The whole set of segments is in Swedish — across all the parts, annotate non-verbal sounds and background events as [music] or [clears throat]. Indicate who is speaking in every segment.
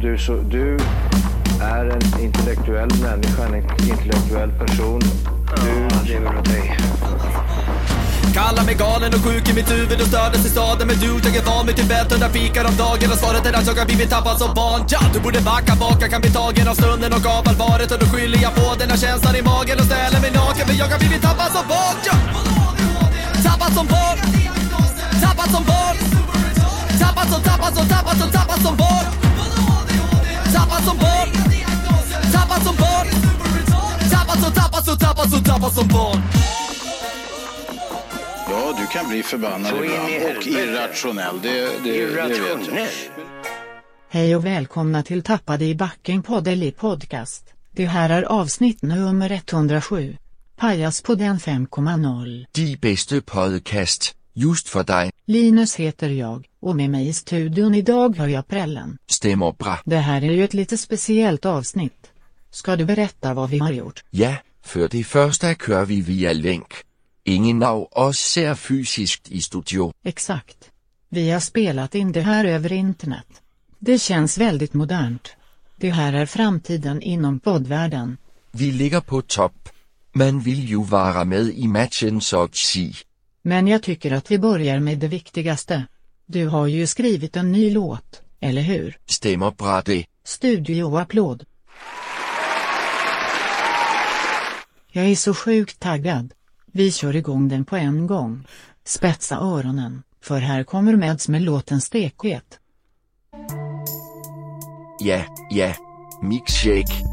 Speaker 1: du, så, du är en intellektuell människa, en intellektuell person. Du lever av dig.
Speaker 2: Kallar mig galen och sjuk i mitt huvud och stördes i staden Men du, jag är van vid Tibet och där fikar om dagen Och svaret är att jag har blivit tappad som barn ja, Du borde backa bak, jag kan bli tagen av stunden och av allvaret Och då skyller jag på den här känslan i magen och ställer mig naken För jag har blivit tappad som barn ja. Tappad som barn Tappad som barn Tappad som, tappad som, tappad som, tappad som barn Tappad som barn Tappad som barn Tappad som, tappad som, tappad som, tappad som barn
Speaker 3: Ja, du kan bli förbannad
Speaker 1: Så in i
Speaker 3: ibland och
Speaker 1: helvete.
Speaker 3: irrationell. Det, det, det vet jag.
Speaker 1: Irrationell.
Speaker 4: Hej och välkomna till Tappade i backen podd eller podcast. Det här är avsnitt nummer 107. Pajas på den 5,0.
Speaker 5: De bedste podcast, just for dig,
Speaker 4: Linus heter jag, och med mig i studion idag har jag prällen.
Speaker 5: stemmer bra.
Speaker 4: Det här är ju ett lite speciellt avsnitt. Ska du berätta vad vi har gjort?
Speaker 5: Ja, for det første kører vi via link. Ingen av os ser fysisk i studio.
Speaker 4: Exakt. Vi har spelat in det här över internet. Det känns väldigt modernt. Det här är framtiden inom poddvärlden.
Speaker 5: Vi ligger på top. Man vil jo være med i matchen så at sige.
Speaker 4: Men jag tycker att vi börjar med det viktigaste. Du har ju skrivit en ny låt, eller hur?
Speaker 5: Stemmer bra det.
Speaker 4: Studioapplåd. Jag är så sjukt taggad. Vi kör igång den på en gång. Spetsa öronen, för här kommer Meds med låten Stekhet.
Speaker 5: Ja, ja. Milkshake.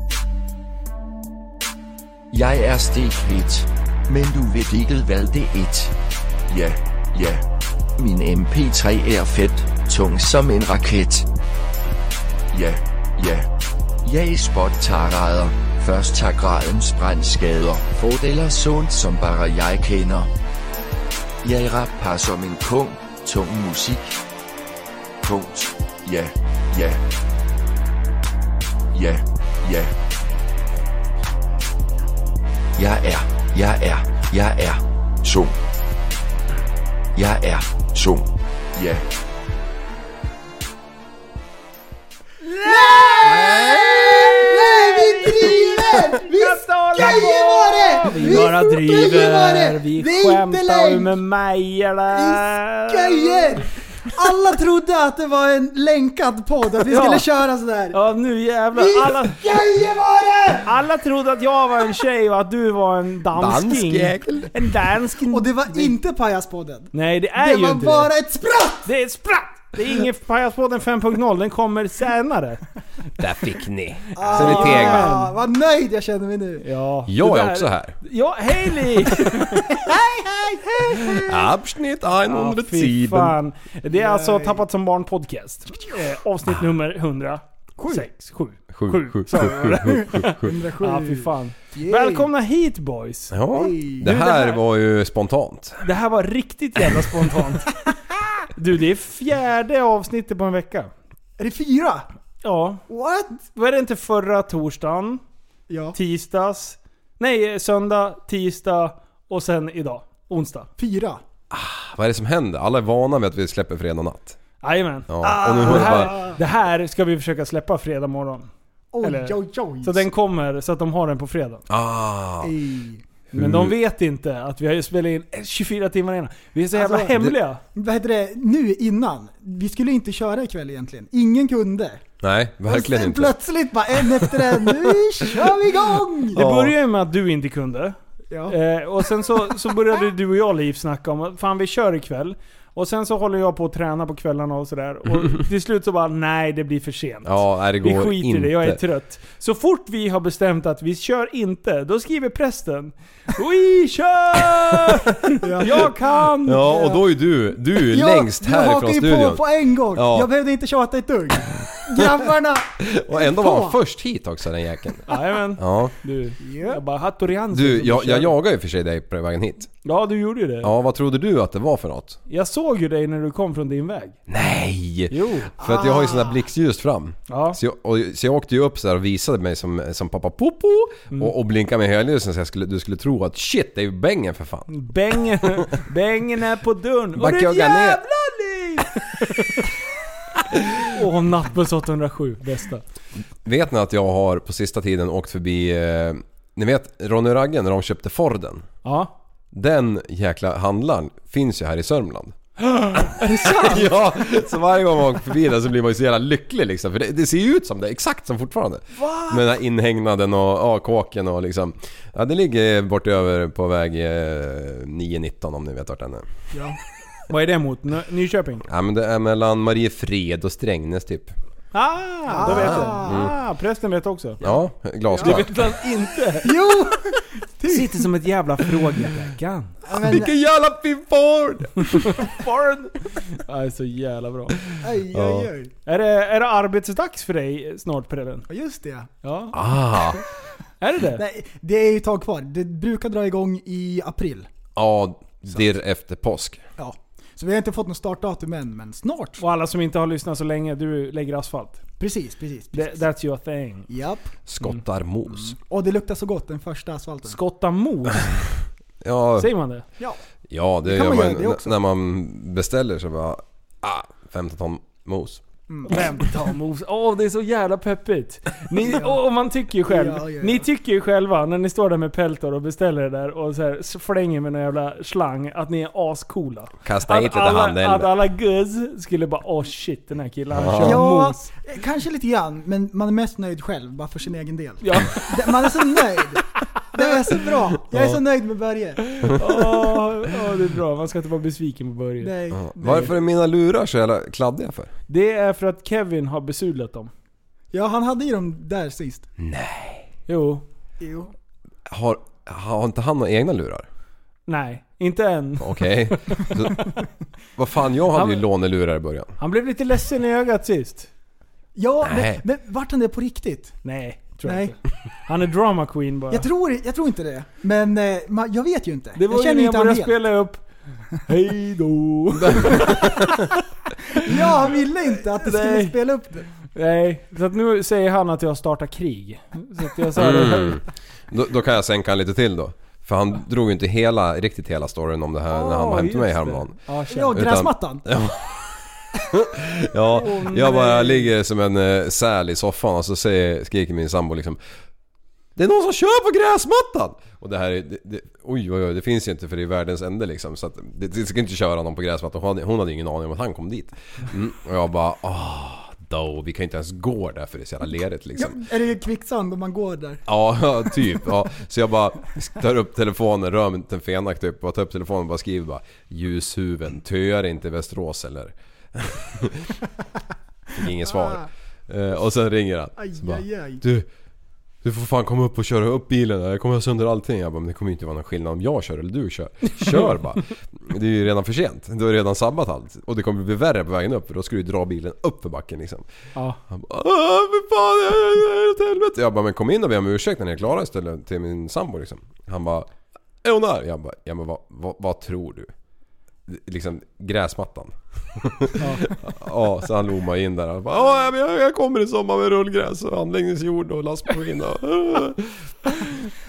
Speaker 5: Jeg er stekvidt. Men du ved ikke hvad det et. Ja, ja. Min MP3 er fedt, tung som en raket. Ja, ja. Jeg spottarader. Først tager gradens brandskader. Fordeler sundt som bare jeg kender. Jeg rapper som en kung, tung musik. Punkt. Ja, ja. Ja, ja. Jeg er, jeg er, jeg er som. Jeg er som. Ja.
Speaker 6: Vi bara driver, vi
Speaker 7: Det är inte
Speaker 6: skämtar ju
Speaker 7: länk.
Speaker 6: med mig eller?
Speaker 7: Skojer! Alla trodde att det var en länkad podd, att vi
Speaker 6: Ja.
Speaker 7: skulle köra sådär.
Speaker 6: Ja nu jävlar. Alla,
Speaker 7: Skojer var det!
Speaker 6: alla trodde att jag var en tjej och att du var en dansking. En dansking.
Speaker 7: Och det var inte Pajaspodden.
Speaker 6: Nej det är
Speaker 7: Det
Speaker 6: ju
Speaker 7: var
Speaker 6: inte
Speaker 7: bara
Speaker 6: det.
Speaker 7: ett spratt!
Speaker 6: Det är ett spratt! Det är ingen Pajaspodden 5.0, den kommer senare.
Speaker 8: Där fick ni. Så ni teg va?
Speaker 7: Ah, vad nöjd jag känner mig nu.
Speaker 6: Ja.
Speaker 8: Jag
Speaker 6: det
Speaker 8: är
Speaker 6: där-
Speaker 8: också här.
Speaker 6: Ja, hej
Speaker 7: [laughs]
Speaker 6: Li!
Speaker 8: Abschnitt 107.
Speaker 6: Fy fan. Det är alltså Tappat som barn podcast. Eh,
Speaker 7: Ah.
Speaker 6: avsnitt nummer 100. Sex, sju.
Speaker 8: Sju,
Speaker 6: Sju,
Speaker 8: sju,
Speaker 6: sa jag.
Speaker 8: sju, sju, sju, sju.
Speaker 7: 107.
Speaker 6: [laughs] Ja, fy fan.
Speaker 7: Yay.
Speaker 6: Välkomna hit boys!
Speaker 8: Ja,
Speaker 6: det
Speaker 8: det
Speaker 6: här-
Speaker 8: här var ju spontant.
Speaker 6: Det här var riktigt jävla spontant. Du, det är fjärde avsnittet på en vecka.
Speaker 7: Är det fyra?
Speaker 6: Ja.
Speaker 7: What?
Speaker 6: Var det inte förra torsdagen,
Speaker 7: Ja,
Speaker 6: tisdags, nej söndag, tisdag och sen idag, onsdag?
Speaker 7: fyra.
Speaker 8: Vad är det som händer? Alla är vana med att vi släpper fredag natt.
Speaker 6: Jajamän.
Speaker 8: Ja, och nu
Speaker 6: Det
Speaker 8: har det bara...
Speaker 6: här, Ah. det här ska vi försöka släppa fredag morgon.
Speaker 7: Oj,
Speaker 6: Eller-
Speaker 7: oj, oj.
Speaker 6: Så den kommer, så att de har den på fredag.
Speaker 8: Ah,
Speaker 7: Ej.
Speaker 6: Men de vet inte att vi har ju spelat in 24 timmar innan. Vi är så jävla
Speaker 7: Alltså,
Speaker 6: hemliga.
Speaker 7: Vad heter det? Nu innan. Vi skulle inte köra ikväll egentligen. Ingen kunde.
Speaker 8: nej, verkligen
Speaker 7: Och sen
Speaker 8: inte.
Speaker 7: Plötsligt bara en efter en. Nu kör vi igång!
Speaker 6: Det började ju med att du inte kunde.
Speaker 7: Ja.
Speaker 6: Eh, och sen så, så började du och jag Liv snacka om att fan vi kör ikväll. Och sen så håller jag på att träna på kvällarna och sådär.
Speaker 8: [laughs]
Speaker 6: Och till slut så bara nej det blir för sent.
Speaker 8: Ja, nej, det
Speaker 6: vi
Speaker 8: går
Speaker 6: skiter i det, jag är
Speaker 8: inte.
Speaker 6: trött. Så fort vi har bestämt att vi kör inte, då skriver prästen Vi
Speaker 8: [laughs]
Speaker 6: kör! Jag kan!
Speaker 8: Ja, och då är du, du är längst härifrån
Speaker 7: Du hakar ju på
Speaker 8: studion.
Speaker 7: på en gång.
Speaker 8: Ja.
Speaker 7: Jag behövde inte tjata
Speaker 8: [laughs]
Speaker 7: ett dugg. Grabbarna!
Speaker 8: Och ändå var han
Speaker 7: på.
Speaker 8: först hit också den jäkeln.
Speaker 6: Jajamän.
Speaker 8: Ja.
Speaker 6: Du, jag bara Hattori Hansen
Speaker 8: Du,
Speaker 6: som
Speaker 8: jag,
Speaker 6: kör."
Speaker 8: jag jagade ju för sig dig på vägen hit.
Speaker 6: Ja, du gjorde ju det.
Speaker 8: Ja, vad trodde du att det var för något?
Speaker 6: Jag såg ju dig när du kom från din väg.
Speaker 8: Nej!
Speaker 6: Jo.
Speaker 8: För att jag har ju sådana blixtljus fram.
Speaker 6: Ja.
Speaker 8: Så jag, och, så jag åkte ju upp så här och visade mig som, som pappa Popo och, och blinkade med högljusen så jag skulle, du skulle tro att shit, det är ju bängen för fan.
Speaker 6: Bängen, bängen är på dörren. Och
Speaker 8: Backa
Speaker 6: du [laughs]
Speaker 8: och gå ner.
Speaker 6: jävla liv! Åh, Nappes 807. Bästa.
Speaker 8: Vet ni att jag har på sista tiden åkt förbi... Eh, ni vet Ronny och Ragge när de köpte Forden?
Speaker 6: Ja.
Speaker 8: Den jäkla handlaren finns ju här i Sörmland. [gasps] Är det sant? [laughs] ja, så varje gång man åker förbi den så blir man ju så jävla lycklig liksom. För det, det ser ju ut som det, exakt som fortfarande. Med den här inhägnaden och ja, kåken och liksom. Ja, det ligger bort över på väg eh, 919 om ni vet vart den är.
Speaker 6: Vad är det mot? N- Nyköping?
Speaker 8: Ja men det är mellan Mariefred och Strängnäs typ.
Speaker 6: Ah, då vet jag. Ah, prästen vet också.
Speaker 8: Ja, glasklart.
Speaker 6: han [laughs] inte?
Speaker 7: Jo!
Speaker 6: Sitter som ett jävla frågetecken.
Speaker 7: Ja, Men,
Speaker 8: Vilken jävla fin Ford!
Speaker 6: Ja, det är så jävla bra.
Speaker 7: aj, aj, aj.
Speaker 6: Är det, är det arbetsdags för dig snart Prellen?
Speaker 7: Ja, just det.
Speaker 6: Ja.
Speaker 8: Ah,
Speaker 6: Är det det?
Speaker 7: Nej, det är ju ett tag kvar. Det brukar dra igång i april.
Speaker 8: ja, dirr efter påsk.
Speaker 7: Ja. Så vi har inte fått något startdatum än, men snart.
Speaker 6: Och alla som inte har lyssnat så länge, du lägger asfalt.
Speaker 7: Precis, precis.
Speaker 6: Th- That's your thing.
Speaker 7: Japp.
Speaker 8: Skottar mos.
Speaker 7: Och det luktar så gott den första asfalten.
Speaker 6: Skotta mos,
Speaker 8: Ja,
Speaker 6: säger man det?
Speaker 7: Ja.
Speaker 8: ja det,
Speaker 7: Det kan
Speaker 8: gör
Speaker 7: man
Speaker 8: man,
Speaker 7: göra det också.
Speaker 8: när man beställer så bara... Ah, 15 ton mos.
Speaker 7: Mm.
Speaker 8: [laughs]
Speaker 6: Vänta mos. Åh, det är så jävla peppigt. Ni, och man tycker ju själv.
Speaker 7: Ja, ja, ja.
Speaker 6: Ni tycker ju själva när ni står där med peltor och beställer det där och så här flänger med någon jävla slang att ni är ascoola.
Speaker 8: Kasta hit
Speaker 6: Att
Speaker 8: lite
Speaker 6: alla, att
Speaker 8: handel.
Speaker 6: alla guzz skulle bara åh shit den här killen han
Speaker 8: Ja.
Speaker 6: kör
Speaker 7: Ja,
Speaker 6: mos.
Speaker 7: eh, kanske lite grann, men man är mest nöjd själv, bara för sin egen del.
Speaker 6: Ja.
Speaker 7: Det- Man är så nöjd. Det är så bra. Jag är så nöjd med Börje.
Speaker 6: Åh, åh, det är bra. Man ska inte vara besviken på början.
Speaker 7: Nej.
Speaker 8: Ja. Varför är mina lurar så jävla kladdiga för?
Speaker 6: Det är för att Kevin har besudlat dem.
Speaker 7: Ja, han hade ju dem där sist.
Speaker 6: Jo.
Speaker 7: Jo.
Speaker 8: Har, har inte han några egna lurar?
Speaker 6: Nej, inte än.
Speaker 8: Okej. Så- Vad fan, jag hade ju lånelurar i början.
Speaker 6: Han blev lite ledsen i ögat sist.
Speaker 7: Ja, men,
Speaker 8: Nej.
Speaker 7: men vart han det på riktigt?
Speaker 6: Nej, tror jag
Speaker 7: Nej.
Speaker 6: inte. Han är drama queen bara.
Speaker 7: Jag tror, jag tror inte det. Men eh, man, jag vet ju inte.
Speaker 6: det var
Speaker 7: jag
Speaker 6: ju
Speaker 7: känner
Speaker 6: när
Speaker 7: ju
Speaker 6: jag
Speaker 7: inte han
Speaker 6: började
Speaker 7: helt.
Speaker 6: spela upp Hej då.
Speaker 7: Ja, han ville inte att det skulle
Speaker 6: Nej.
Speaker 7: spela upp det.
Speaker 6: [laughs] Nej, så att nu säger han att jag startar krig. Så att jag sa det. [laughs]
Speaker 8: Mm. Då, då kan jag sänka han lite till då. För han drog ju inte hela, riktigt hela storyn om det här när han var hemma hos mig häromdagen.
Speaker 6: Ja,
Speaker 7: Ja,
Speaker 6: känn.
Speaker 7: gräsmattan.
Speaker 8: Ja, jag bara ligger som en eh, säl i soffan och så säger, skriker min sambo liksom Det är någon som kör på gräsmattan! Och det här är... Det, det, oj, oj, oj, det finns ju inte för det är världens ände liksom. Så att det, det ska inte köra någon på gräsmattan. Hon hade, hon hade ingen aning om att han kom dit. Mm, och jag bara ah, då, vi kan ju inte ens gå där för det är så jävla lerigt
Speaker 7: Ja,
Speaker 8: liksom.
Speaker 7: är det kvicksand om man går där?
Speaker 8: Ja, [laughs] ja, typ. Ja. Så jag bara tar upp telefonen, rör mig inte en fenak typ. Och tar upp telefonen och bara skriver bara Ljushuven, töar inte Västerås eller? [laughs] Fick inget svar. Eh, Och sen ringer han.
Speaker 7: Aj,
Speaker 8: Så bara,
Speaker 7: aj, aj.
Speaker 8: du, du får fan komma upp och köra upp bilen. Jag kommer ha sönder allting. Jag bara, men det kommer ju inte vara någon skillnad om jag kör eller du kör. Kör bara. Det är ju redan för sent. Du har ju redan sabbat allt. Och det kommer bli värre på vägen upp. För då ska du ju dra bilen upp för backen liksom.
Speaker 6: Ja.
Speaker 8: Han bara "Åh, för fan, jag jag- jag är åt helvete. Jag bara men kom in och be om ursäkt när ni är klara istället till min sambo liksom. Han bara är hon där? Jag bara ja men vad, vad, vad tror du? Liksom gräsmattan. [laughs] Ja. så han log mig in där. Han bara, "Ja, men jag, jag kommer i sommar med rullgräs och anläggningsjord och lastmaskin och...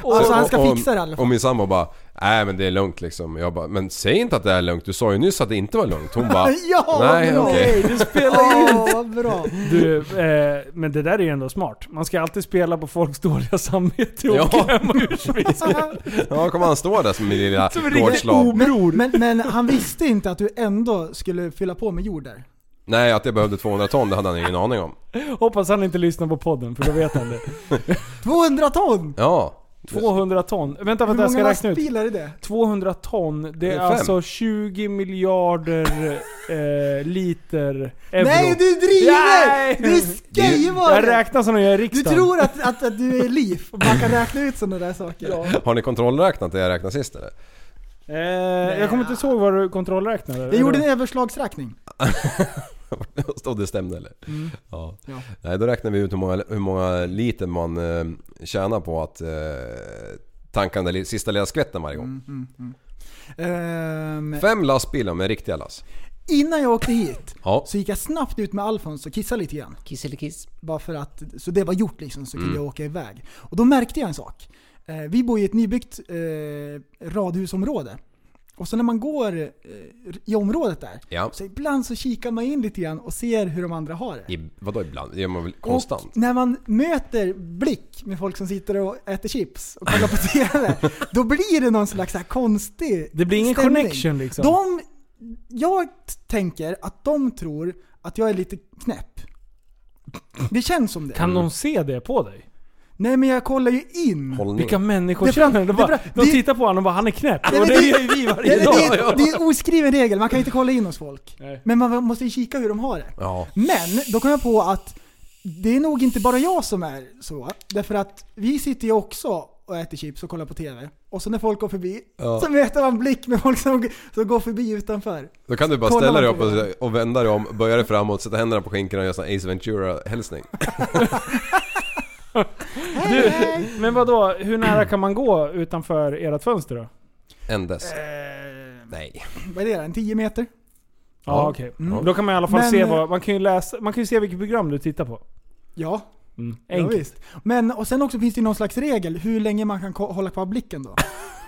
Speaker 7: Alltså han ska
Speaker 8: Och- och-
Speaker 7: fixa det i alla fall.
Speaker 8: Och min sambo bara Nej men det är lugnt liksom. Jag bara men säg inte att det är lugnt. Du sa ju nyss att det inte var lugnt. Hon
Speaker 7: [laughs]
Speaker 8: bara
Speaker 7: Ja, vad
Speaker 8: Nej
Speaker 7: bra.
Speaker 8: okej.
Speaker 6: Nej, du spelar ju
Speaker 7: Åh, vad
Speaker 6: [laughs]
Speaker 7: bra.
Speaker 6: Du, eh, men det där är ju ändå smart. Man ska alltid spela på folks dåliga samvete och [laughs]
Speaker 8: Ja.
Speaker 6: åka hem och ursvisa.
Speaker 8: Ja kommer han stå där som min lilla
Speaker 6: Som en riktig
Speaker 8: gårdsslav.
Speaker 7: Men, men, men han visste inte att du ändå skulle fylla på med jord där.
Speaker 8: Nej, att jag behövde 200 ton, det hade han ingen aning om.
Speaker 6: Hoppas han inte lyssnar på podden, för då vet han det.
Speaker 7: 200 ton!
Speaker 8: Ja.
Speaker 6: 200 ton. Vänta,
Speaker 7: Hur
Speaker 6: vänta jag
Speaker 7: många
Speaker 6: ska räkna ut.
Speaker 7: lastbilar är det?
Speaker 6: 200 ton, det är
Speaker 8: Fem.
Speaker 6: alltså 20 miljarder eh, liter euro.
Speaker 7: Nej du driver!
Speaker 6: Nej!
Speaker 7: Du skojar
Speaker 6: Jag
Speaker 7: bara!
Speaker 6: räknar som när jag är i
Speaker 7: Du
Speaker 6: riksdagen.
Speaker 7: tror att, att, att du är liv och man kan räkna ut sådana där saker.
Speaker 8: Har ni kontrollräknat det jag räknade sist eller? [laughs]
Speaker 6: eh, jag kommer inte ihåg vad du kontrollräknade.
Speaker 7: Jag gjorde en överslagsräkning.
Speaker 8: Och det stämde eller? Ja.
Speaker 7: Mm. Ja.
Speaker 8: Nej, då räknade vi ut hur många, hur många liter man eh, tjänar på att eh, tanka den där li- sista lilla skvätten varje
Speaker 7: Mm.
Speaker 8: gång.
Speaker 7: Ehm,
Speaker 8: Fem lastbilar med riktiga lass.
Speaker 7: innan jag åkte hit
Speaker 8: Ja.
Speaker 7: så gick jag snabbt ut med Alfons och kissade lite grann.
Speaker 4: Kisselikiss.
Speaker 7: Bara för att, så det var gjort liksom, så kunde jag åka iväg. Och då märkte jag en sak. Eh, vi bor i ett nybyggt eh, radhusområde. Och så när man går eh, i området där,
Speaker 8: Ja.
Speaker 7: så ibland så kikar man in lite grann och ser hur de andra har det.
Speaker 8: I, vadå ibland? Det gör man väl konstant?
Speaker 7: Och när man möter blick med folk som sitter och äter chips och
Speaker 6: [laughs]
Speaker 7: kollar på TV, då blir det någon slags så här konstig
Speaker 6: Det blir ingen
Speaker 7: stämning.
Speaker 6: connection, liksom.
Speaker 7: De, jag t- tänker att de tror att jag är lite knäpp. Det känns som det.
Speaker 6: Kan de se det på dig?
Speaker 7: Nej men jag kollar ju in.
Speaker 8: Hållningen?
Speaker 6: Mm. Vilka människor
Speaker 7: Det är bra-
Speaker 6: känner de?
Speaker 7: det är
Speaker 6: Bara,
Speaker 7: bra-
Speaker 6: de
Speaker 7: det-
Speaker 6: tittar på honom och bara 'Han är knäpp'
Speaker 7: Nej,
Speaker 6: och
Speaker 7: men
Speaker 6: det gör ju vi
Speaker 7: Nej,
Speaker 6: varje
Speaker 7: men
Speaker 6: dag.
Speaker 7: det, är, det är en oskriven regel, man kan inte kolla in hos folk.
Speaker 6: Nej.
Speaker 7: Men man måste ju kika hur de har det.
Speaker 8: Ja.
Speaker 7: Men då kom jag på att det är nog inte bara jag som är så. Därför att vi sitter ju också och äter chips och kollar på TV. Och så när folk går förbi
Speaker 8: Ja.
Speaker 7: så möter man blick med folk som, som går förbi utanför.
Speaker 8: Då kan du bara
Speaker 7: Kolla
Speaker 8: ställa dig upp
Speaker 7: vad det
Speaker 8: och, och vända dig om, böja dig framåt, sätta händerna på skinkorna och göra sån här Ace Ventura-hälsning.
Speaker 6: Du, men vadå, hur nära kan man gå utanför ert fönster då?
Speaker 8: Ändes.
Speaker 7: Eh.
Speaker 8: Nej.
Speaker 7: Vad är det? En 10 meter?
Speaker 6: Ja, okej.
Speaker 8: Mm.
Speaker 6: Då kan man i alla fall
Speaker 7: Men-
Speaker 6: se vad... Man kan ju läsa... Man kan ju se vilket program du tittar på. Mm.
Speaker 7: Ja, ja
Speaker 6: Enkelt.
Speaker 7: visst. Men och sen också finns det ju någon slags regel hur länge man kan ko- hålla kvar blicken då.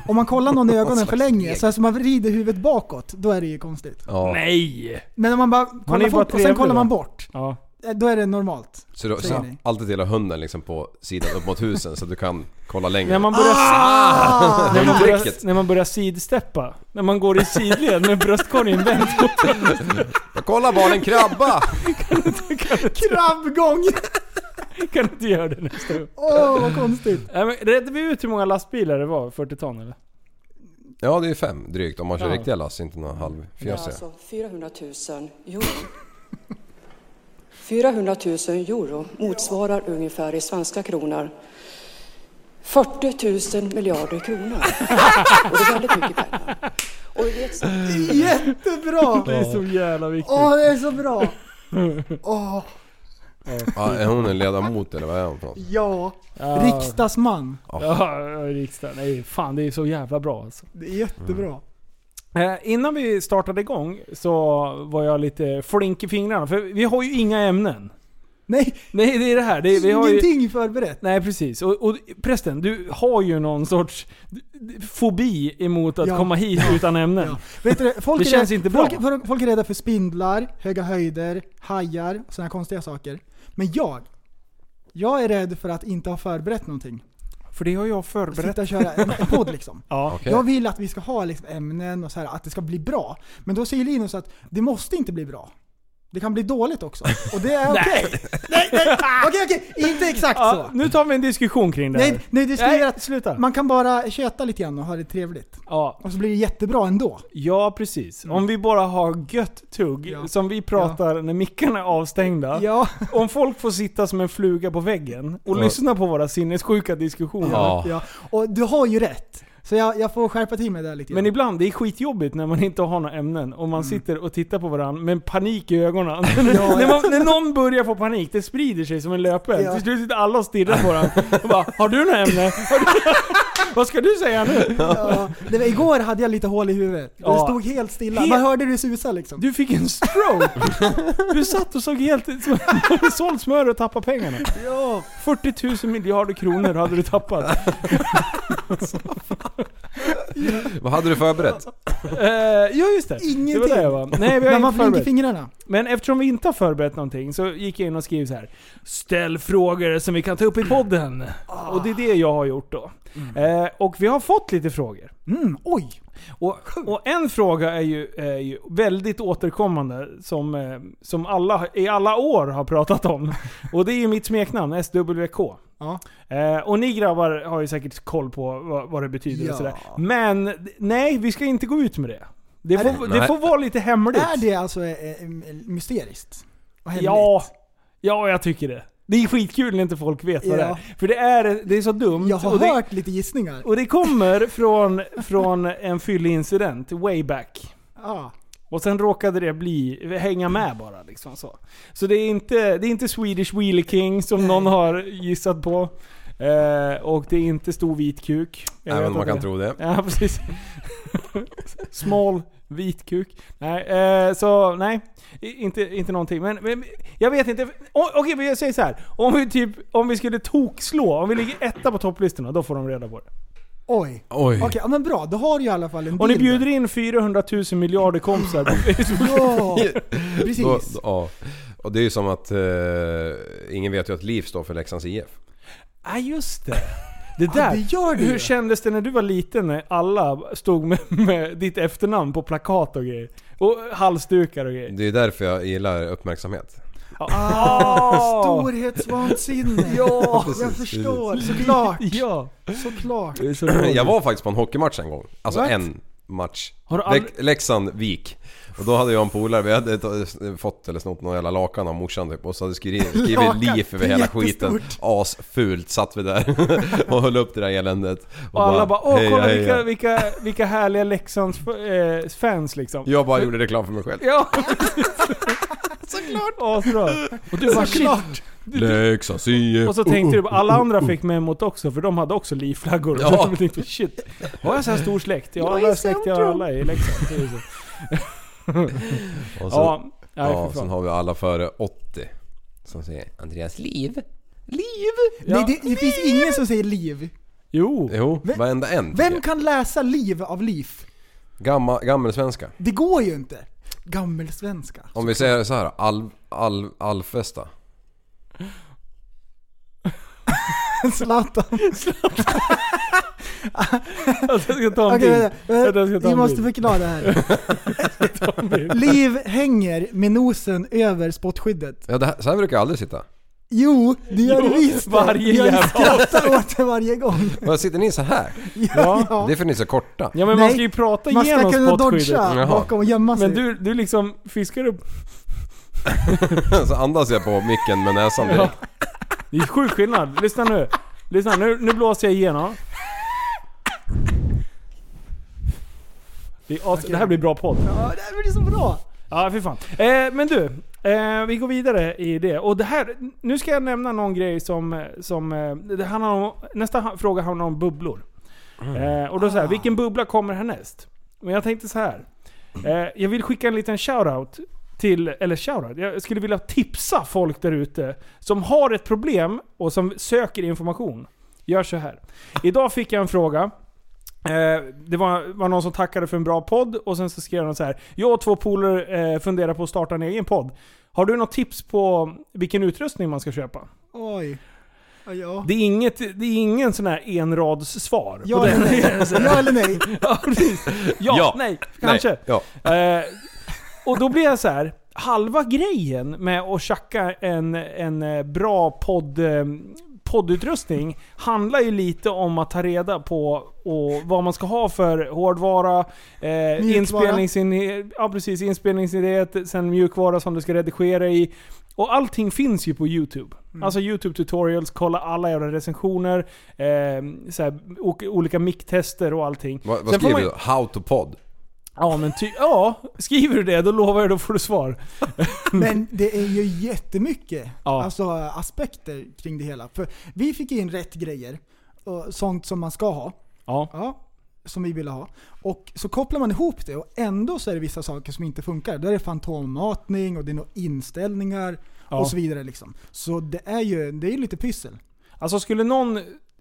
Speaker 7: Om man kollar någon i ögonen för länge, så alltså man vrider huvudet bakåt, då är det ju konstigt.
Speaker 8: Ja.
Speaker 6: Nej!
Speaker 7: Men om man bara
Speaker 6: är
Speaker 7: kollar
Speaker 6: ju bara
Speaker 7: folk och sen
Speaker 6: trevlig
Speaker 7: kollar
Speaker 6: då.
Speaker 7: man bort,
Speaker 6: Ja.
Speaker 7: eh, då är det normalt.
Speaker 8: Så, då,
Speaker 7: Säger
Speaker 8: så
Speaker 7: ni.
Speaker 8: alltid dela hunden liksom på sidan upp mot husen så att du kan kolla längre.
Speaker 6: När man börjar...
Speaker 7: Ah!
Speaker 6: [laughs] När man
Speaker 8: Tricket.
Speaker 6: börjar, när man börjar sidsteppa. När man går i sidled med bröstkorgen vänd mot
Speaker 8: Kolla barnen krabba!
Speaker 7: Krabbgång!
Speaker 6: [laughs] Kan du inte göra det nästa gång?
Speaker 7: Åh, vad konstigt.
Speaker 6: Nej, men Redde vi ut hur många lastbilar det var? 40 ton eller?
Speaker 8: Ja det är fem drygt om man kör
Speaker 6: Ja.
Speaker 8: riktiga lass, inte några halvfjösiga.
Speaker 9: Alltså 400 000 euro. 400 000 euro motsvarar ungefär i svenska kronor 40 000 miljarder kronor. Och det är väldigt mycket pengar. Och vi vet
Speaker 7: Jättebra!
Speaker 6: Det är så jävla viktigt.
Speaker 7: Åh, det är så bra! Åh,
Speaker 8: Ja, är hon en ledamot eller vad är hon för något?
Speaker 7: ja.
Speaker 6: Ja.
Speaker 7: Riksdagsman.
Speaker 6: Ja, ja, riksdagen. Nej, fan det är så jävla bra alltså.
Speaker 7: Det är jättebra.
Speaker 6: Eh, innan vi startade igång så var jag lite flink i fingrarna. För vi har ju inga ämnen.
Speaker 7: Nej,
Speaker 6: Nej, det är det här. Det är, vi har ju...
Speaker 7: ingenting förberett.
Speaker 6: Nej precis. Och, och prästen, du har ju någon sorts d- d- fobi emot att
Speaker 7: Ja.
Speaker 6: komma hit utan ämnen.
Speaker 7: Ja. Vet du, det? folk
Speaker 6: Det
Speaker 7: är
Speaker 6: känns
Speaker 7: rädda,
Speaker 6: inte bra.
Speaker 7: folk, folk- folk är rädda för spindlar, höga höjder, hajar och sådana konstiga saker. Men jag, jag är rädd för att inte ha förberett någonting.
Speaker 6: För det har jag förberett.
Speaker 7: Sitta och köra en, en podd liksom.
Speaker 6: Ja.
Speaker 8: Okej.
Speaker 7: Jag vill att vi ska ha liksom ämnen och så här, att det ska bli bra. Men då säger Linus att det måste inte bli bra. Det kan bli dåligt också. Och det
Speaker 6: [laughs]
Speaker 7: är okej. Nej, nej, Okej, okej. Inte exakt
Speaker 6: Ja,
Speaker 7: så.
Speaker 6: nu tar vi en diskussion kring det här.
Speaker 7: Nej, nej, du skriver att
Speaker 6: sluta.
Speaker 7: man kan bara köta lite grann och ha det trevligt.
Speaker 6: Ja,
Speaker 7: Och så blir det jättebra ändå.
Speaker 6: ja, precis. Om vi bara har gött tugg,
Speaker 7: Mm. Ja.
Speaker 6: som vi pratar när mickarna är avstängda.
Speaker 7: Ja.
Speaker 6: Om folk får sitta som en fluga på väggen och
Speaker 8: Ja.
Speaker 6: lyssna på våra sinnessjuka diskussioner.
Speaker 8: Ja.
Speaker 7: ja. Och du har ju rätt. Så jag, jag får skärpa till mig där lite grann.
Speaker 6: Men ibland, det är skitjobbigt när man inte har några ämnen och
Speaker 7: Mm.
Speaker 6: man sitter och tittar på varandra med panik i
Speaker 7: [laughs]
Speaker 6: ögonen. [laughs] när, man, när någon börjar få panik, det sprider sig som en löpeld.
Speaker 7: Ja.
Speaker 6: Till slut sitter alla och stirrar på varandra och bara Har du [laughs] några ämnen? Har du- Vad ska du säga nu?
Speaker 7: ja. det, var- igår hade jag lite hål i huvudet. Det
Speaker 6: Ja.
Speaker 7: stod helt stilla.
Speaker 6: Helt-
Speaker 7: Man hörde det susa liksom.
Speaker 6: Du fick en stroke! Du satt och såg helt... [laughs] som- hade Sålt smör och tappat pengarna.
Speaker 7: Ja.
Speaker 6: 40 000 miljarder kronor hade
Speaker 7: [laughs]
Speaker 6: du tappat.
Speaker 8: Vad hade du förberett?
Speaker 6: Uh, ja just det. Det var
Speaker 7: Ingenting.
Speaker 6: det jag var. Nej vi har
Speaker 7: Men
Speaker 6: inte
Speaker 7: man får inte
Speaker 6: förberett.
Speaker 7: fingrarna.
Speaker 6: Men eftersom vi inte har förberett någonting så gick jag in och skrev så här. Ställ frågor som vi kan ta upp i podden.
Speaker 7: Ah.
Speaker 6: Och det är det jag har gjort då. Eh, och vi har fått lite frågor.
Speaker 7: Mm, oj.
Speaker 6: Och, och en fråga är ju, är ju väldigt återkommande som, eh, som alla i alla år har
Speaker 7: [laughs]
Speaker 6: pratat om. Och det är ju mitt smeknamn, SWK.
Speaker 7: Ja.
Speaker 6: Eh, och ni grabbar har ju säkert koll på vad, vad det betyder
Speaker 7: Ja.
Speaker 6: och sådär. Men nej, vi ska inte gå ut med det. Det får, det
Speaker 8: Nej.
Speaker 6: får vara lite hemligt.
Speaker 7: Är det alltså eh, eh, mysteriskt? Och hemligt?
Speaker 6: Ja, ja jag tycker det. Det är skitkul när inte folk vet vad det
Speaker 7: Ja.
Speaker 6: är. För det är, det är så dumt.
Speaker 7: Jag har
Speaker 6: och, det,
Speaker 7: hört lite gissningar.
Speaker 6: och det kommer från, från en fyllig incident, way back.
Speaker 7: Ja.
Speaker 6: Och sen råkade det bli, hänga med bara liksom så. Så det är inte, det är inte Swedish Wheel King som någon har gissat på. Eh, och det är inte stor vit kuk. Jag
Speaker 8: Även
Speaker 6: vet
Speaker 8: om man
Speaker 6: att
Speaker 8: kan
Speaker 6: det-
Speaker 8: tro det.
Speaker 6: Ja, [laughs] precis. Smal, vit kuk. Nej, eh, så nej. I- Inte, inte någonting. Men, men jag vet inte. O- Okej, men jag säger så här. Om vi, typ, om vi skulle tokslå, om vi ligger etta på topplistorna, då får de reda på det.
Speaker 7: Oj.
Speaker 8: Oj.
Speaker 7: Okej, ja, men bra. Då har du i alla fall en
Speaker 6: Och ni
Speaker 7: dildo.
Speaker 6: bjuder in 400 000 miljarder kompisar på Facebook.
Speaker 7: Ja, precis.
Speaker 8: Då, då, ja. Och det är ju som att eh, ingen vet ju att LIF står för Leksands IF.
Speaker 6: [laughs] ah, just det. Det där.
Speaker 7: Ja, det gör det
Speaker 6: Hur
Speaker 7: ju.
Speaker 6: kändes det när du var liten när alla stod med, med ditt efternamn på plakat och grejer? Och halsdukar och grejer.
Speaker 8: Det är därför jag gillar uppmärksamhet.
Speaker 6: [laughs] Ah,
Speaker 7: Storhetsvansinne.
Speaker 6: Ja,
Speaker 7: jag
Speaker 8: precis,
Speaker 7: förstår. Såklart.
Speaker 6: [laughs] Ja.
Speaker 7: Såklart.
Speaker 6: Det är så roligt.
Speaker 8: Jag var faktiskt på en hockeymatch en gång. Alltså
Speaker 7: What?
Speaker 8: en match.
Speaker 6: Har du
Speaker 8: Lek- Leksand-Vik. Och då hade jag en polare, vi hade ta- fått eller snott någon jävla lakan av morsan typ. Och så hade jag
Speaker 6: [laughs]
Speaker 8: skrivit, skrivit
Speaker 7: Lakan,
Speaker 8: LIF över hela
Speaker 7: jättestort.
Speaker 8: skiten. Asfult satt vi där [laughs] och höll upp det där eländet.
Speaker 6: Och alla bara åh
Speaker 8: "Heja,
Speaker 6: kolla
Speaker 8: heja."
Speaker 6: vilka, vilka, vilka härliga Leksands eh, fans liksom.
Speaker 8: Jag bara gjorde reklam för mig själv.
Speaker 6: Ja, Såklart! Asbra. Och du bara shit.
Speaker 8: Leksands IF.
Speaker 6: Och så tänkte du bara, alla andra fick memot också för de hade också livflaggor.
Speaker 8: Ja.
Speaker 6: [laughs] Ja. tänkte, shit, har jag så här stor släkt? Ja, alla släkt jag har alla i Leksand. Det är så.
Speaker 8: Och så,
Speaker 6: Ja, nej
Speaker 8: ja,
Speaker 6: för
Speaker 8: sen
Speaker 6: fan.
Speaker 8: har vi alla före 80. Som säger Andreas Liv.
Speaker 6: Ja.
Speaker 7: Nej, det, det finns ingen som säger liv.
Speaker 8: [laughs]
Speaker 6: Jo.
Speaker 8: Jo,
Speaker 7: Vem-
Speaker 8: varenda en.
Speaker 7: Vem kan läsa liv av liv?
Speaker 8: Gamma, gammelsvenska.
Speaker 7: Det går ju inte. Gammelsvenska.
Speaker 8: Om vi säger så här, alv, alv, alvfesta.
Speaker 7: [laughs] Zlatan.
Speaker 6: Alltså, jag ska ta en
Speaker 7: Okej,
Speaker 6: bild.
Speaker 7: vänta. Eh,
Speaker 6: Vänta, jag ska ta
Speaker 7: vi
Speaker 6: en
Speaker 7: måste
Speaker 6: bild.
Speaker 7: förklara det här.
Speaker 6: En bild.
Speaker 7: Liv hänger med nosen över spottskyddet.
Speaker 8: Ja, det här, så här brukar jag aldrig sitta.
Speaker 7: Jo, det gör det visst det.
Speaker 6: varje
Speaker 7: Jag
Speaker 6: jävla
Speaker 7: skrattar åt det varje gång.
Speaker 8: Vad sitter ni så här?
Speaker 6: Ja.
Speaker 7: Ja.
Speaker 8: [laughs] Det är för att ni är så korta.
Speaker 6: ja, men man
Speaker 7: Nej,
Speaker 6: ska ju prata
Speaker 7: Man ska
Speaker 6: igenom
Speaker 7: kunna
Speaker 6: spottskyddet.
Speaker 7: dodga Alltså-
Speaker 8: Jaha.
Speaker 7: bakom och gömma sig.
Speaker 6: Men du, du liksom fiskar upp...
Speaker 8: [laughs] Så andas jag på micken med näsan
Speaker 6: Ja.
Speaker 8: direkt.
Speaker 6: Det är sjuk skillnad. Lyssna nu. Lyssna, nu, nu blåser jag igenom. Det, är as- det här blir bra podd.
Speaker 7: Ja, det här blir så bra.
Speaker 6: Ja, för fan. Eh, men du, eh, vi går vidare i det. Och det här, nu ska jag nämna någon grej som... eh, som eh, det handlar om, nästa ha- fråga handlar om bubblor.
Speaker 7: Mm.
Speaker 6: Eh, och då
Speaker 7: Ah.
Speaker 6: så här, vilken bubbla kommer härnäst? Men jag tänkte så här. Eh, jag vill skicka en liten shoutout till, eller shoutout, jag skulle vilja tipsa folk där ute som har ett problem och som söker information. Gör så här. Idag fick jag en fråga. Eh, det var, var någon som tackade för en bra podd och sen så skrev de så här. Jag och två polare eh, funderar på att starta en egen podd. Har du något tips på vilken utrustning man ska köpa?
Speaker 7: Oj. Ja, Ja.
Speaker 6: Det är, inget, det är ingen sån här enradssvar. på
Speaker 7: Ja eller
Speaker 6: den. [laughs]
Speaker 7: nej? Ja eller nej?
Speaker 6: ja, precis. ja,
Speaker 8: Ja.
Speaker 6: nej, kanske.
Speaker 8: Nej, ja.
Speaker 6: Eh, och då blir jag så här. Halva grejen med att tjacka en, en eh, bra podd, eh, poddutrustning handlar ju lite om att ta reda på och vad man ska ha för hårdvara, eh, inspelningsin, ja, precis, inspelningsenhet, sen mjukvara som du ska redigera i. Och allting finns ju på YouTube. Alltså YouTube tutorials, kolla alla jävla recensioner, eh, så här, o- olika micktester och allting.
Speaker 8: Vad,
Speaker 6: Sen får
Speaker 8: vad skriver
Speaker 6: man-
Speaker 8: du? How to pod?
Speaker 6: Ja men ty- ja, skriver du det då lovar jag då får du svar.
Speaker 7: Men det är ju jättemycket
Speaker 6: Ja.
Speaker 7: alltså, aspekter kring det hela. För vi fick in rätt grejer, och sånt som man ska ha.
Speaker 6: Ja.
Speaker 7: Ja, som vi ville ha. Och så kopplar man ihop det och ändå så är det vissa saker som inte funkar. Då är det fantommatning och det är några inställningar
Speaker 6: Ja.
Speaker 7: och så vidare. Liksom. Så det är ju det är ju lite pyssel.
Speaker 6: Alltså skulle någon...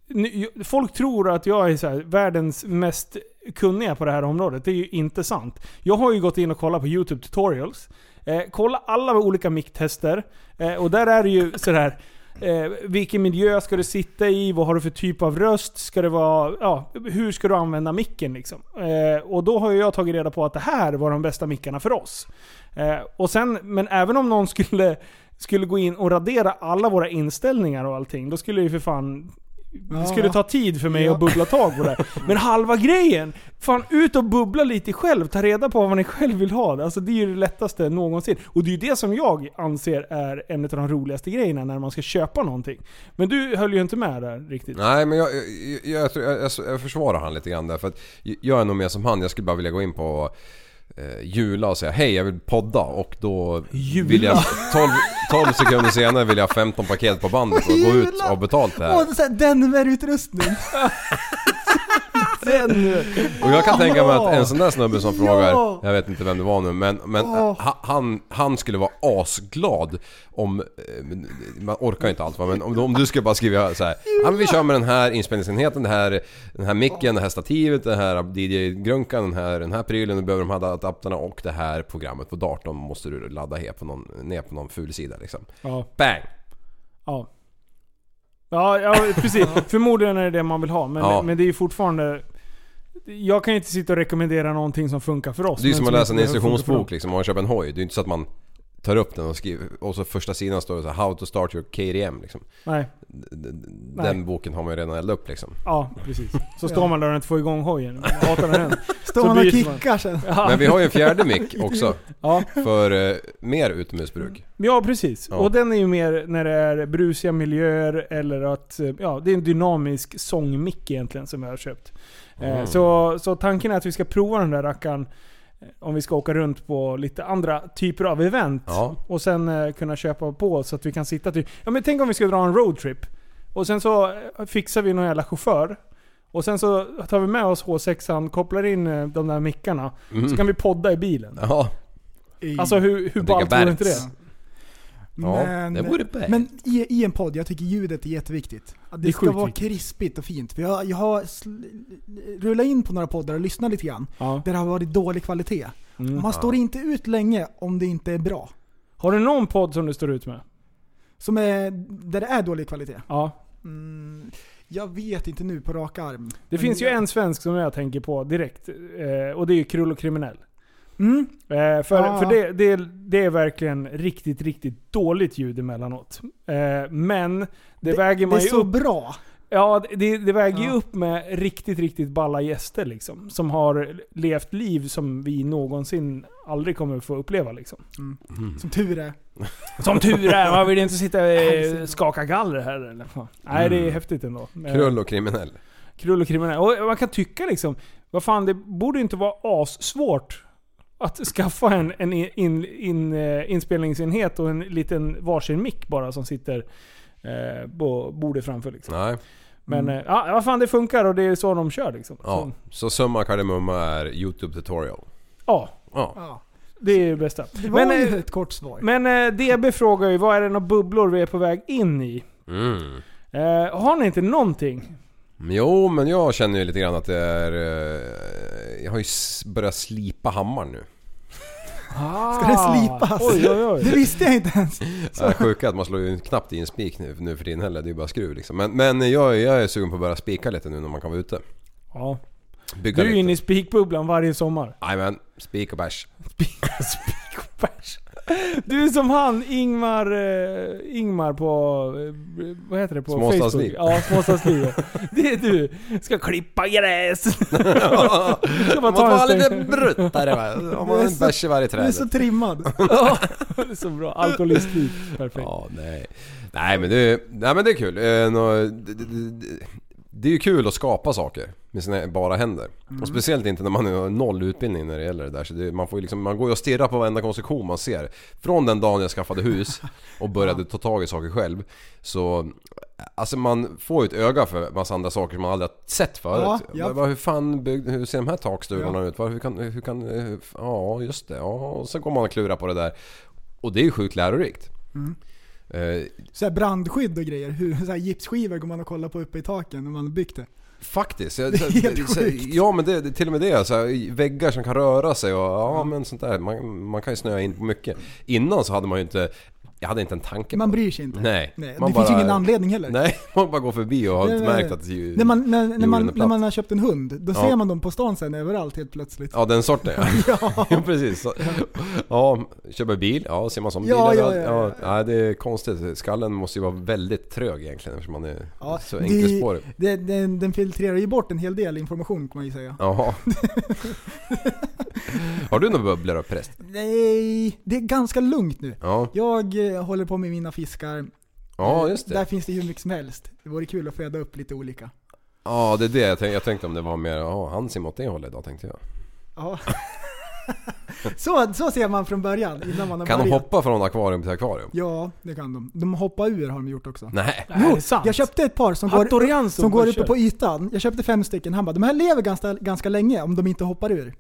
Speaker 6: ny- Folk tror att jag är så här, världens mest kunniga på det här området. Det är ju inte sant. Jag har ju gått in och kollat på YouTube tutorials. Eh, kolla alla olika micktester. Eh, och där är det ju så här. Eh, vilken miljö ska du sitta i? Vad har du för typ av röst? Ska det vara, ja, hur ska du använda micken? Liksom? Eh, och då har ju jag tagit reda på att det här var de bästa mickarna för oss. Eh, och sen, men även om någon skulle, skulle gå in och radera alla våra inställningar och allting, då skulle det ju för fan... Det skulle ta tid för mig
Speaker 7: Ja.
Speaker 6: att bubbla tag på det. Men halva grejen! Fan, ut och bubbla lite själv. Ta reda på vad ni själv vill ha. Alltså det är ju det lättaste någonsin. Och det är ju det som jag anser är en av de roligaste grejerna när man ska köpa någonting. Men du höll ju inte med där riktigt.
Speaker 8: Nej men jag, jag, jag, tror- jag, jag, jag försvarar han lite grann där för att jag är nog mer som han. Jag skulle bara vilja gå in på eh, Jula och säga hej jag vill podda och då vill jag 12, 12 sekunder senare vill jag ha 15 paket på bandet och gå ut och ha betalt det här.
Speaker 7: Och så här, Denver-utrustning.
Speaker 6: Det den nu!
Speaker 8: Och jag kan tänka mig att en sån där snubbe som
Speaker 6: Ja.
Speaker 8: frågar, jag vet inte vem det var nu, men, men
Speaker 6: Åh.
Speaker 8: ha- han, han skulle vara asglad om, eh, men- man orkar ju inte allt va, men om, om du skulle bara skriva så här, ja men vi kör med den här inspelningsenheten, den här, den här micken, det här stativet, den här DJ-grunkan, den här, den här prylen, du behöver de här adapterna och det här programmet på datorn måste du ladda ner på någon, ner på någon ful sida liksom.
Speaker 6: Ja,
Speaker 8: Bang!
Speaker 6: ja. Ja, ja precis. Förmodligen är det det man vill ha, men,
Speaker 8: Ja.
Speaker 6: men det är ju fortfarande... Jag kan ju inte sitta och rekommendera någonting som funkar för oss.
Speaker 8: Det är ju
Speaker 6: Alltså, men
Speaker 8: som att läsa en
Speaker 6: inte funkar för dem.
Speaker 8: instruktionsbok liksom, om man köper en hoj. Det är ju inte så att man tar upp den och skriver, och så första sidan står det så här, How to start your KDM liksom.
Speaker 6: Nej,
Speaker 8: D- d-
Speaker 6: Nej.
Speaker 8: Den boken har man ju redan eldat upp liksom.
Speaker 6: ja precis. Så står man där och inte får igång hojen. Hatar [laughs] den.
Speaker 7: Står
Speaker 6: Så
Speaker 7: man och
Speaker 6: byter man.
Speaker 7: kickar sen.
Speaker 8: Men vi har ju en fjärde mick också.
Speaker 6: [laughs] Ja. Mm.
Speaker 8: För eh, mer utomhusbruk.
Speaker 6: Ja, precis.
Speaker 8: Ja.
Speaker 6: Och den är ju mer när det är brusiga miljöer eller att... eh, Ja, det är en dynamisk sångmick egentligen som jag har köpt. Eh,
Speaker 8: Mm.
Speaker 6: Så, så tanken är att vi ska prova den där rackaren eh, om vi ska åka runt på lite andra typer av event.
Speaker 8: Ja.
Speaker 6: Och sen eh, kunna köpa på så att vi kan sitta typ... Ja men tänk om vi ska dra en roadtrip. Och sen så eh, fixar vi någon jävla chaufför. Och sen så tar vi med oss H6an, kopplar in eh, de där mickarna. Så kan vi podda i bilen.
Speaker 8: Mm. Ja,
Speaker 6: Alltså hur, hur
Speaker 8: Och dricka
Speaker 6: ballt vore inte
Speaker 8: Mm. Berts.
Speaker 6: det?
Speaker 8: ja det
Speaker 6: eh,
Speaker 8: vore bäst.
Speaker 7: Men i, i en podd, jag tycker ljudet är jätteviktigt. Att det,
Speaker 6: Det är
Speaker 7: ska
Speaker 6: sjukt
Speaker 7: vara
Speaker 6: viktigt.
Speaker 7: krispigt och fint. För jag, jag har sl- rullat in på några poddar och lyssnat lite grann.
Speaker 6: Ja.
Speaker 7: Där det har varit dålig kvalitet.
Speaker 6: Mm.
Speaker 7: Man står inte ut länge om det inte är bra.
Speaker 6: Har du någon podd som du står ut med?
Speaker 7: Som är, där det är dålig kvalitet.
Speaker 6: Ja.
Speaker 7: Mm, jag vet inte nu på rak arm.
Speaker 6: Det
Speaker 7: Men
Speaker 6: finns ju
Speaker 7: jag-
Speaker 6: en svensk som jag tänker på direkt. eh, Och det är ju Krull och Kriminell.
Speaker 7: Mm,
Speaker 6: Eh, För,
Speaker 7: Ah.
Speaker 6: för det, det, det är verkligen riktigt, riktigt dåligt ljud emellanåt. Eh, Men det, väger
Speaker 7: det
Speaker 6: man
Speaker 7: är
Speaker 6: ju
Speaker 7: så
Speaker 6: upp.
Speaker 7: bra.
Speaker 6: Ja, det, det väger ju
Speaker 7: Ja.
Speaker 6: upp med riktigt, riktigt balla gäster liksom. Som har levt liv som vi någonsin aldrig kommer få uppleva liksom.
Speaker 8: Mm.
Speaker 7: Som tur är.
Speaker 6: Som tur är, man vill inte sitta och
Speaker 7: Nej,
Speaker 6: skaka galler här eller fan. Nej, det är
Speaker 8: Mm.
Speaker 6: häftigt ändå. Eh,
Speaker 8: Krull och kriminell.
Speaker 6: Krull och kriminell. Och man kan tycka liksom, vad fan det borde inte vara assvårt att skaffa en, en in, in, eh, inspelningsenhet och en liten varsin mick bara som sitter eh, på bordet framför liksom.
Speaker 8: Nej.
Speaker 6: Men eh, ja, vad fan det funkar och det är så de kör liksom.
Speaker 8: Mm. Ja.
Speaker 6: Så,
Speaker 8: Så summa kardemumma är YouTube tutorial.
Speaker 6: ja,
Speaker 8: Ja.
Speaker 7: Ja.
Speaker 6: det är ju bästa.
Speaker 7: Det var
Speaker 6: Men, eh,
Speaker 7: ju ett kort svar.
Speaker 6: men eh, DB frågar ju, vad är det några bubblor vi är på väg in i?
Speaker 8: Mm.
Speaker 6: Eh, har ni inte någonting?
Speaker 8: Jo, men jag känner ju lite grann att det är... eh, Jag har ju s- börjat slipa hammaren nu.
Speaker 7: Ska det slipas?
Speaker 6: Ah, Oj, oj,
Speaker 7: [laughs]
Speaker 6: oj.
Speaker 7: Det visste jag inte ens.
Speaker 8: Det sjuka är att man slår ju knappt i en spik nu, nu för tiden heller. Det är ju bara skruv liksom. Men, men jag, jag är sugen på att börja spika lite nu när man kan vara ute.
Speaker 6: Ja.
Speaker 8: Bygga
Speaker 6: Du är ju inne i
Speaker 8: lite.
Speaker 6: spikbubblan varje sommar.
Speaker 7: [laughs]
Speaker 8: Jajamän, spik och [laughs] bärs.
Speaker 6: Spikbärs. Du är som han Ingmar, eh, Ingmar på, eh, vad heter det på
Speaker 8: Småstadsliv.
Speaker 6: Facebook? Ja, småstadsliv. Det är du. Ska klippa gräs. Ska bara
Speaker 8: Man
Speaker 6: ta en
Speaker 8: får
Speaker 6: sväng.
Speaker 8: lite bruttare va. Om man har en bärs i varje
Speaker 7: Du är
Speaker 8: träd.
Speaker 7: så trimmad.
Speaker 6: Ja, det är så bra. Alkoholistliv. Perfekt.
Speaker 8: Ja, nej. Nej men det, är- nej, men det är kul. Eh, nå- det- det- det- Det är ju kul att skapa saker med sina bara händer.
Speaker 7: Mm.
Speaker 8: Och speciellt inte när man har noll utbildning när det gäller det där. Så det, man, får ju liksom, man går ju och stirrar på varenda konstruktion man ser. Från den dagen jag skaffade
Speaker 7: [laughs]
Speaker 8: hus och började ta tag i saker själv. Så alltså man får ju ett öga för massa andra saker som man aldrig har sett förut.
Speaker 7: Ja, ja.
Speaker 8: Vad- Hur fan byggd, hur ser de här takstugorna ut? Vad- Hur kan, hur kan, hur, ja just det. Ja, och så går man och klurar på det där. Och det är ju sjukt lärorikt.
Speaker 7: Mm.
Speaker 8: Eh,
Speaker 7: Så här brandskydd och grejer. Hur, så här gipsskivor går man och kollar på uppe i taken när man har byggt det.
Speaker 8: Faktiskt. Jag,
Speaker 7: [laughs] Det är helt
Speaker 8: så,
Speaker 7: sjukt.
Speaker 8: ja men det, det, till och med det. Så här, väggar som kan röra sig och ja men sånt där. Man, man kan ju snöa in på mycket. Innan så hade man ju inte... Jag hade inte en tanke
Speaker 7: Man
Speaker 8: på
Speaker 7: bryr sig inte.
Speaker 8: Nej.
Speaker 7: Nej,
Speaker 8: Man
Speaker 7: det finns ju
Speaker 8: bara-
Speaker 7: ingen anledning heller.
Speaker 8: det. Nej, [laughs] man bara går förbi och har
Speaker 7: Nej,
Speaker 8: inte
Speaker 7: nej,
Speaker 8: märkt
Speaker 7: nej.
Speaker 8: att ju,
Speaker 7: När man, när, när,
Speaker 8: jorden
Speaker 7: man,
Speaker 8: är platt.
Speaker 7: när man har köpt en hund, då
Speaker 8: Ja.
Speaker 7: ser man dem på stan sen överallt helt plötsligt.
Speaker 8: Ja den sorten
Speaker 7: [laughs]
Speaker 8: ja. ja precis. Så, ja, köper bil, ja ser man som
Speaker 7: Ja,
Speaker 8: bil
Speaker 7: ja,
Speaker 8: överallt.
Speaker 7: ja, ja.
Speaker 8: nej, det är konstigt. Skallen måste ju vara väldigt trög egentligen eftersom man är
Speaker 7: Ja,
Speaker 8: så
Speaker 7: det-
Speaker 8: enkelspårig.
Speaker 7: Det, den, den filtrerar ju bort en hel del information kan man ju säga.
Speaker 8: Jaha.
Speaker 7: [laughs]
Speaker 8: har du några bubblor då präst?
Speaker 7: Nej, det är ganska lugnt nu.
Speaker 8: Ja.
Speaker 7: Jag eh, håller på med mina fiskar. Eh,
Speaker 8: ja, just det.
Speaker 7: Där finns det hur mycket som helst. Det vore kul att föda upp lite olika.
Speaker 8: [laughs] Ja, det är det jag tänkte. Jag tänkte om det var mer, ja han simmar åt det hållet idag tänkte jag.
Speaker 7: Ja. Så, så ser man från början, innan man har
Speaker 8: Kan de
Speaker 7: börjat.
Speaker 8: hoppa från akvarium till akvarium?
Speaker 7: Ja, det kan de. De hoppar ur har de gjort också.
Speaker 8: Nej.
Speaker 6: Det här är sant.
Speaker 7: Jag köpte ett par som går,
Speaker 6: Hattorian
Speaker 7: som går uppe
Speaker 6: kör.
Speaker 7: på ytan. Jag köpte fem stycken. Han bara, de här lever ganska, ganska länge om de inte hoppar ur.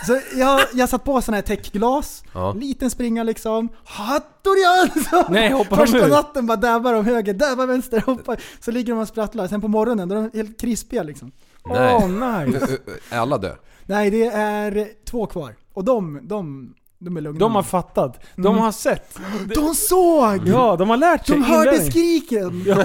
Speaker 7: [laughs] Så jag, jag satt på sån här täckglas,
Speaker 8: Ja.
Speaker 7: liten springa liksom. Hattorian! [laughs] Så
Speaker 6: Nej, hoppar de
Speaker 7: Första
Speaker 6: ur?
Speaker 7: natten bara dabbar de höger, dabbar vänster, hoppar. Så ligger de och sprattlar. Sen på morgonen, då är de helt krispiga liksom.
Speaker 8: Nej.
Speaker 6: Åh, nice.
Speaker 8: Är [laughs] Alla dör.
Speaker 7: Nej, det är två kvar. Och de, de, de är lugna.
Speaker 6: De har fattat. De har sett.
Speaker 7: de såg!
Speaker 6: Ja, de har lärt sig
Speaker 7: Mm. De hörde
Speaker 6: inlärning.
Speaker 7: skriken! [laughs]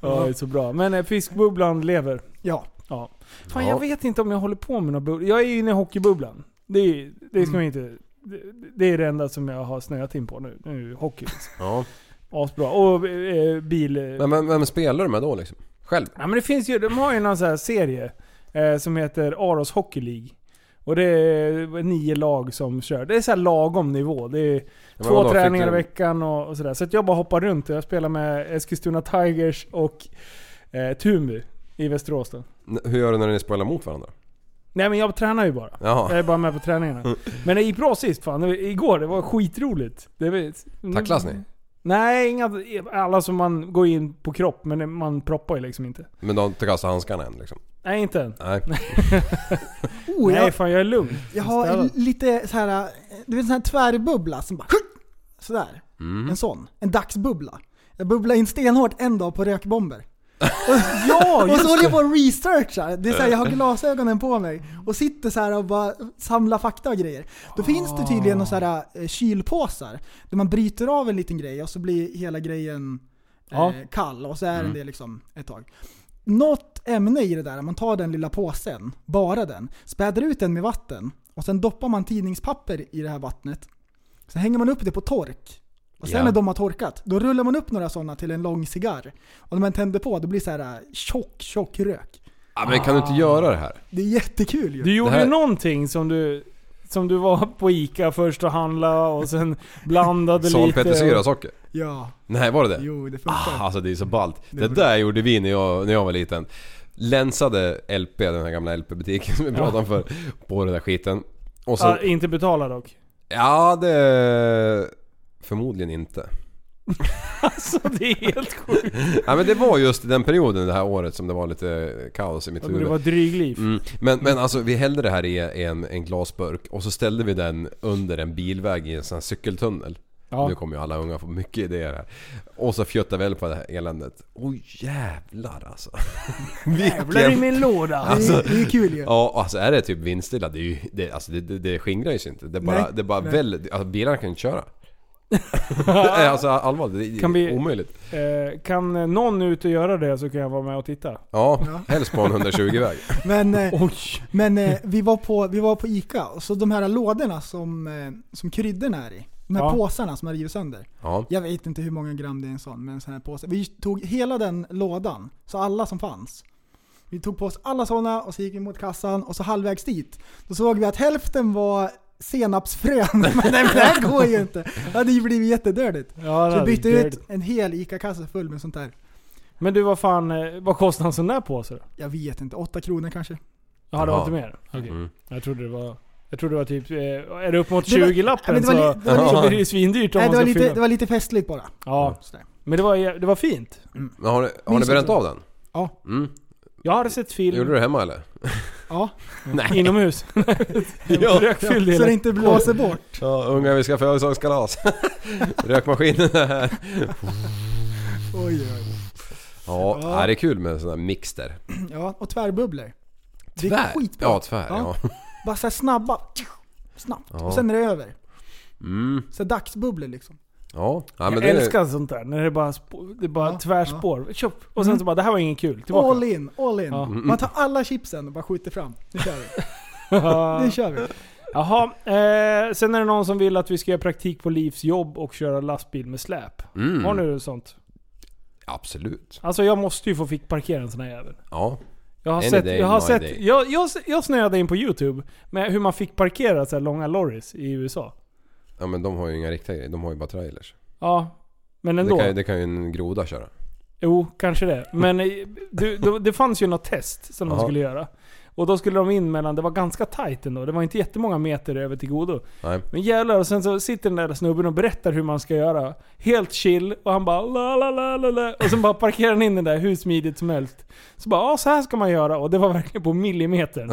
Speaker 6: Ja, det är så bra. Men eh, fiskbubblan lever.
Speaker 7: Ja.
Speaker 6: Ja. Fan,
Speaker 8: Ja.
Speaker 6: jag vet inte om jag håller på med några bubblor. Jag är inne i hockeybubblan. Det, är- det ska man inte... det- Det är det enda som jag har snöat in på nu. nu är det hockey liksom.
Speaker 8: Ja.
Speaker 6: Asbra. Och eh, bil... eh,
Speaker 8: Men vem, vem spelar du med då liksom? Själv?
Speaker 6: Ja men det finns ju, de har ju någon sån här serie eh, som heter Aros Hockey League. Och det är nio lag som kör. Det är så här lagom nivå. Det är
Speaker 8: men
Speaker 6: två
Speaker 8: vadå, fick
Speaker 6: träningar i
Speaker 8: du-
Speaker 6: veckan och, och sådär. Så att jag bara hoppar runt. Jag spelar med Eskilstuna Tigers och eh, Tumby i Västerås då.
Speaker 8: N- Hur gör du när ni spelar mot varandra?
Speaker 6: Nej men jag tränar ju bara. Jag
Speaker 8: Jaha.
Speaker 7: Eh,
Speaker 6: är bara med på
Speaker 8: Mm.
Speaker 6: träningarna. Men det gick bra sist fan. Det var- Igår, det var skitroligt. Det var,
Speaker 8: Mm. Tacklas ni?
Speaker 6: Nej, inga, alla som man går in på kropp men det- man proppar ju liksom inte.
Speaker 8: Men de har inte kastat handskarna än liksom?
Speaker 6: Nej inte än.
Speaker 8: Nej.
Speaker 7: Oh,
Speaker 6: Nej
Speaker 7: jag,
Speaker 6: fan jag är lugn.
Speaker 7: jag har en,
Speaker 6: Städat.
Speaker 7: lite så här, du vet en sån här tvärbubbla som bara sådär. En sån. En dagsbubbla. Jag bubblade in stenhårt en dag på rökbomber.
Speaker 6: [laughs] Ja,
Speaker 7: Och så håller jag på och researchar. Det är så här, jag har glasögonen på mig och sitter så här och bara samlar fakta och grejer. Då finns det tydligen några så här eh, kylpåsar där man bryter av en liten grej och så blir hela grejen eh,
Speaker 6: Ja. Mm.
Speaker 7: kall och så är den det liksom ett tag. Något ämne i det där, man tar den lilla påsen, bara den, späder ut den med vatten och sen doppar man tidningspapper i det här vattnet. Sen hänger man upp det på tork. Och sen
Speaker 8: Ja.
Speaker 7: när de har torkat, då rullar man upp några sådana till en lång cigarr. Och när man tänder på, då blir det så här äh, tjock, tjock rök.
Speaker 8: Ja, Ah, men kan du inte göra det här?
Speaker 7: Det är jättekul ju.
Speaker 6: Du gjorde
Speaker 8: Det här-
Speaker 6: ju någonting som du, som du var på Ica först och handlade och sen blandade lite.
Speaker 8: Salpetersyra och socker?
Speaker 7: Ja,
Speaker 8: Nej var det det?
Speaker 7: jo det funkar.
Speaker 8: Ah, alltså det är så ballt. Det där gjorde vi när jag, när jag var liten. Länsade LP, den här gamla LP-butiken som vi pratade om för på den där skiten. Och så,
Speaker 6: Ja, inte betala dock.
Speaker 8: ja det... Förmodligen inte.
Speaker 6: Alltså det är helt sjukt.
Speaker 8: Ja men det var just den perioden det här året som det var lite kaos i mitt
Speaker 6: Men Det
Speaker 8: huvud.
Speaker 6: var drygliv.
Speaker 8: Mm. Men, men alltså vi hällde det här i en, en glasburk och så ställde vi den under en bilväg i en sån här cykeltunnel.
Speaker 6: Ja.
Speaker 8: Nu kommer ju alla unga få mycket idéer här. Och så fjöttade vi eld på det här eländet. Oj jävlar alltså.
Speaker 6: [laughs] Jävlar i min låda.
Speaker 7: det, är, det är kul ju.
Speaker 8: Ja, alltså är det typ vindstilla, det, är ju, det, alltså det, det, det skingrar ju sig inte. Det är bara,
Speaker 7: Nej.
Speaker 8: det är bara
Speaker 7: Nej.
Speaker 8: väl, alltså bilarna kan ju inte
Speaker 6: [laughs]
Speaker 8: köra. Nej, alltså allvarligt, det är
Speaker 6: Kan vi-
Speaker 8: omöjligt.
Speaker 6: Eh, kan eh, någon ut och göra det så kan jag vara med och titta.
Speaker 8: Ja,
Speaker 7: Ja.
Speaker 8: helst på en 120-väg. [laughs]
Speaker 7: Men, eh,
Speaker 6: Oj.
Speaker 7: men eh, vi, var på, vi var på Ica, och så de här lådorna som, eh, som kryddorna är i. De här
Speaker 6: Ja.
Speaker 7: påsarna som har rivit sönder.
Speaker 8: Ja.
Speaker 7: Jag vet inte hur många gram det är en sån, men en sån här påse. Vi tog hela den lådan, så alla som fanns. Vi tog på oss alla sådana och så gick vi mot kassan och så halvvägs dit, då såg vi att hälften var senapsfrön. [laughs] Men det här går ju inte. Det hade ju blivit jättedödligt.
Speaker 6: Ja, det
Speaker 7: Så
Speaker 6: hade
Speaker 7: vi bytte
Speaker 6: varit
Speaker 7: ut
Speaker 6: död.
Speaker 7: en hel ICA-kasse full med sånt där.
Speaker 6: Men du, vad fan, eh, vad kostade en sån där påse då?
Speaker 7: Jag vet inte, åtta kronor kanske.
Speaker 6: Jaha, det var
Speaker 8: Jaha.
Speaker 6: inte mer? Okej.
Speaker 8: Mm.
Speaker 6: Jag trodde det var... Jag trodde det var typ... eh, Är det upp mot
Speaker 7: Det var-
Speaker 6: 20-lappen
Speaker 7: Ja, men det var
Speaker 6: så,
Speaker 7: li- det var
Speaker 8: li-
Speaker 6: så blir det ju svindyrt om
Speaker 7: Nej,
Speaker 6: man
Speaker 7: det,
Speaker 6: ska
Speaker 7: var lite,
Speaker 6: fylla.
Speaker 7: det var lite festligt bara.
Speaker 6: Ja.
Speaker 7: Sådär.
Speaker 6: Men det var, jä- det var fint.
Speaker 8: Men har ni, har ni
Speaker 7: Minns
Speaker 8: bränt
Speaker 7: inte.
Speaker 8: av den?
Speaker 7: Ja.
Speaker 8: Mm.
Speaker 6: Jag hade sett film
Speaker 8: Gjorde du det hemma eller? [laughs]
Speaker 7: Ja.
Speaker 6: inomhus.
Speaker 8: ja,
Speaker 6: Rökfylld
Speaker 7: Så
Speaker 6: hela.
Speaker 7: det inte blåser bort.
Speaker 8: ja, unga vi ska födelsedagskalas. Rökmaskinen är här.
Speaker 7: Oj, oj.
Speaker 8: Ja, ja, det är kul med sådana mixter.
Speaker 7: Ja, och tvärbubblor. Det är skitbra.
Speaker 8: Ja, tvär. Ja.
Speaker 7: Bara såhär snabba. Snabbt.
Speaker 8: Ja.
Speaker 7: Och sen är det över.
Speaker 8: Mm.
Speaker 7: Så dagsbubblor liksom.
Speaker 8: Ja. ja men
Speaker 6: jag
Speaker 8: det är-
Speaker 6: älskar sånt där, när det är bara, sp- det är bara
Speaker 7: Ja, Mm.
Speaker 6: tvärspår. Tjopp! Och sen så bara, det här var inget kul. Tillbaka. [laughs]
Speaker 7: All in, all in.
Speaker 8: Mm,
Speaker 6: Ja.
Speaker 7: Man tar alla chipsen och bara skjuter fram. Nu kör vi. [laughs] Nu kör vi.
Speaker 6: Jaha, eh, sen är det någon som vill att vi ska göra praktik på Livs jobb och köra lastbil med släp.
Speaker 8: Mm.
Speaker 6: Har ni det sånt?
Speaker 8: Absolut.
Speaker 6: Alltså jag måste ju få fick parkera en sån här jävel.
Speaker 8: Ja.
Speaker 6: Jag har
Speaker 8: Any
Speaker 6: sett,
Speaker 8: day,
Speaker 6: jag, har
Speaker 8: my
Speaker 6: sett
Speaker 8: day.
Speaker 6: jag, jag, jag snöade in på YouTube med hur man fick parkera så här långa lorries i USA.
Speaker 8: ja, men de har ju inga riktiga grejer. De har ju bara trailers.
Speaker 6: Ja, men
Speaker 8: Det
Speaker 6: ändå.
Speaker 8: kan, ju- det kan ju en groda köra.
Speaker 6: Jo, kanske det. Men eh, du, du, det fanns ju något test som de
Speaker 8: Ja.
Speaker 6: skulle göra. Och då skulle de in mellan, det var ganska tight ändå. Det var inte jättemånga meter över till godo.
Speaker 8: Nej.
Speaker 6: Men jävlar, och sen så sitter den där snubben och berättar hur man ska göra. Helt chill, och han bara la la la la la. Och sen bara parkerar han in den där hur smidigt som helst. Så bara, ja så här ska man göra. Och det var verkligen
Speaker 8: [laughs]
Speaker 6: på millimetern.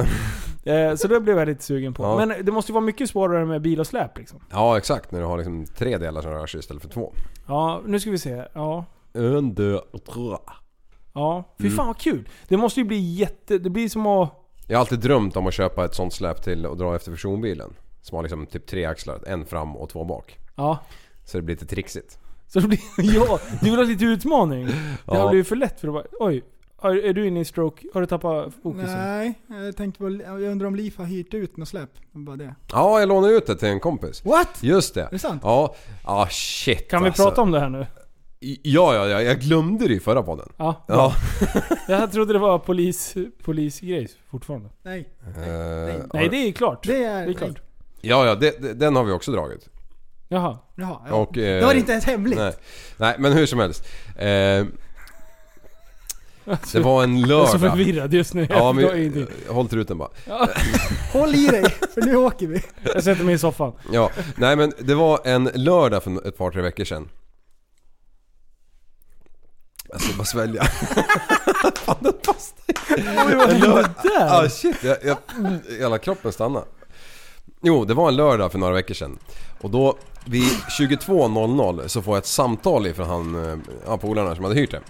Speaker 6: eh, så det blev jag lite sugen på.
Speaker 8: Ja.
Speaker 6: Men det måste ju vara mycket svårare med bil och släp liksom.
Speaker 8: Ja exakt, när du har liksom tre delar som rör sig istället för två.
Speaker 6: Ja, nu ska vi se. Ja.
Speaker 8: En, dö, tre.
Speaker 6: Ja. Fy
Speaker 8: Mm.
Speaker 6: fan vad kul. Det måste ju bli jätte... Det blir som att...
Speaker 8: Jag har alltid drömt om att köpa ett sånt släp till och dra efter personbilen. Som har liksom typ tre axlar, en fram och två bak.
Speaker 6: Ja.
Speaker 8: Så det blir lite trixigt.
Speaker 6: Så det blir... [laughs] Ja, du vill ha lite utmaning. Det här
Speaker 8: Ja.
Speaker 6: blir ju för lätt för att bara... Oj. Är, är du inne i stroke? Har du tappat fokus?
Speaker 7: Nej, jag tänkte på, jag undrar om Liv har hyrt ut något släp. Det var Bara det.
Speaker 8: Ja, jag lånade ut det till en kompis.
Speaker 7: What?
Speaker 8: Just det.
Speaker 7: Är det sant?
Speaker 8: Ja. Ja, shit
Speaker 6: Kan vi
Speaker 8: alltså.
Speaker 6: prata om det här nu?
Speaker 8: Ja, ja, ja. Jag glömde det i förra podden.
Speaker 6: Ja.
Speaker 8: Ja.
Speaker 6: Jag trodde det var polis, polisgrej fortfarande.
Speaker 7: Nej,
Speaker 8: Eh,
Speaker 6: Nej, det är ju klart.
Speaker 7: det är...
Speaker 6: Det är klart.
Speaker 8: Ja, ja. Det, det, den har vi också dragit.
Speaker 6: Jaha.
Speaker 7: Nej. Jaha, ja.
Speaker 8: Och, eh,
Speaker 7: det var inte ens hemligt.
Speaker 8: nej. nej, men hur som helst. Eh, det var en
Speaker 6: [laughs] Jag är så
Speaker 8: lördag.
Speaker 6: förvirrad just nu.
Speaker 8: Ja,
Speaker 6: Jag
Speaker 8: men, eh,
Speaker 6: förstår ingenting.
Speaker 8: håll truten bara.
Speaker 7: Håll i dig, för nu åker vi.
Speaker 6: Jag sätter mig i soffan.
Speaker 8: Ja, nej men det var en lördag för ett par tre veckor sedan. Jag ska bara svälja. [laughs] Fan den fastnade. En lördag. Ah shit, jag, jag, hela kroppen stannade. Jo, det var en lördag för några veckor sedan. Och då vid 22.00 så får jag ett samtal ifrån han, eh, ja, polarna som hade hyrt det.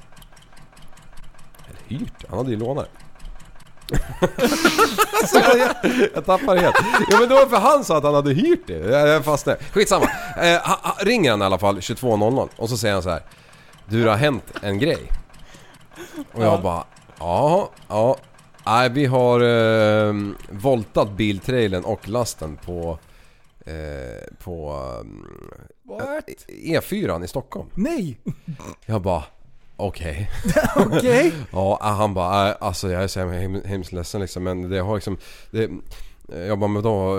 Speaker 8: Eller hyrt? Han hade ju lånat det. Så jag, jag tappar helt. Ja men det var för han sa att han hade hyrt det. Jag jag fastnade. Skitsamma. Eh, ha, ha, ringer han i alla fall 22.00 och så säger han så här. Du det har hänt en grej. Och jag bara ja, ja. Nej vi har eh, voltat biltrailern och lasten på eh, på
Speaker 7: What?
Speaker 8: eh, E4 i Stockholm.
Speaker 7: Nej!
Speaker 8: Jag bara okej.
Speaker 7: Okej.
Speaker 8: Ja, äh, han bara "Nej, alltså jag är så hem- hemskt ledsen liksom men det har liksom... Det, jag bara men då, eh,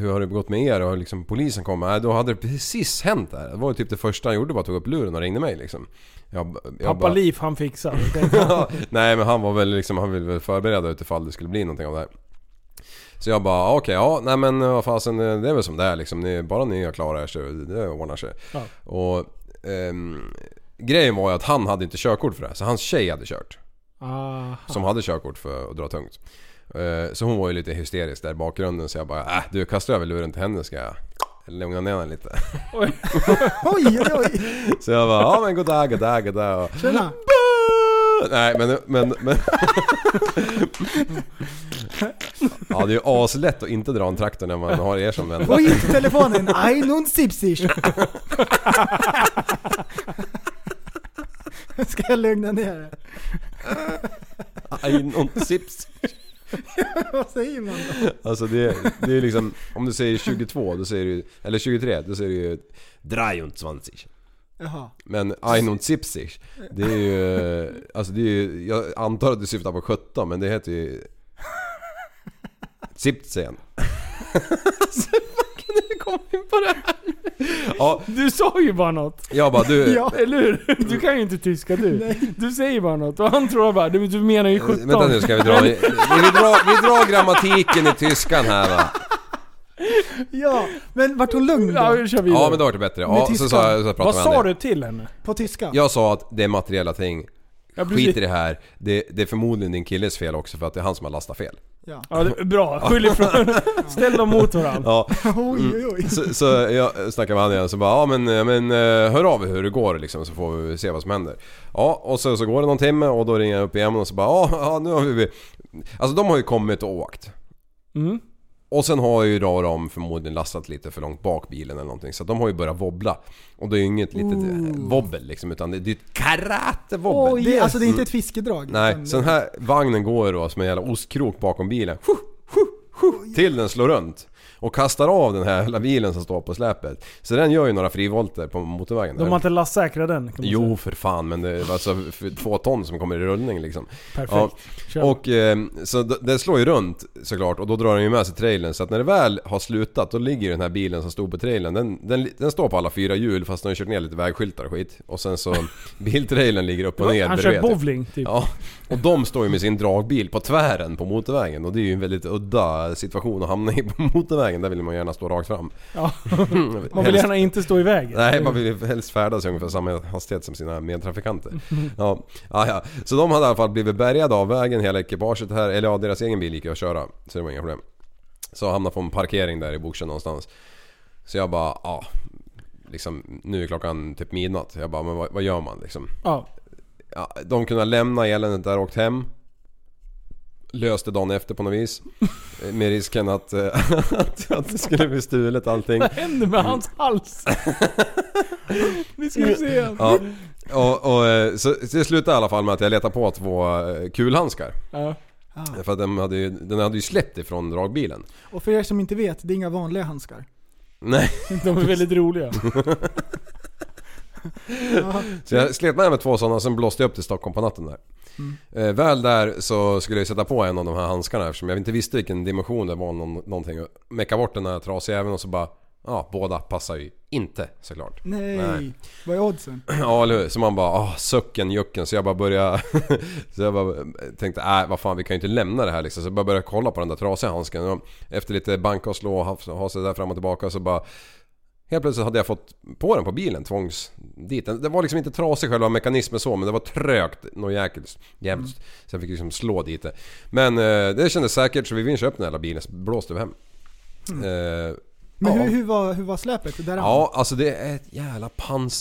Speaker 8: hur har det gått med er? Och liksom polisen kom. Nej, då hade det precis hänt där. Det var ju typ det första han gjorde bara tog upp luren och ringde mig liksom. Jag, jag
Speaker 6: Pappa
Speaker 8: bara-
Speaker 6: Liv, han fixar.
Speaker 8: [laughs] Ja, Nej men han var väl liksom, han ville väl förbereda utifall det skulle bli någonting av det här. Så jag bara okej, ja nej men eh, vad fasen det är väl som det är liksom. Ni, bara ni har klarat er så det ordnar sig.
Speaker 6: Ja.
Speaker 8: Och ehm, grejen var ju att han hade inte körkort för det här, så hans tjej hade kört.
Speaker 6: Aha.
Speaker 8: Som hade körkort för att dra tungt. Eh, Så hon var ju lite hysterisk där i bakgrunden så jag bara äh, du kastar över luren till henne ska jag lugna ner henne lite. [laughs]
Speaker 6: Oj.
Speaker 7: Oj, oj, oj.
Speaker 8: Så jag bara ja men goddag, goddag, goddag. Och, [laughs]
Speaker 7: Tjena.
Speaker 8: Nej men, men, men... [laughs] ja det är ju aslätt att inte dra en traktor när man har er som vänner.
Speaker 7: Och in till telefonen. Aj, nun
Speaker 8: [laughs]
Speaker 7: sipsish. Ska jag lugna ner det?
Speaker 8: Aj, någon sips.
Speaker 7: [laughs] Vad säger man då?
Speaker 8: Alltså det, det är liksom, om du säger 22 då säger du eller 23 då säger du ju 23.
Speaker 7: Jaha.
Speaker 8: Men Einon Zipzig, det är ju... Alltså det är ju... Jag antar att du syftar på 17 men det heter ju... Zipzen. Ja,
Speaker 6: Du sa ju bara något.
Speaker 8: jag bara du...
Speaker 7: Ja.
Speaker 6: Eller hur? Du kan ju inte tyska du. Du säger bara något. Och han tror bara, du, du menar ju 17.
Speaker 8: Eh, Vänta nu ska vi dra... Vi, vi, drar, vi drar grammatiken i tyskan här va.
Speaker 7: Ja, men vart hon lugn
Speaker 6: Ja,
Speaker 7: då?
Speaker 6: vi kör vidare.
Speaker 8: Ja men då vart det bättre. Ja, så, så, så pratade
Speaker 6: Vad
Speaker 8: vi
Speaker 6: sa
Speaker 8: om det.
Speaker 6: du till henne?
Speaker 7: På tyska?
Speaker 8: Jag sa att det är materiella ting.
Speaker 6: Ja, precis.
Speaker 8: Skit i det här. Det, det är förmodligen din killes fel också för att det är han som har lastat fel.
Speaker 7: Ja.
Speaker 6: Ja,
Speaker 8: [laughs]
Speaker 6: det, bra. Skyll ifrån. Ställ dem mot varandra.
Speaker 8: Ja,
Speaker 7: [laughs] Oj, oj, oj.
Speaker 8: Så, så jag snackade med han igen så bara ja men, eh, men eh, hör av er hur det går liksom så får vi se vad som händer. Ja och så, så går det någon timme och då ringer jag upp igen och så bara ja, ja nu har vi... Alltså de har ju kommit och åkt.
Speaker 6: Mm.
Speaker 8: Och sen har ju då de förmodligen lastat lite för långt bak bilen eller någonting så de har ju börjat wobbla. Och det är ju inget litet eh, wobbel liksom utan det det är ett karatewobbel.
Speaker 7: Det, är- alltså det är inte ett fiskedrag.
Speaker 8: Nej,
Speaker 7: utan-
Speaker 8: sen här vagnen går då som en jävla ostkrok bakom bilen. Hu, hu, hu, till den slår runt. och kastar av den här jävla bilen som står på släpet. Så den gör ju några frivolter på motorvägen
Speaker 6: De
Speaker 8: där.
Speaker 6: har inte lastsäkrat den. kan man
Speaker 8: Jo för fan men det var alltså för två ton som kommer i rullning liksom.
Speaker 6: Perfekt. Kör.
Speaker 8: Ja, och eh, så d- det slår ju runt såklart och då drar den ju med sig trailern så att när det väl har slutat då ligger den här bilen som stod på trailern den, den, den står på alla fyra hjul fast den har kört ner lite vägskyltar och skit. Och sen
Speaker 6: [laughs]
Speaker 8: så biltrailern ligger upp och ner
Speaker 6: säga. Han
Speaker 8: bredvid,
Speaker 6: kör
Speaker 8: typ.
Speaker 6: bowling typ.
Speaker 8: Ja, och de står ju med sin dragbil på tvären på motorvägen och det är ju en väldigt udda situation att hamna i på motorvägen. Där vill man gärna stå rakt fram.
Speaker 6: Ja. Man vill gärna inte stå i vägen.
Speaker 8: Nej, man vill ju helst färdas i ungefär samma hastighet som sina
Speaker 6: [laughs]
Speaker 8: medtrafikanter. Ja, ja, ja. Så de hade i alla fall blivit bärgade av vägen, hela ekipaget här. Eller ja, deras egen bil gick ju att köra. Så det var inga problem. Så hamnade på en parkering där i Boksjön någonstans. Så jag bara, ja. Liksom, nu är klockan typ midnatt. Jag bara, men vad, vad gör man liksom?
Speaker 6: Ja.
Speaker 8: ja, de kunde lämna eländet där och åkt hem. Löste dagen efter på något vis. Eh, Med risken att, eh, [laughs] att, att det skulle bli stulet allting.
Speaker 6: Vad händer med hans
Speaker 8: [laughs]
Speaker 6: hals? Ni skulle se han.
Speaker 8: Ja. Och, och, eh, så, så det slutade i alla fall med att jag letade på två eh, kulhandskar.
Speaker 6: Ja.
Speaker 8: För att den hade, ju, den hade ju släppt ifrån dragbilen.
Speaker 7: Och för er som inte vet, det är inga vanliga handskar.
Speaker 8: Nej,
Speaker 6: De är
Speaker 8: [laughs]
Speaker 6: väldigt roliga.
Speaker 8: så jag slet med mig två sådana sen blåste jag upp till Stockholm på natten där. Eh, väl där så skulle jag sätta på en av de här handskarna eftersom jag inte visste vilken dimension det var någon, någonting. Och Mecka bort den här trasjäveln och så bara... Ja, båda passar ju inte såklart.
Speaker 7: Nej.
Speaker 8: Nej.
Speaker 7: Vad är oddsen?
Speaker 8: Ja eller hur? Så man bara ah, sucken jucken. Så jag bara började... [laughs] så jag bara tänkte äh, vad fan vi kan ju inte lämna det här liksom. Så jag bara började kolla på den där trasiga handsken. Och efter lite banka och slå och ha- ha sig där fram och tillbaka så bara... Helt plötsligt hade jag fått på den på bilen tvångs dit. Den- Det var liksom inte trasig själva mekanismen så men det var trögt något jäkligt. jävligt.
Speaker 7: Mm.
Speaker 8: Så jag fick liksom slå dit det. Men eh, det kändes säkert så vi vinschade upp den här jävla bilen så blåste vi hem. Eh,
Speaker 7: Mm. Men
Speaker 8: ja.
Speaker 7: hur, hur, var, hur var släpet? Där
Speaker 8: Ja, alltså det är ett jävla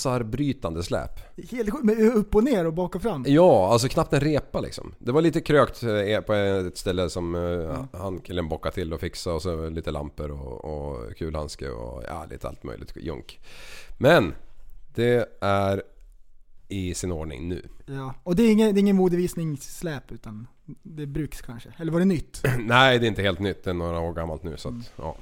Speaker 8: pansarbrytande släp.
Speaker 7: Helt sjukt. Men upp och ner och bak och fram?
Speaker 8: Ja, alltså knappt en repa liksom. Det var lite krökt eh, på ett ställe som eh, han killen bockade till och fixade och så lite lampor och, och kulhandske och ja, lite allt möjligt junk. Men det är i sin ordning nu. [clears throat]
Speaker 7: Ja. Och det är ingen, det är ingen modevisningssläp utan det bruks kanske? Eller var det nytt?
Speaker 8: Nej, det är inte helt nytt. Det är några år gammalt nu så att, ja.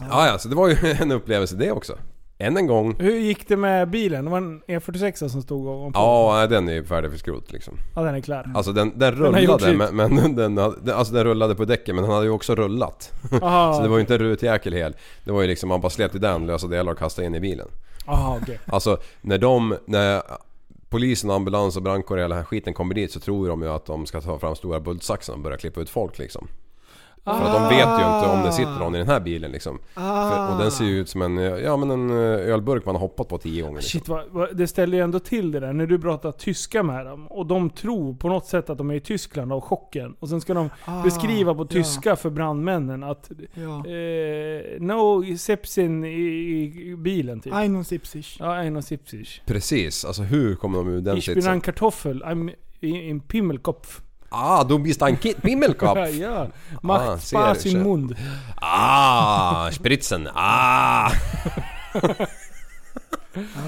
Speaker 8: Ja, ja, så det var ju [laughs] en upplevelse det också. Än en gång.
Speaker 6: Hur gick det med bilen? Det var en E46 som stod och...
Speaker 8: Ja, nej, den är ju färdig för skrot liksom.
Speaker 6: ja den är klar.
Speaker 8: Alltså den, den
Speaker 6: har gjort
Speaker 8: rullade
Speaker 6: slut.
Speaker 8: men, men [laughs] den, hade- alltså den rullade på däcken men den hade ju också rullat. [laughs]
Speaker 6: Aha,
Speaker 8: Så det var ju inte en rutjäkel hel. Det var ju liksom, man bara slet i den, lösa delar och kastade in i bilen.
Speaker 6: aha, Ah, okej.
Speaker 8: Alltså när de, när polisen, ambulans och brandkår och hela den här skiten kommer dit så tror de ju att de ska ta fram stora bultsaxen och börja klippa ut folk liksom. För att
Speaker 6: Ah.
Speaker 8: de vet ju inte om det sitter någon i den här bilen liksom. För, och den ser ju ut som en, ja men en eh, ölburk man har hoppat på tio gånger liksom.
Speaker 6: Shit, vad, vad, det ställer ju ändå till det där när du pratar tyska med dem och de tror på något sätt att de är i Tyskland av chocken. Och sen ska de
Speaker 7: Ah,
Speaker 6: beskriva på
Speaker 7: ja.
Speaker 6: tyska för brandmännen att
Speaker 7: Ja.
Speaker 6: eh, No sepsin i, i bilen typ.
Speaker 7: Einon Sipsish.
Speaker 6: Ja, en och sipsish.
Speaker 8: Precis, alltså hur kommer de ur den
Speaker 6: Ich bin
Speaker 8: sitsen?
Speaker 6: ein Kartoffel, I'm i- in Pimmelkopf.
Speaker 8: Ah, du bist ein
Speaker 6: [laughs]
Speaker 8: Kind, Pimmelkopf!
Speaker 6: ja.
Speaker 8: Ah,
Speaker 6: Macht
Speaker 8: ser
Speaker 6: Spaß
Speaker 8: jag.
Speaker 6: in Mund.
Speaker 8: Ah, spritzen! Ah!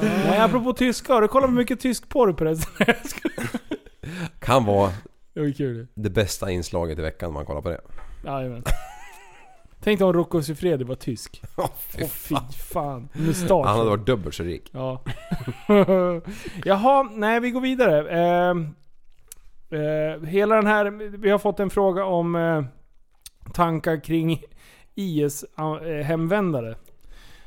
Speaker 6: Nej, apropå tyska, har du kollat på mycket tysk porr förresten?
Speaker 8: Kan vara
Speaker 6: [laughs] det var kul.
Speaker 8: det bästa inslaget i veckan om man kollar på det.
Speaker 6: Jajamän. Tänk om Rocco Siffredi var tysk.
Speaker 8: Åh, fy
Speaker 6: Åh fy fan. Mustasch.
Speaker 8: Han hade varit dubbelt så rik.
Speaker 6: Ja. [laughs] Jaha, nej vi går vidare. Ehm, eh, hela den här, vi har fått en fråga om eh, tankar kring IS-hemvändare.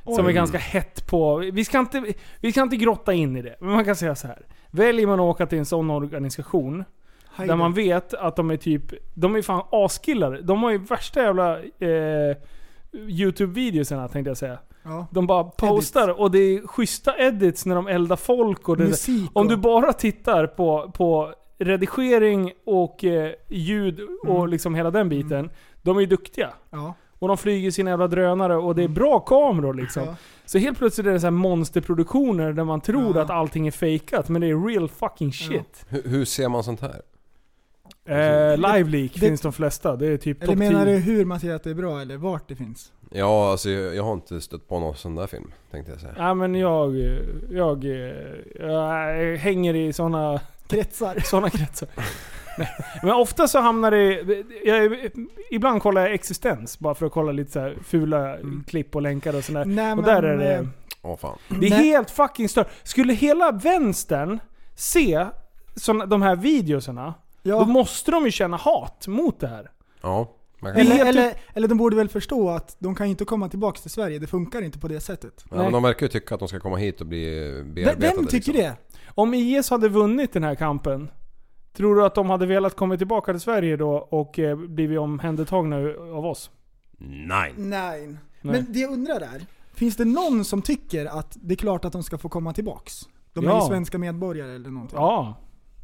Speaker 6: Som är ganska hett på. Vi ska, inte, vi ska inte grotta in i det, men man kan säga så här. Väljer man att åka till en sån organisation, där man vet att de är typ, de är fan askillar. De har ju värsta jävla eh, Youtube-videoserna tänkte jag säga.
Speaker 7: Ja.
Speaker 6: De bara postar och det är schyssta edits när de eldar folk och det
Speaker 7: Musik
Speaker 6: Om
Speaker 7: och-
Speaker 6: du bara tittar på, på redigering och eh, ljud och
Speaker 7: Mm.
Speaker 6: liksom hela den biten. De är ju duktiga.
Speaker 7: Ja.
Speaker 6: Och de flyger sina jävla drönare och det är bra kameror liksom.
Speaker 7: Mm. Ja.
Speaker 6: Så helt plötsligt är det så här monsterproduktioner där man tror
Speaker 7: Ja.
Speaker 6: att allting är fejkat men det är real fucking shit.
Speaker 8: Hur, hur ser man sånt här?
Speaker 6: Eh, Liveleak
Speaker 7: Alltså, det-
Speaker 6: finns de flesta. Det är typ
Speaker 7: Eller
Speaker 6: topp
Speaker 7: menar
Speaker 6: 10.
Speaker 7: du hur man ser att det är bra eller vart det finns?
Speaker 8: Ja, alltså jag, jag har inte stött på någon sån där film, tänkte jag säga.
Speaker 6: Ja, men jag, eh, jag, jag, jag hänger i såna, [laughs]
Speaker 7: Kretsar.
Speaker 6: såna kretsar. Men ofta så hamnar det... Jag, ibland kollar jag Existens bara för att kolla lite så här fula klipp och länkar och sådär.
Speaker 7: Mm. Nej,
Speaker 6: och där
Speaker 7: men,
Speaker 6: är det...
Speaker 7: eh,
Speaker 8: Åh fan.
Speaker 6: Det är
Speaker 7: Nej.
Speaker 6: helt fucking stört. Skulle hela vänstern se såna, de här videoserna, då
Speaker 7: Ja,
Speaker 6: måste de ju känna hat mot det här.
Speaker 8: Ja. Man kan,
Speaker 7: eller,
Speaker 6: helt-
Speaker 7: eller, eller de borde väl förstå att de kan ju inte komma tillbaka till Sverige, det funkar inte på det sättet.
Speaker 8: ja, men de verkar ju tycka att de ska komma hit och bli
Speaker 7: Vem,
Speaker 8: bearbetade.
Speaker 7: vem
Speaker 8: liksom.
Speaker 7: tycker det?
Speaker 6: Om IS hade vunnit den här kampen, tror du att de hade velat komma tillbaka till Sverige då och eh, blivit omhändertagna av oss?
Speaker 8: Nej.
Speaker 7: Nej.
Speaker 6: Nej.
Speaker 7: Men det jag undrar är, finns det någon som tycker att det är klart att de ska få komma tillbaks? De är
Speaker 6: Ja.
Speaker 7: ju svenska medborgare eller någonting.
Speaker 6: Ja,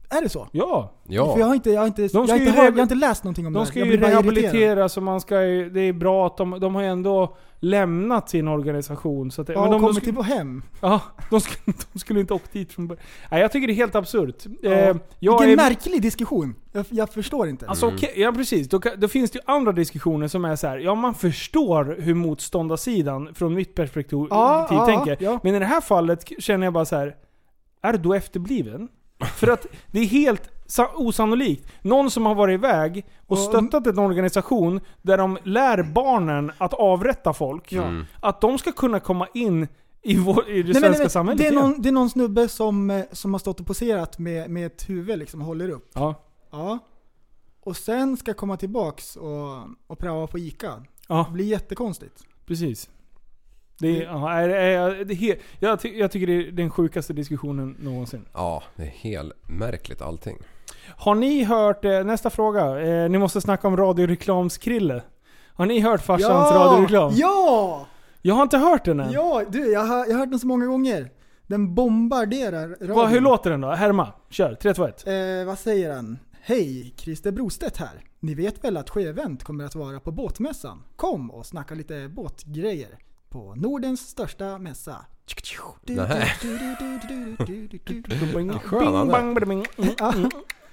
Speaker 7: Är det så?
Speaker 6: ja.
Speaker 7: För jag
Speaker 8: Ja.
Speaker 7: har inte, jag har inte, jag
Speaker 6: ska
Speaker 7: har inte,
Speaker 6: ju
Speaker 7: hört,
Speaker 6: rehabil-
Speaker 7: jag har inte läst någonting om det
Speaker 6: De
Speaker 7: här.
Speaker 6: ska
Speaker 7: Jag
Speaker 6: ju
Speaker 7: blir bara irriterad.
Speaker 6: rehabiliteras och man ska ju, det är bra att de, de har ju ändå lämnat sin organisation. Så att, det-
Speaker 7: Ja,
Speaker 6: men de,
Speaker 7: de
Speaker 6: de,
Speaker 7: kommer
Speaker 6: skulle,
Speaker 7: till vår hem.
Speaker 6: [laughs] ja, de, skulle, de skulle inte åkt dit från början. Nej, jag tycker det är helt absurt.
Speaker 7: Ja.
Speaker 6: Eh, jag
Speaker 7: Vilken
Speaker 6: är-
Speaker 7: märklig diskussion. Jag, jag förstår inte.
Speaker 8: Mm.
Speaker 6: Alltså okej, ja precis. Då, kan- då finns det ju andra diskussioner som är så här. ja man förstår hur motståndarsidan från mitt perspektiv
Speaker 7: Ja, ja,
Speaker 6: tänker.
Speaker 7: ja.
Speaker 6: Men i det här fallet k- känner jag bara så här. är du då efterbliven? För att det är helt sa- osannolikt. Någon som har varit iväg och
Speaker 7: Ja,
Speaker 6: stöttat en organisation där de lär barnen att avrätta folk. Att de ska kunna komma in i, vår, i det
Speaker 7: Nej, men-
Speaker 6: svenska
Speaker 7: nej, men
Speaker 6: samhället
Speaker 7: det, är
Speaker 6: igen.
Speaker 7: någon, det är någon snubbe som, eh, som har stått och poserat med, med ett huvud liksom, och håller upp.
Speaker 6: Ja.
Speaker 7: Ja. Och sen ska komma tillbaks och, och pröva på Ica. Det
Speaker 6: Ja.
Speaker 7: blir jättekonstigt.
Speaker 6: Precis. Det är, ja, är, är, det är, he- jag, ty, jag tycker det är den sjukaste diskussionen någonsin.
Speaker 8: Ja, det är helt märkligt allting.
Speaker 6: Har ni hört, eh, nästa fråga, eh, ni måste snacka om radioreklamskrille. Har ni hört farsans radioreklam?
Speaker 7: Ja!
Speaker 6: Jag har inte hört den än.
Speaker 7: Ja, du jag har, jag har hört den så många gånger. Den bombarderar radion.
Speaker 6: Vad- hur låter den då? Härma, kör. 3, 2, 1.
Speaker 7: Eh, vad säger han? Hej, Christer Brostedt här. Ni vet väl att Sjövänt kommer att vara på båtmässan? Kom och snacka lite båtgrejer. På Nordens största mässa.
Speaker 8: Nej. skön,
Speaker 6: Bing,
Speaker 8: han
Speaker 6: bang, bada, bing.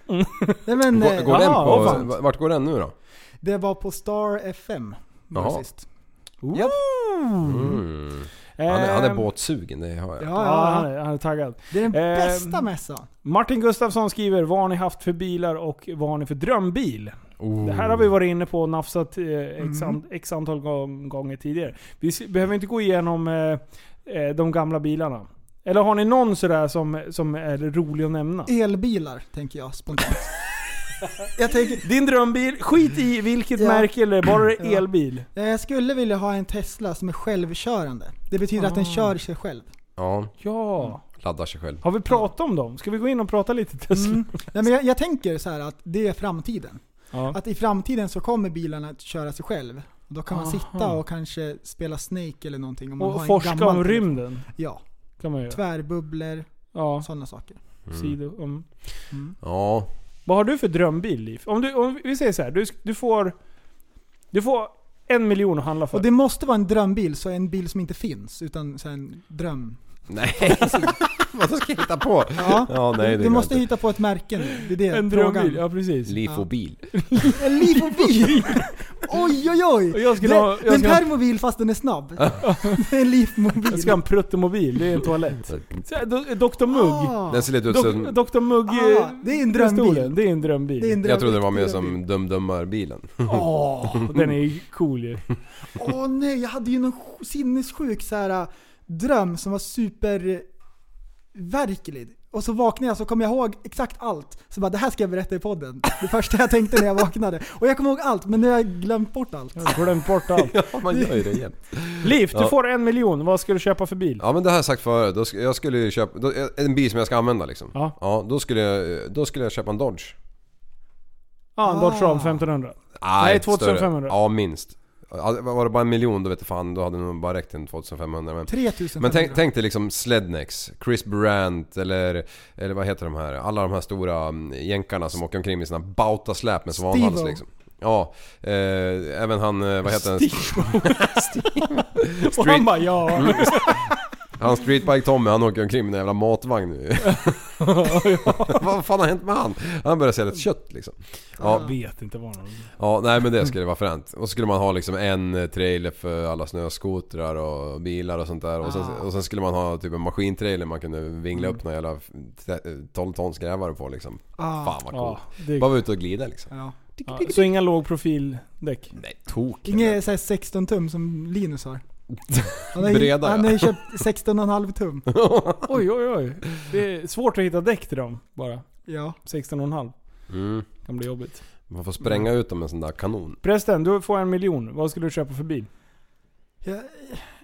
Speaker 6: Mm.
Speaker 7: Nej men,
Speaker 8: Går,
Speaker 7: eh,
Speaker 8: går den
Speaker 6: Jaha, vad
Speaker 8: på,
Speaker 6: fan.
Speaker 8: vart går den nu då?
Speaker 7: det var på Star FM. var det
Speaker 8: Jaha.
Speaker 7: Sist.
Speaker 8: Mm. Han, är, han är båtsugen, det har jag.
Speaker 7: Ja,
Speaker 6: Ehm. Ja,
Speaker 7: ja,
Speaker 6: han
Speaker 7: ja.
Speaker 6: är, han är taggad.
Speaker 7: Det är den
Speaker 6: Ehm.
Speaker 7: bästa mässan.
Speaker 6: Martin Gustafsson skriver, vad har ni haft för bilar och vad har ni för drömbil?
Speaker 8: Oh.
Speaker 6: Det
Speaker 7: Mm.
Speaker 6: här har vi varit inne på och nafsat eh, x, an, x antal gång, gånger tidigare. Vi s- behöver inte gå igenom eh, eh, de gamla bilarna. Eller har ni någon sådär som, som är rolig att nämna?
Speaker 7: Elbilar, tänker jag spontant. jag tänker,
Speaker 6: Din drömbil, skit i vilket
Speaker 7: Ja. Mm.
Speaker 6: märke eller bara det är
Speaker 7: Ja.
Speaker 6: elbil.
Speaker 7: eh, jag skulle vilja ha en Tesla som är självkörande. Det betyder att den kör sig själv.
Speaker 8: Ja,
Speaker 6: Ja.
Speaker 8: laddar sig själv.
Speaker 6: Mm. Har vi pratat om dem? Ska vi gå in och prata lite Tesla? [laughs]
Speaker 7: Mm. Nej, men jag, jag tänker så här att det är framtiden.
Speaker 6: Ja.
Speaker 7: Att i framtiden så kommer bilarna att köra sig själv. Och då kan man sitta och kanske spela Snake eller någonting. Om man har
Speaker 6: Och
Speaker 7: en
Speaker 6: forska
Speaker 7: gammal
Speaker 6: om
Speaker 7: telefon.
Speaker 6: rymden.
Speaker 7: Ja,
Speaker 6: Kan man göra.
Speaker 7: tvärbubblor
Speaker 6: Ja.
Speaker 7: och sådana saker.
Speaker 6: Sido, om.
Speaker 8: Mm. Ja, [laughs]
Speaker 6: Vad har du för drömbil Liv? Om, du, om vi säger så här, du, sk- du får... Du får en miljon att handla för.
Speaker 7: Och det måste vara en drömbil, så en bil som inte finns. Utan så här en dröm.
Speaker 8: Nej, [laughs] vad ska jag hitta på?
Speaker 7: Ja.
Speaker 8: Ja, nej, det
Speaker 7: du
Speaker 8: går
Speaker 7: måste
Speaker 8: inte.
Speaker 7: hitta på ett märke nu. Det är det
Speaker 6: [laughs] en
Speaker 7: frågan.
Speaker 6: drömbil, ja precis.
Speaker 8: Lifobil.
Speaker 7: En
Speaker 6: [laughs]
Speaker 7: lifobil! oj oj
Speaker 6: Och
Speaker 7: oj!
Speaker 6: jag skulle
Speaker 7: det,
Speaker 6: ha- jag
Speaker 7: det är en
Speaker 6: skulle ha-
Speaker 7: permobil fast den är
Speaker 8: [laughs]
Speaker 7: snabb. det är en
Speaker 6: Jag
Speaker 7: livmobil.
Speaker 6: ska ha en pruttemobil, det är en toalett. Så här, do- Dr Mugg.
Speaker 7: Ah,
Speaker 8: Den ser lite ut
Speaker 6: Dok-
Speaker 8: som...
Speaker 6: Dr Mugg...
Speaker 7: Ah,
Speaker 6: eh,
Speaker 7: det är en drömbil.
Speaker 6: pistolen, Det är en drömbil.
Speaker 7: det är en dröm,
Speaker 8: Jag trodde det var mer
Speaker 7: riktig drömbil.
Speaker 8: som Dumdummarbilen.
Speaker 6: Åh, den är ju cool ju.
Speaker 7: Åh nej, jag hade ju någon sj- sinnessjuk så här, äh, dröm som var superverklig. Och så vaknade jag så kom jag ihåg exakt allt. Så bara det här ska jag berätta i podden. Det första jag tänkte när jag vaknade. Och jag kommer ihåg allt, men nu har jag glömt bort allt.
Speaker 6: Jag har glömt
Speaker 7: [laughs]
Speaker 6: bort allt.
Speaker 8: [laughs] Ja, man gör ju det igen.
Speaker 6: Liv, du
Speaker 8: Ja.
Speaker 6: får en miljon. Vad ska du köpa för bil?
Speaker 8: [laughs] Ja men det har jag sagt förut, då sk- jag skulle ju köpa, då, en bil som jag ska använda liksom.
Speaker 6: Ja.
Speaker 8: då, skulle jag, då skulle jag köpa en Dodge.
Speaker 6: Ja, en Dodge Ram 1500.
Speaker 8: Ah,
Speaker 6: Nej,
Speaker 8: ett större.
Speaker 6: 2500.
Speaker 8: Ja minst. Ja, Var det bara en miljon då vet jag fan, då hade det nog bara räckt en 2500. Men,
Speaker 7: 3500.
Speaker 8: men tänk, tänk dig liksom Slednex, Chris Brandt eller, eller vad heter de här? Alla de här stora mm, jänkarna som åker omkring med sina bautasläp med svanhals
Speaker 7: Steve-O.
Speaker 8: liksom. Ja, eh, [laughs] även han, eh, vad heter han? [laughs]
Speaker 6: Och han bara ja.
Speaker 8: Mm. Han streetbike-Tommy, han åker omkring med en jävla matvagn nu. [laughs] Vad fan har hänt med han? Han börjar sälja ett kött liksom. Ja,
Speaker 6: Jag vet inte vad han...
Speaker 8: Ja, nej men det skulle vara fränt. Och så skulle man ha liksom en eh, trailer för alla snöskotrar och bilar och sånt där. Och sen,
Speaker 7: Ah.
Speaker 8: och sen skulle man ha typ en maskintrailer man kunde vingla upp några jävla te- 12 tons grävare på liksom.
Speaker 7: Mm. Ah.
Speaker 8: Fan vad
Speaker 6: Ja,
Speaker 8: coolt.
Speaker 6: det,
Speaker 8: Bara vara ute och glida liksom.
Speaker 7: Ja.
Speaker 6: ja, så inga lågprofildäck?
Speaker 8: Nej, [laughs] tok.
Speaker 7: Inget såhär 16 tum som Linus har. Han har ju-
Speaker 8: Breda,
Speaker 7: Han
Speaker 8: ja.
Speaker 7: har ju köpt 16,5 tum.
Speaker 6: Oj, oj, oj. Det är svårt att hitta däck till dem bara.
Speaker 7: Ja.
Speaker 6: 16,5.
Speaker 8: Mm.
Speaker 6: Kan bli jobbigt.
Speaker 8: Man får spränga ut dem med en sån där kanon.
Speaker 6: Prästen, du får en miljon. Vad skulle du köpa för bil?
Speaker 7: Jag,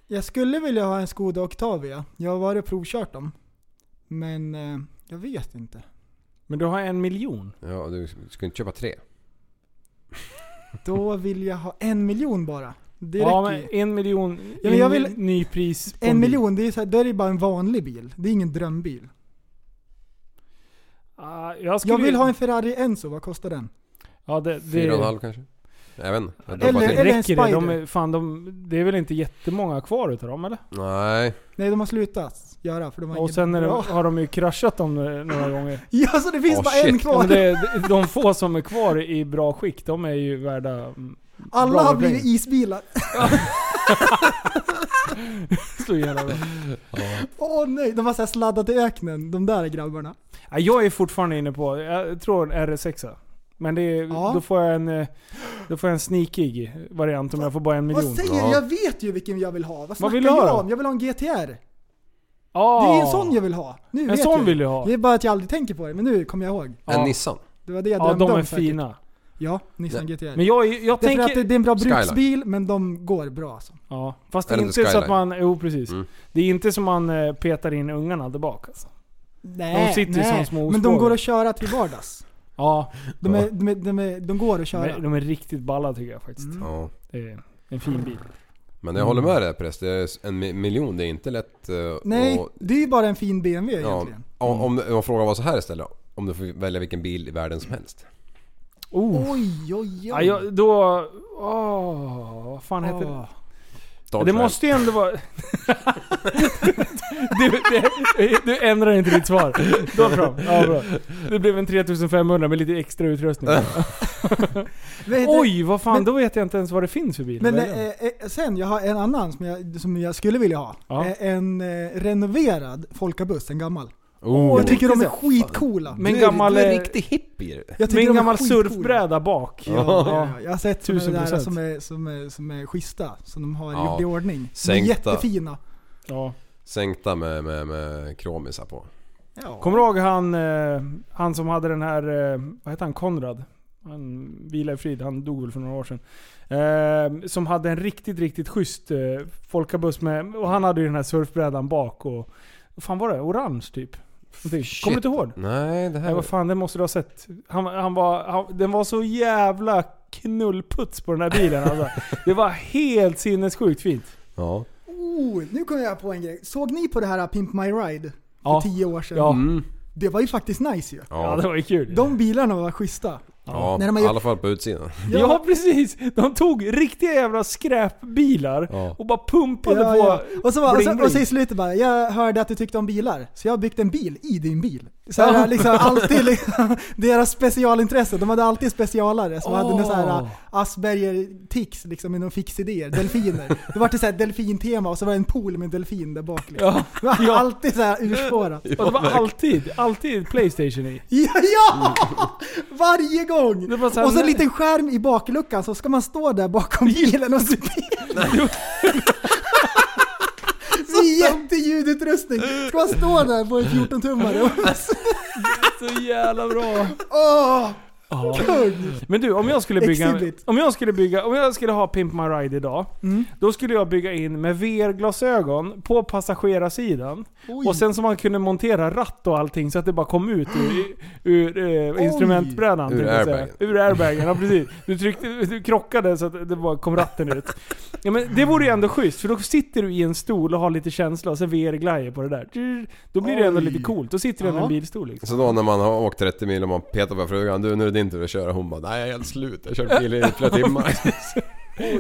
Speaker 7: jag skulle vilja ha en Skoda Octavia. Jag har varit och provkört dem. Men eh, jag vet inte.
Speaker 6: Men du har en miljon.
Speaker 8: Ja, du ska inte köpa tre.
Speaker 7: Då vill jag ha en miljon bara. Det
Speaker 6: ja,
Speaker 7: räcker
Speaker 6: men
Speaker 7: ju.
Speaker 6: en miljon
Speaker 7: Ja, men jag
Speaker 6: i
Speaker 7: vill-
Speaker 6: nypris. på
Speaker 7: En
Speaker 6: bil.
Speaker 7: miljon, det är, så här, då är det bara en vanlig bil. Det är ingen drömbil.
Speaker 6: Ah, jag, skulle,
Speaker 7: Jag vill ha en Ferrari Enzo, vad kostar den?
Speaker 6: ja, det, det,
Speaker 8: Fyra och en halv kanske? Jag vet inte. Jag
Speaker 6: Det,
Speaker 8: droppar
Speaker 7: Eller-
Speaker 8: till.
Speaker 7: eller en
Speaker 6: räcker det? De,
Speaker 7: Spider.
Speaker 6: är- fan, de, det är väl inte jättemånga kvar utav dem eller?
Speaker 8: Nej.
Speaker 7: Nej, de har slutat göra för de har
Speaker 6: Och
Speaker 7: ingen
Speaker 6: sen är det,
Speaker 7: bra. [laughs]
Speaker 6: har de ju kraschat dem eh, några gånger.
Speaker 7: Ja, så det finns
Speaker 8: Åh,
Speaker 7: bara en
Speaker 8: shit.
Speaker 6: Ja,
Speaker 7: kvar.
Speaker 6: men det, de få som är kvar i bra skick, de är ju värda... mm,
Speaker 7: Alla
Speaker 6: bra
Speaker 7: har
Speaker 6: med
Speaker 7: blivit
Speaker 6: pengar.
Speaker 7: isbilar. [laughs]
Speaker 6: Så jävla bra.
Speaker 7: Åh nej, de har så här sladdat i öknen, de där grabbarna.
Speaker 6: Ja, Jag är fortfarande inne på, jag tror en RS6. a. Men det är,
Speaker 7: Ja.
Speaker 6: då får jag en, eh, då får jag en sneakig variant om jag får bara en
Speaker 7: Vad
Speaker 6: miljon.
Speaker 7: säger
Speaker 8: Ja.
Speaker 7: du? Jag vet ju vilken jag vill ha. Vad snackar
Speaker 6: vill du ha
Speaker 7: jag
Speaker 6: då?
Speaker 7: om? Jag vill ha en GTR.
Speaker 6: Ah,
Speaker 7: Det är en sån jag vill ha. Nu
Speaker 6: En
Speaker 7: vet
Speaker 6: sån
Speaker 7: jag.
Speaker 6: vill jag ha.
Speaker 7: Det är bara att jag aldrig tänker på det, men nu kommer jag ihåg.
Speaker 8: En
Speaker 6: Ja.
Speaker 8: Nissan.
Speaker 7: Det var det jag
Speaker 6: Ja,
Speaker 7: drömde
Speaker 6: de är
Speaker 7: om säkert.
Speaker 6: fina.
Speaker 7: Ja, Nissan GTR.
Speaker 6: Men jag, är- jag
Speaker 7: Därför
Speaker 6: tänker...
Speaker 7: att det, det är en bra
Speaker 8: Skyline.
Speaker 7: bruksbil, men de går bra alltså.
Speaker 6: Ja, fast det är
Speaker 8: Eller
Speaker 6: inte så
Speaker 8: Skyline.
Speaker 6: att man... Jo, precis.
Speaker 8: Mm.
Speaker 6: Det är inte som man eh, petar in ungarna där bak alltså.
Speaker 7: Nej,
Speaker 6: sitter ju som små
Speaker 7: Men de
Speaker 6: ostbågar.
Speaker 7: går att köra till vardags.
Speaker 6: Ja,
Speaker 7: De, är, de, är, de, är, de går att
Speaker 6: de
Speaker 7: köra.
Speaker 6: är, de är riktigt balla tycker jag faktiskt.
Speaker 7: Mm.
Speaker 8: Ja.
Speaker 6: Det är en fin bil.
Speaker 8: Men jag håller med dig Press. Det är en mi- miljon, det är inte lätt eh,
Speaker 7: Nej,
Speaker 8: att
Speaker 7: det är ju bara en fin BMW
Speaker 8: Ja,
Speaker 7: egentligen.
Speaker 8: om,
Speaker 6: Mm.
Speaker 8: om, om frågan var så här istället. Om du får välja vilken bil i världen som helst.
Speaker 6: Oh.
Speaker 7: Oj, oj, oj.
Speaker 6: Ja, jag, då... Åh, vad fan heter det?
Speaker 7: Åh.
Speaker 8: Star
Speaker 6: Det
Speaker 8: Trail.
Speaker 6: måste ju ändå vara... [laughs] du, du, du ändrar inte ditt svar. Då fram. Ja, bra. Det blev en 3500 med lite
Speaker 8: [laughs]
Speaker 6: extra utrustning.
Speaker 7: Vad heter-
Speaker 6: Oj, vad fan.
Speaker 7: Men-
Speaker 6: då vet jag inte ens vad det finns för bil.
Speaker 7: Men
Speaker 6: Vad är det?
Speaker 7: eh, eh, sen, jag har en annan som jag, som jag skulle vilja ha.
Speaker 6: Ja.
Speaker 7: Eh, En eh, renoverad Folkabuss, en gammal.
Speaker 8: Oh.
Speaker 7: jag tycker de är
Speaker 6: riktigt
Speaker 7: skitcoola.
Speaker 6: Men gammal, eh,
Speaker 8: hippie du.
Speaker 7: Jag tycker
Speaker 6: med
Speaker 7: de
Speaker 6: en
Speaker 7: är
Speaker 6: gammal
Speaker 7: skitcoola.
Speaker 6: surfbräda bak.
Speaker 7: Ja, ja, ja, jag har sett sådana där
Speaker 6: 1000%.
Speaker 7: som är, som, är, som är schyssta, som de har
Speaker 8: Ja.
Speaker 7: gjort i ordning. De är
Speaker 8: Sänkta.
Speaker 7: jättefina.
Speaker 6: Ja.
Speaker 8: Sänkta med, med, med kromisar på.
Speaker 7: Ja.
Speaker 6: Kommer du ihåg han, eh, han som hade den här, eh, vad heter han, Konrad? Han vilar i frid, han dog väl för några år sedan. Eh, som hade en riktigt, riktigt schysst eh, folkabuss med, och han hade ju den här surfbrädan bak och, vad fan var det? Orange typ. Någonting. Kommer du inte ihåg?
Speaker 8: Nej, det
Speaker 6: Nej
Speaker 8: här
Speaker 6: vad fan, det måste du ha sett. Han, han var, han, den var så jävla knullputs på den här bilen alltså. Det var helt sinnessjukt fint.
Speaker 8: Ja.
Speaker 7: Oh, nu kom jag på en grej. Såg ni på det här Pimp My Ride? För
Speaker 6: Ja.
Speaker 7: tio år sedan.
Speaker 6: Ja.
Speaker 8: Mm.
Speaker 7: Det var ju faktiskt nice ju.
Speaker 6: Ja
Speaker 8: Ja.
Speaker 6: det var ju kul.
Speaker 7: De bilarna var schyssta.
Speaker 8: Ja,
Speaker 7: När de har
Speaker 8: i
Speaker 7: gjort-
Speaker 8: alla fall på utsidan.
Speaker 6: Ja. precis! De tog riktiga jävla skräpbilar
Speaker 8: Ja.
Speaker 6: och bara pumpade
Speaker 7: Ja,
Speaker 6: på...
Speaker 7: ja. Och, så bara, och,
Speaker 6: bling,
Speaker 7: så,
Speaker 6: bling.
Speaker 7: och så i slutet bara, jag hörde att du tyckte om bilar, så jag har byggt en bil i din bil. Så här,
Speaker 6: [laughs]
Speaker 7: liksom, alltid liksom, deras specialintresse, de hade alltid specialare som hade
Speaker 6: Åh.
Speaker 7: någon så här Asperger-tics liksom, med någon fixidéer, delfiner. Det var till så här delfintema och så var det en pool med delfin där bak. Liksom.
Speaker 6: Ja.
Speaker 7: Det var alltid så här urspårat.
Speaker 6: Och det var alltid, alltid Playstation i.
Speaker 7: Ja, ja! Varje gång!
Speaker 6: Mm. Det var så här-
Speaker 7: och så en liten skärm i bakluckan så ska man stå där bakom bilen
Speaker 6: [laughs]
Speaker 7: och spela. Så jätteljudutrustning. Ska man stå där på en 14-tummare och...
Speaker 6: Så jävla bra!
Speaker 7: Åh!
Speaker 6: Ja.
Speaker 7: Kung!
Speaker 6: Men du, om jag skulle bygga...
Speaker 7: Exhibit.
Speaker 6: Om jag skulle bygga... Om jag skulle ha Pimp My Ride idag,
Speaker 7: Mm.
Speaker 6: då skulle jag bygga in med VR-glasögon på passagerarsidan.
Speaker 7: Oj.
Speaker 6: Och sen så man kunde montera ratt och allting så att det bara kom ut ur, ur eh, instrumentbrädan.
Speaker 8: Ur
Speaker 6: tänkte jag säga.
Speaker 8: airbagen.
Speaker 6: Ur airbagen, ja precis. Du, tryckte, du krockade så att det bara kom ratten ut. Ja, men det vore ju ändå schysst, för då sitter du i en stol och har lite känsla och sen VR-glajjor på det där. Då blir det ändå
Speaker 7: Oj.
Speaker 6: lite coolt. Då sitter du i
Speaker 7: Ja.
Speaker 6: en bilstol liksom.
Speaker 8: Så då när man har åkt 30 mil och
Speaker 6: [laughs]
Speaker 8: man petar på frugan. Du nu är det din tur att köra. Hon bara nej jag är helt slut. Jag har kört bil i flera timmar.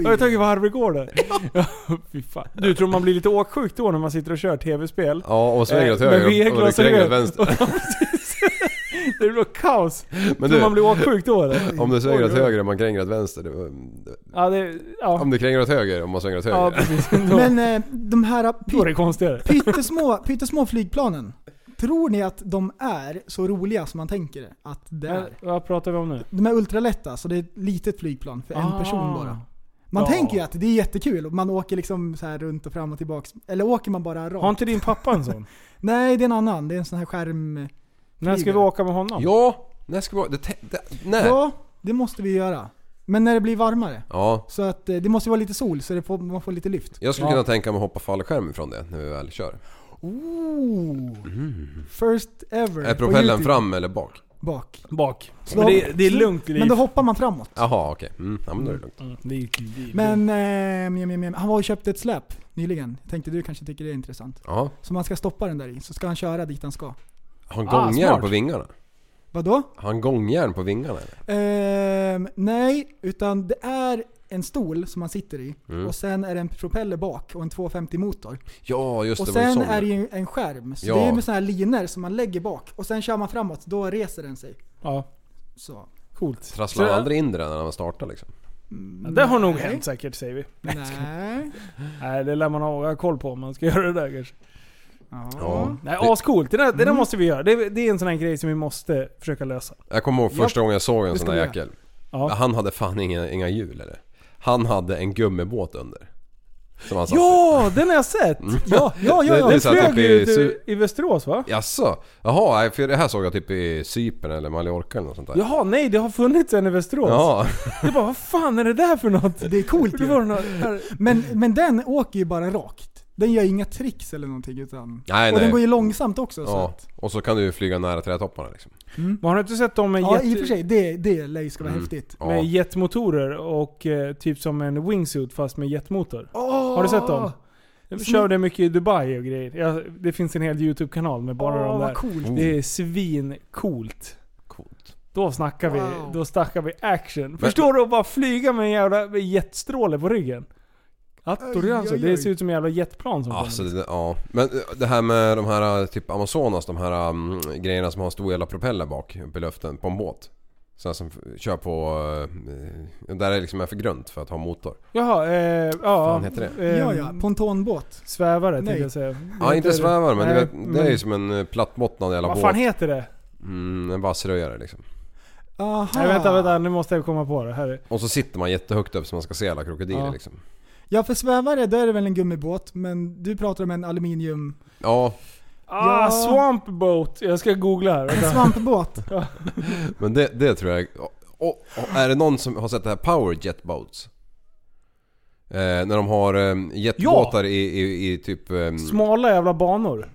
Speaker 6: Har du tagit varvgårdar? Ja, [laughs] fy fan. Du tror man blir lite åksjuk då när man sitter och kör tv-spel?
Speaker 8: Ja, och svänger åt
Speaker 6: Eh, med
Speaker 8: höger och
Speaker 6: V-glasögon.
Speaker 8: svänger åt vänster.
Speaker 6: [laughs] Ja, precis. det blir kaos.
Speaker 8: Men
Speaker 6: Tror
Speaker 8: du,
Speaker 6: man blir åksjuk då eller?
Speaker 8: om du svänger åt
Speaker 6: Oj, oj.
Speaker 8: höger och man kränger åt vänster. det-
Speaker 6: Ja, det, ja.
Speaker 8: Om du kränger åt höger, om man svänger åt höger.
Speaker 6: ja precis. [laughs] Då,
Speaker 7: Men eh, de här
Speaker 6: då är
Speaker 7: py-
Speaker 6: det konstigare.
Speaker 7: pyttesmå, pyttesmå flygplanen. Tror ni att de är så roliga som man tänker att det är?
Speaker 6: Eh, Vad pratar vi om nu?
Speaker 7: De är ultralätta, så det är ett litet flygplan för en
Speaker 6: Ah.
Speaker 7: person bara. Man
Speaker 6: Ja.
Speaker 7: tänker ju att det är jättekul och man åker liksom så här runt och fram och tillbaks. Eller åker man bara rakt?
Speaker 6: Har inte din pappa en sån?
Speaker 7: Nej, det är en annan. Det är en sån här skärm...
Speaker 6: När ska vi åka med honom?
Speaker 8: Ja, när ska vi... Det, te- det, när? Ja.
Speaker 7: Ja, det måste vi göra. Men när det blir varmare. Så att eh, det måste ju vara lite sol så det får, man får lite lyft.
Speaker 8: Jag skulle
Speaker 6: Ja.
Speaker 8: kunna tänka mig att hoppa fallskärm ifrån det när vi väl kör.
Speaker 7: Ooh. First ever.
Speaker 8: Mm. Är
Speaker 7: på
Speaker 8: propellen
Speaker 7: YouTube.
Speaker 8: fram eller bak?
Speaker 7: Bak.
Speaker 6: Bak.
Speaker 7: Slå-
Speaker 6: Men det, det är lugnt Liv.
Speaker 7: Men då hoppar man framåt.
Speaker 8: Jaha, okej. Mm, ja, men då är det lugnt.
Speaker 6: Mm, det är ju kul.
Speaker 7: Men, eh, mjö, mjö, mjö. han var och köpte ett släp nyligen. Tänkte du kanske tycker det är intressant.
Speaker 8: Ja.
Speaker 7: Så man ska stoppa den där i, så ska han köra dit han ska.
Speaker 8: Har han
Speaker 6: Ah,
Speaker 8: gångjärn
Speaker 6: smart.
Speaker 8: på vingarna?
Speaker 7: Vadå?
Speaker 8: Har han gångjärn på vingarna eller?
Speaker 7: Ehm, nej, utan det är en stol som man sitter i och sen är det en propeller bak och en 250 motor.
Speaker 8: Ja, Mm. just
Speaker 7: Och
Speaker 8: det. var ju
Speaker 7: sen
Speaker 8: sån.
Speaker 7: är det ju en skärm. Så
Speaker 8: Ja.
Speaker 7: det är med såna här linor som man lägger bak. Och sen kör man framåt, då reser den sig.
Speaker 6: Ja,
Speaker 7: Så.
Speaker 6: coolt.
Speaker 8: Trasslar
Speaker 6: Så-
Speaker 8: han aldrig in det där när han startar liksom?
Speaker 6: Ja, Det har nog
Speaker 7: Nej.
Speaker 6: hänt säkert säger vi.
Speaker 7: Nej.
Speaker 6: Nej det lär man ha koll på om man ska göra det där kanske.
Speaker 8: Ja.
Speaker 6: Nej ascoolt, det där, det där måste vi göra. Det, det är en sån här grej som vi måste försöka lösa.
Speaker 8: Jag kommer ihåg första gången jag såg en sån
Speaker 7: ska
Speaker 8: där
Speaker 7: vi
Speaker 8: jäkel.
Speaker 6: Ja.
Speaker 8: Han hade fan inga, inga hjul eller? Han hade en gummibåt under. Som han satt
Speaker 6: Ja, den har jag sett! Ja, ja, ja,
Speaker 8: Mm. Det-
Speaker 6: ja.
Speaker 8: det
Speaker 6: Den
Speaker 8: satt
Speaker 6: flög
Speaker 8: uppe i
Speaker 6: ju
Speaker 8: Su-
Speaker 6: du- i Västerås va?
Speaker 8: i. Jaså? Jaha, nej, för det här såg jag typ i Cypern eller Mallorca eller något sånt där.
Speaker 6: Jaha, nej det har funnits en i Västerås.
Speaker 8: Ja.
Speaker 6: Jag bara, vad fan är det där för något?
Speaker 7: Det
Speaker 8: [laughs]
Speaker 7: är coolt
Speaker 6: Det var
Speaker 7: ju.
Speaker 6: något här.
Speaker 7: Men, men den åker ju bara rakt. Den gör inga tricks eller någonting utan...
Speaker 8: Nej,
Speaker 7: och
Speaker 8: nej.
Speaker 7: den går ju långsamt också. Så
Speaker 8: Ja,
Speaker 7: att,
Speaker 8: och så kan du ju flyga nära trädtopparna liksom.
Speaker 6: Men har du inte sett dem med,
Speaker 7: ja i och för
Speaker 6: jet,
Speaker 7: sig. Det, det lär ju ska
Speaker 8: Mm.
Speaker 7: vara häftigt.
Speaker 8: Ja.
Speaker 6: med jetmotorer och eh, typ som en wingsuit fast med jetmotor?
Speaker 7: Åh!
Speaker 6: Har du sett dem? Jag körde mycket i Dubai och grejer. Ja, det finns en hel YouTube-kanal med bara
Speaker 7: Åh,
Speaker 6: de där.
Speaker 7: vad coolt.
Speaker 8: Oh.
Speaker 6: Det är svincoolt.
Speaker 8: Coolt.
Speaker 6: Då snackar
Speaker 7: Wow.
Speaker 6: vi, då snackar vi action. Förstår du att bara flyga med en jävla med jetstråle på ryggen? Attor,
Speaker 7: Aj,
Speaker 6: alltså.
Speaker 7: aj,
Speaker 6: Det
Speaker 7: aj.
Speaker 6: ser ut som en jävla jetplan som
Speaker 8: Alltså,
Speaker 6: kommer.
Speaker 8: det, ja. Men eh, det här med de här typ Amazonas, de här mm, grejerna som har en stor jävla propeller bak uppe i luften på en båt. Sådana som f- kör på... eh, Där det liksom är för grönt för att ha motor.
Speaker 6: Jaha, eh, ja.
Speaker 8: fan heter det?
Speaker 6: eh,
Speaker 7: Ja, ja. Pontonbåt.
Speaker 6: Svävare
Speaker 7: Nej.
Speaker 6: tänkte jag säga.
Speaker 8: Ja, inte svävar men, du
Speaker 6: Nej,
Speaker 8: vet, det är ju som en eh, plattbottnad jävla
Speaker 6: Vad fan
Speaker 8: båt.
Speaker 6: heter det?
Speaker 8: Mm, en vassröjare liksom.
Speaker 7: Aha.
Speaker 6: Nej vänta, vänta. Nu måste jag komma på det. Här är.
Speaker 8: Och så sitter man jättehögt upp så man ska se alla krokodiler
Speaker 6: Ja.
Speaker 8: liksom.
Speaker 7: Ja för svävare, då är det väl en gummibåt. Men du pratar om en aluminium...
Speaker 8: Ja,
Speaker 6: Ah,
Speaker 7: Ja.
Speaker 6: Swamp Boat. Jag ska googla här.
Speaker 7: En
Speaker 6: Vänta.
Speaker 7: svampbåt.
Speaker 8: men det, det tror jag... Och, och, är det någon som har sett det här Power Jet Boats? Eh, när de har eh, jetbåtar i, i, i typ... ehm,
Speaker 6: Smala jävla banor.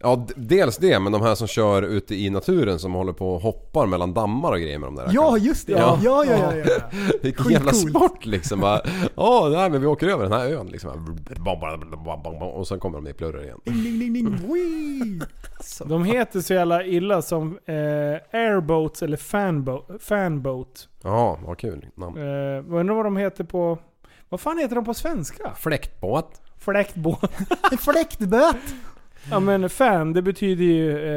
Speaker 8: Ja, d- dels det, men de här som kör ute i naturen som håller på och hoppar mellan dammar och grejer med de där.
Speaker 7: Ja just det. Ja,
Speaker 8: Ja.
Speaker 7: ja, ja. ja, ja.
Speaker 8: [laughs] Vilken jävla
Speaker 7: skitcoolt.
Speaker 8: sport liksom. Bara, Ja, nej men vi åker över den här ön liksom. Och sen kommer de ner i plurrar igen.
Speaker 7: Ding, ding, ding, ding. Wee.
Speaker 6: De heter så jävla illa som eh, airboats eller fanbo- fanboat.
Speaker 8: Ja, vad kul namn.
Speaker 6: Eh, jag undrar vad de heter på... Vad fan heter de på svenska?
Speaker 8: Fläktbåt.
Speaker 6: Fläktbåt.
Speaker 7: En fläktböt.
Speaker 6: ja men fan, det betyder ju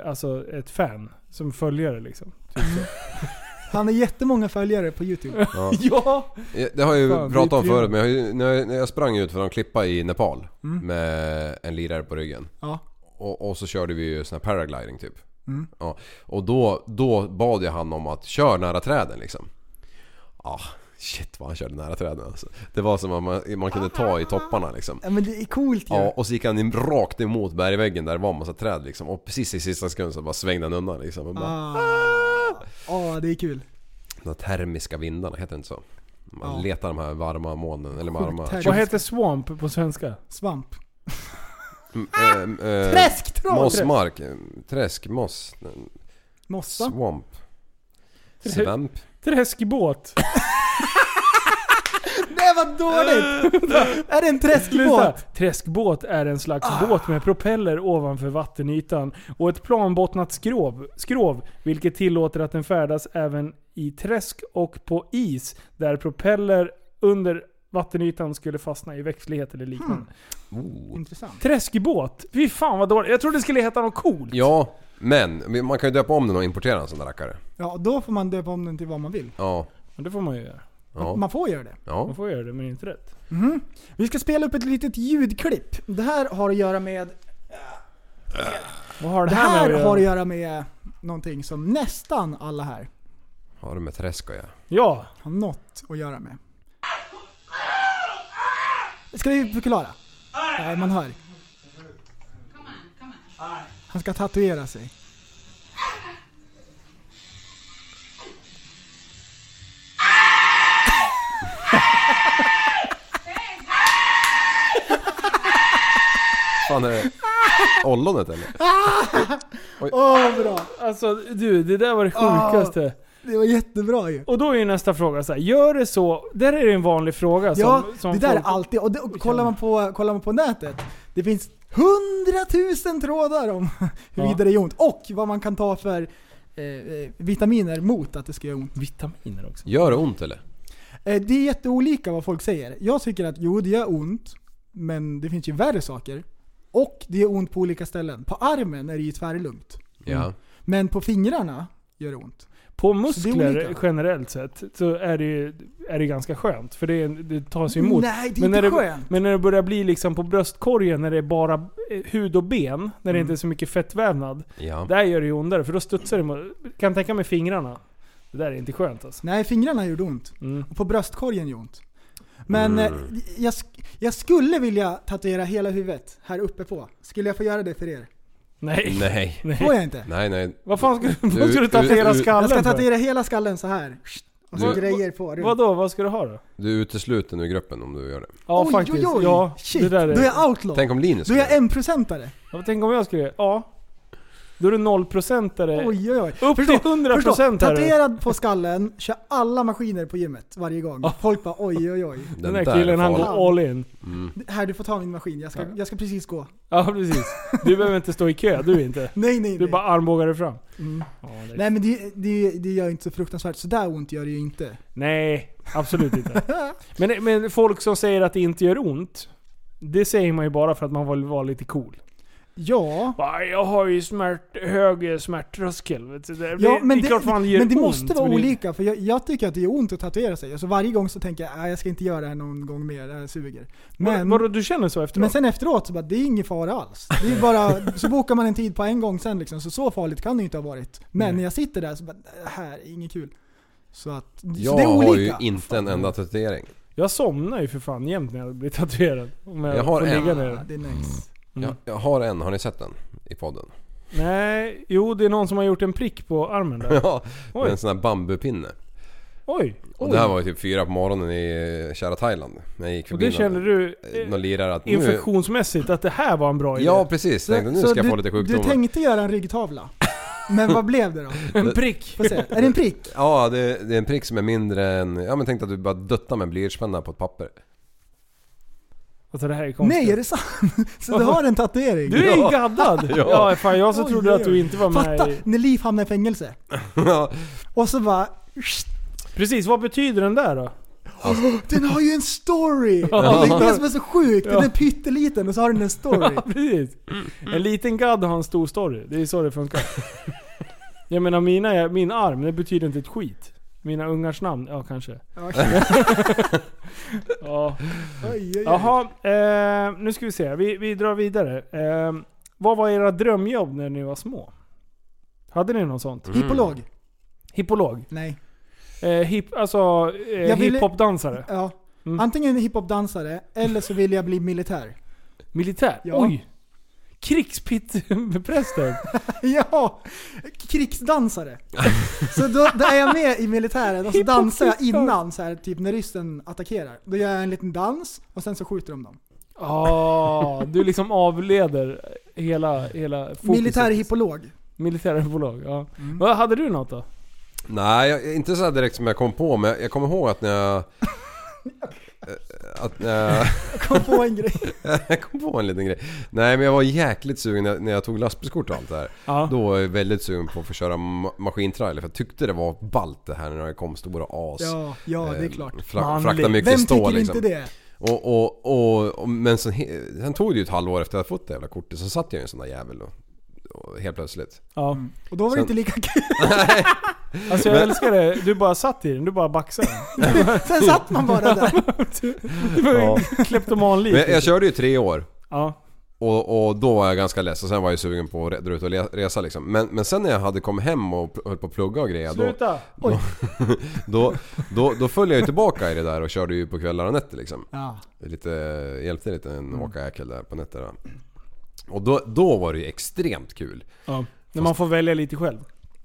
Speaker 6: eh, alltså ett fan. Som följare liksom.
Speaker 7: Han har jättemånga följare på YouTube.
Speaker 8: Ja.
Speaker 6: Ja!
Speaker 8: Det har jag ju
Speaker 6: Fan,
Speaker 8: pratat om
Speaker 6: det är
Speaker 8: förut, men jag, har ju- när jag- när jag sprang ut för att klippa i Nepal med en lirare på ryggen.
Speaker 7: Ja.
Speaker 8: Och, och så körde vi ju sån här paragliding typ.
Speaker 7: Mm.
Speaker 8: Ja. Och då, då bad jag han om att köra nära träden liksom. Ah, shit vad han körde nära träden alltså. Det var som att man, man kunde ta i topparna liksom.
Speaker 7: Ja, men det är coolt ju.
Speaker 8: Ja, och så gick han in rakt emot bergväggen där det var en massa träd liksom. Och precis i sista sekunden så bara svängde han undan liksom. Och bara,
Speaker 7: Ah. ah, det är kul.
Speaker 8: De här termiska vindarna, heter det inte så? Man
Speaker 7: Ja.
Speaker 8: letar de här varma molnen, eller varma...
Speaker 7: term-
Speaker 6: Vad heter swamp på svenska?
Speaker 7: Svamp.
Speaker 8: Mm, eh,
Speaker 7: Ah!
Speaker 8: eh,
Speaker 7: Träsktrav!
Speaker 8: Mossmark, eh, träsk, moss, eh,
Speaker 7: Mossa.
Speaker 8: swamp.
Speaker 6: Trä-
Speaker 8: Svamp.
Speaker 6: Träskbåt.
Speaker 7: Nej vad
Speaker 8: [laughs]
Speaker 7: dåligt! är det en
Speaker 6: Lyssna.
Speaker 7: träskbåt?
Speaker 6: Träskbåt är en slags båt med propeller ovanför vattenytan och ett planbottnat skrov, skrov vilket tillåter att den färdas även i träsk och på is där propeller under vattenytan skulle fastna i växtlighet eller liknande.
Speaker 7: Intressant.
Speaker 6: Träskbåt? Fy fan vad dåligt. Jag trodde det skulle heta något coolt.
Speaker 8: Ja, men man kan ju döpa om den och importera en sån där rackare.
Speaker 7: Ja, då får man döpa om den till vad man vill.
Speaker 8: Ja.
Speaker 6: Men det får man ju göra.
Speaker 8: Ja.
Speaker 7: Man får göra det.
Speaker 8: ja.
Speaker 6: Man får göra det, men inte rätt.
Speaker 7: Vi ska spela upp ett litet ljudklipp. Det här har att göra med...
Speaker 6: Vad har det,
Speaker 7: Det
Speaker 6: här,
Speaker 7: här
Speaker 6: med att
Speaker 7: har att
Speaker 6: göra?
Speaker 7: göra med någonting som nästan alla här
Speaker 8: Har du med träsk att göra?
Speaker 6: Ja.
Speaker 7: har något att göra med. Ska vi förklara? Nej, man hör. Han ska tatuera sig.
Speaker 8: fan är det? Ollonet eller?
Speaker 7: Åh, bra!
Speaker 6: Alltså du, det där var det
Speaker 7: Ah.
Speaker 6: sjukaste.
Speaker 7: Det var jättebra ju.
Speaker 6: Och då är ju nästa fråga så här, gör det så... Där är det en vanlig fråga som...
Speaker 7: Ja,
Speaker 6: som
Speaker 7: det där är
Speaker 6: folk-
Speaker 7: alltid... Och, det, och kollar, man på, kollar man på nätet, det finns hundratusen trådar om [laughs] huruvida det gör ont och vad man kan ta för eh, eh, vitaminer mot att det ska göra ont.
Speaker 6: Vitaminer också.
Speaker 8: Gör det ont eller?
Speaker 6: Mm.
Speaker 7: Eh, det är jätteolika vad folk säger. Jag tycker att jo, det gör ont, men det finns ju värre saker. Och det gör ont på olika ställen. På armen är det ju tvärlugnt.
Speaker 8: Ja.
Speaker 7: Men på fingrarna gör det ont.
Speaker 6: På
Speaker 7: Så det är
Speaker 6: muskler
Speaker 7: olika.
Speaker 6: generellt sett så är det ju är det ganska skönt. För det, är- det tas ju emot.
Speaker 7: Nej, det är inte
Speaker 6: Men när det-
Speaker 7: skönt.
Speaker 6: Men när det börjar bli liksom på bröstkorgen, när det är bara eh, hud och ben, när det inte är så mycket fettvävnad.
Speaker 8: Ja.
Speaker 6: Där gör det ju ondare, för då studsar det. mot- Kan tänka mig fingrarna. Det där är inte skönt alltså.
Speaker 7: Nej, fingrarna gjorde ont.
Speaker 6: Mm.
Speaker 7: Och på bröstkorgen gör ont. Men eh, jag, sk- jag skulle vilja tatuera hela huvudet här uppe på. Skulle jag få göra det för er?
Speaker 6: Nej.
Speaker 8: Nej.
Speaker 6: Nej.
Speaker 7: Får jag inte?
Speaker 8: Nej nej.
Speaker 6: Vad fan ska du, vad
Speaker 8: Du-
Speaker 6: ska du tatuera
Speaker 8: du- du-
Speaker 7: Jag
Speaker 6: skallen
Speaker 7: ska
Speaker 6: för?
Speaker 7: tatuera hela skallen så här. Och så
Speaker 8: Vad-
Speaker 7: grejer på. runt.
Speaker 6: Vadå, vad ska du ha då?
Speaker 8: Du är utesluten ur gruppen om du gör det.
Speaker 6: Ja
Speaker 7: Oj,
Speaker 6: faktiskt.
Speaker 7: oj, oj.
Speaker 6: Ja,
Speaker 7: Shit,
Speaker 6: det där
Speaker 7: då är
Speaker 6: är...
Speaker 7: jag outlaw.
Speaker 8: Tänk om Linus
Speaker 7: Då är jag
Speaker 8: skulle-
Speaker 7: en procentare.
Speaker 6: Ja, Tänk om jag skulle... Ja. Då är du nollprocentare.
Speaker 7: Oj, oj, oj.
Speaker 6: Upp till Eh, hundra
Speaker 7: Förstå,
Speaker 6: procent här.
Speaker 7: tatuerad på skallen, kör alla maskiner på gymmet varje gång. Folk bara oj, oj, oj.
Speaker 8: Den,
Speaker 6: Den där killen
Speaker 8: är
Speaker 6: han
Speaker 8: farlig. Mm.
Speaker 6: går all in.
Speaker 7: Här, du får ta min maskin. Jag ska, jag ska precis gå.
Speaker 6: Ja precis. Du behöver inte stå i kö, du inte.
Speaker 7: Nej, nej,
Speaker 6: Du
Speaker 7: nej.
Speaker 6: bara armbågar dig fram.
Speaker 7: Mm.
Speaker 6: Ja, det-
Speaker 7: Nej men det, det, det gör ju inte så fruktansvärt. Så där ont gör det ju inte.
Speaker 6: Nej, absolut inte.
Speaker 7: [laughs]
Speaker 6: Men, men folk som säger att det inte gör ont. Det säger man ju bara för att man vill vara lite cool.
Speaker 7: Ja.
Speaker 6: Bara, jag har ju smärt, hög smärttröskel. Vet du. Det,
Speaker 7: Ja, men
Speaker 6: det
Speaker 7: det,
Speaker 6: är klart fan det gör
Speaker 7: men det
Speaker 6: ont,
Speaker 7: måste vara
Speaker 6: men det-
Speaker 7: olika, för jag, jag tycker att det gör ont att tatuera sig. Alltså varje gång så tänker jag att jag ska inte göra det här någon gång mer, det här suger. Men,
Speaker 6: Vadå, du känner så efteråt?
Speaker 7: men sen efteråt så bara, det är ingen fara alls. Det är bara, så bokar man en tid på en gång sen liksom, så så farligt kan det ju inte ha varit. Men
Speaker 6: Nej.
Speaker 7: när jag sitter där så bara, det här är inget kul. Så att, så
Speaker 8: Jag
Speaker 7: det är
Speaker 8: har ju
Speaker 7: olika.
Speaker 8: inte en enda tatuering.
Speaker 6: Jag somnar ju för fan jämt när jag blir tatuerad. Om jag,
Speaker 8: Jag har
Speaker 6: får
Speaker 8: en.
Speaker 6: ligga
Speaker 7: Ja,
Speaker 6: ner. Mm.
Speaker 7: det är nice.
Speaker 8: Jag, jag har en, har ni sett den? I podden. [laughs]
Speaker 6: Nej, jo det är någon som har gjort en prick på armen
Speaker 8: [laughs]
Speaker 6: där.
Speaker 8: Ja, med
Speaker 6: Oj.
Speaker 8: en sån här bambupinne.
Speaker 6: Oj!
Speaker 8: Och det här var ju typ fyra på morgonen i eh, kära Thailand. När jag gick
Speaker 6: Och
Speaker 8: förbi
Speaker 6: det kände
Speaker 8: någon-
Speaker 6: du
Speaker 8: eh,
Speaker 6: eh,
Speaker 8: någon lirare att nu...
Speaker 6: infektionsmässigt att det här var en bra idé?
Speaker 8: Ja precis, tänkte nu
Speaker 7: Så
Speaker 8: ska jag
Speaker 7: du,
Speaker 8: få lite
Speaker 7: du
Speaker 8: sjukdomar.
Speaker 7: tänkte göra en ryggtavla. Men vad blev det då?
Speaker 6: en prick!
Speaker 7: Får se. Är det en prick?
Speaker 8: Ja, det, det är en prick som är mindre än... Ja men tänkte att du bara duttar med en blyertspenna på ett papper. [laughs]
Speaker 6: Alltså det här är konstigt.
Speaker 7: Nej, är det sant? Så du har en tatuering?
Speaker 6: Du är
Speaker 8: [laughs]
Speaker 6: ju gaddad! Ja, fan jag så trodde att du inte var med
Speaker 7: Fatta
Speaker 6: i...
Speaker 7: när Liv hamnar i fängelse. Och så bara... "Sht,
Speaker 6: Precis, vad betyder den där då?
Speaker 7: Den har ju en story! Det är det som är så sjukt. Den är pytteliten och så har den en story.
Speaker 6: Ja, precis.
Speaker 7: Mm.
Speaker 6: En liten gadd har en stor story. Det är så
Speaker 7: [laughs]
Speaker 6: det funkar. Jag menar mina, min arm, det betyder inte ett skit. Mina ungars namn, ja kanske.
Speaker 7: Okej.
Speaker 6: Ja.
Speaker 7: Oj, oj, oj.
Speaker 6: Jaha, eh, nu ska vi se. Vi, vi drar vidare. Eh, vad var era drömjobb när ni var små? Hade ni något sånt?
Speaker 7: Hippolog?
Speaker 6: Hippolog?
Speaker 7: Nej.
Speaker 6: Eh, hip, alltså eh,
Speaker 7: Jag ville-
Speaker 6: hiphopdansare?
Speaker 7: Ja.
Speaker 6: Mm.
Speaker 7: Antingen hiphopdansare eller så vill jag bli militär. [laughs]
Speaker 6: Militär?
Speaker 7: Ja.
Speaker 6: Oj!
Speaker 7: [laughs]
Speaker 6: Krigspittprästen?
Speaker 7: Ja! Krigsdansare. Så då, då är jag med i militären och så dansar jag innan, så här, typ när ryssen attackerar. Då gör jag en liten dans och sen så skjuter de dem.
Speaker 6: Ah, du liksom avleder hela, hela fokuset.
Speaker 7: Militär hippolog.
Speaker 6: Militärbolag, ja.
Speaker 7: Mm.
Speaker 6: Vad Hade du något då?
Speaker 7: [laughs]
Speaker 8: Nej, jag, [laughs] inte så här direkt som jag kom på men jag, jag kommer ihåg att när jag... eh, att... eh,
Speaker 7: Kom på en grej.
Speaker 8: jag kom på en liten grej. Nej men jag var jäkligt sugen när- när jag tog lastbilskort och allt det här.
Speaker 6: Ja.
Speaker 8: Då var jag väldigt sugen på att få köra ma- maskintrailer för jag tyckte det var ballt det här när det kom stora as.
Speaker 7: Ja, ja det är
Speaker 8: Eh,
Speaker 7: klart.
Speaker 8: Fra,
Speaker 6: Manlig.
Speaker 8: frakta mycket
Speaker 7: Vem
Speaker 8: stål
Speaker 7: tycker
Speaker 8: liksom.
Speaker 7: inte det?
Speaker 8: Och, och, och, och, men sen, he- sen tog det ju ett halvår efter att jag fått det jävla kortet så satt jag i en sån där jävel och, och helt plötsligt.
Speaker 6: Ja.
Speaker 7: Och då var det
Speaker 8: Sen-
Speaker 7: inte lika kul. [laughs]
Speaker 6: Alltså jag älskar det. Du bara satt i den. Du bara baxade
Speaker 7: [laughs]
Speaker 6: den.
Speaker 7: Sen satt man bara där.
Speaker 6: Du var ju kleptomanlik.
Speaker 8: Men jag, jag körde ju tre år
Speaker 6: Ja.
Speaker 8: och, och då var jag ganska less och sen var jag sugen på att re- dra ut och le- resa liksom. Men, men sen när jag hade kommit hem och pl- höll på att plugga och grejer då,
Speaker 6: Sluta.
Speaker 8: då, då, då följde jag ju tillbaka i det där och körde ju på kvällar och nätter liksom.
Speaker 7: Ja.
Speaker 8: Lite, hjälpte lite en åkajäkel där på nätterna. Och då, då var det ju extremt kul.
Speaker 6: Ja. När man får välja lite själv.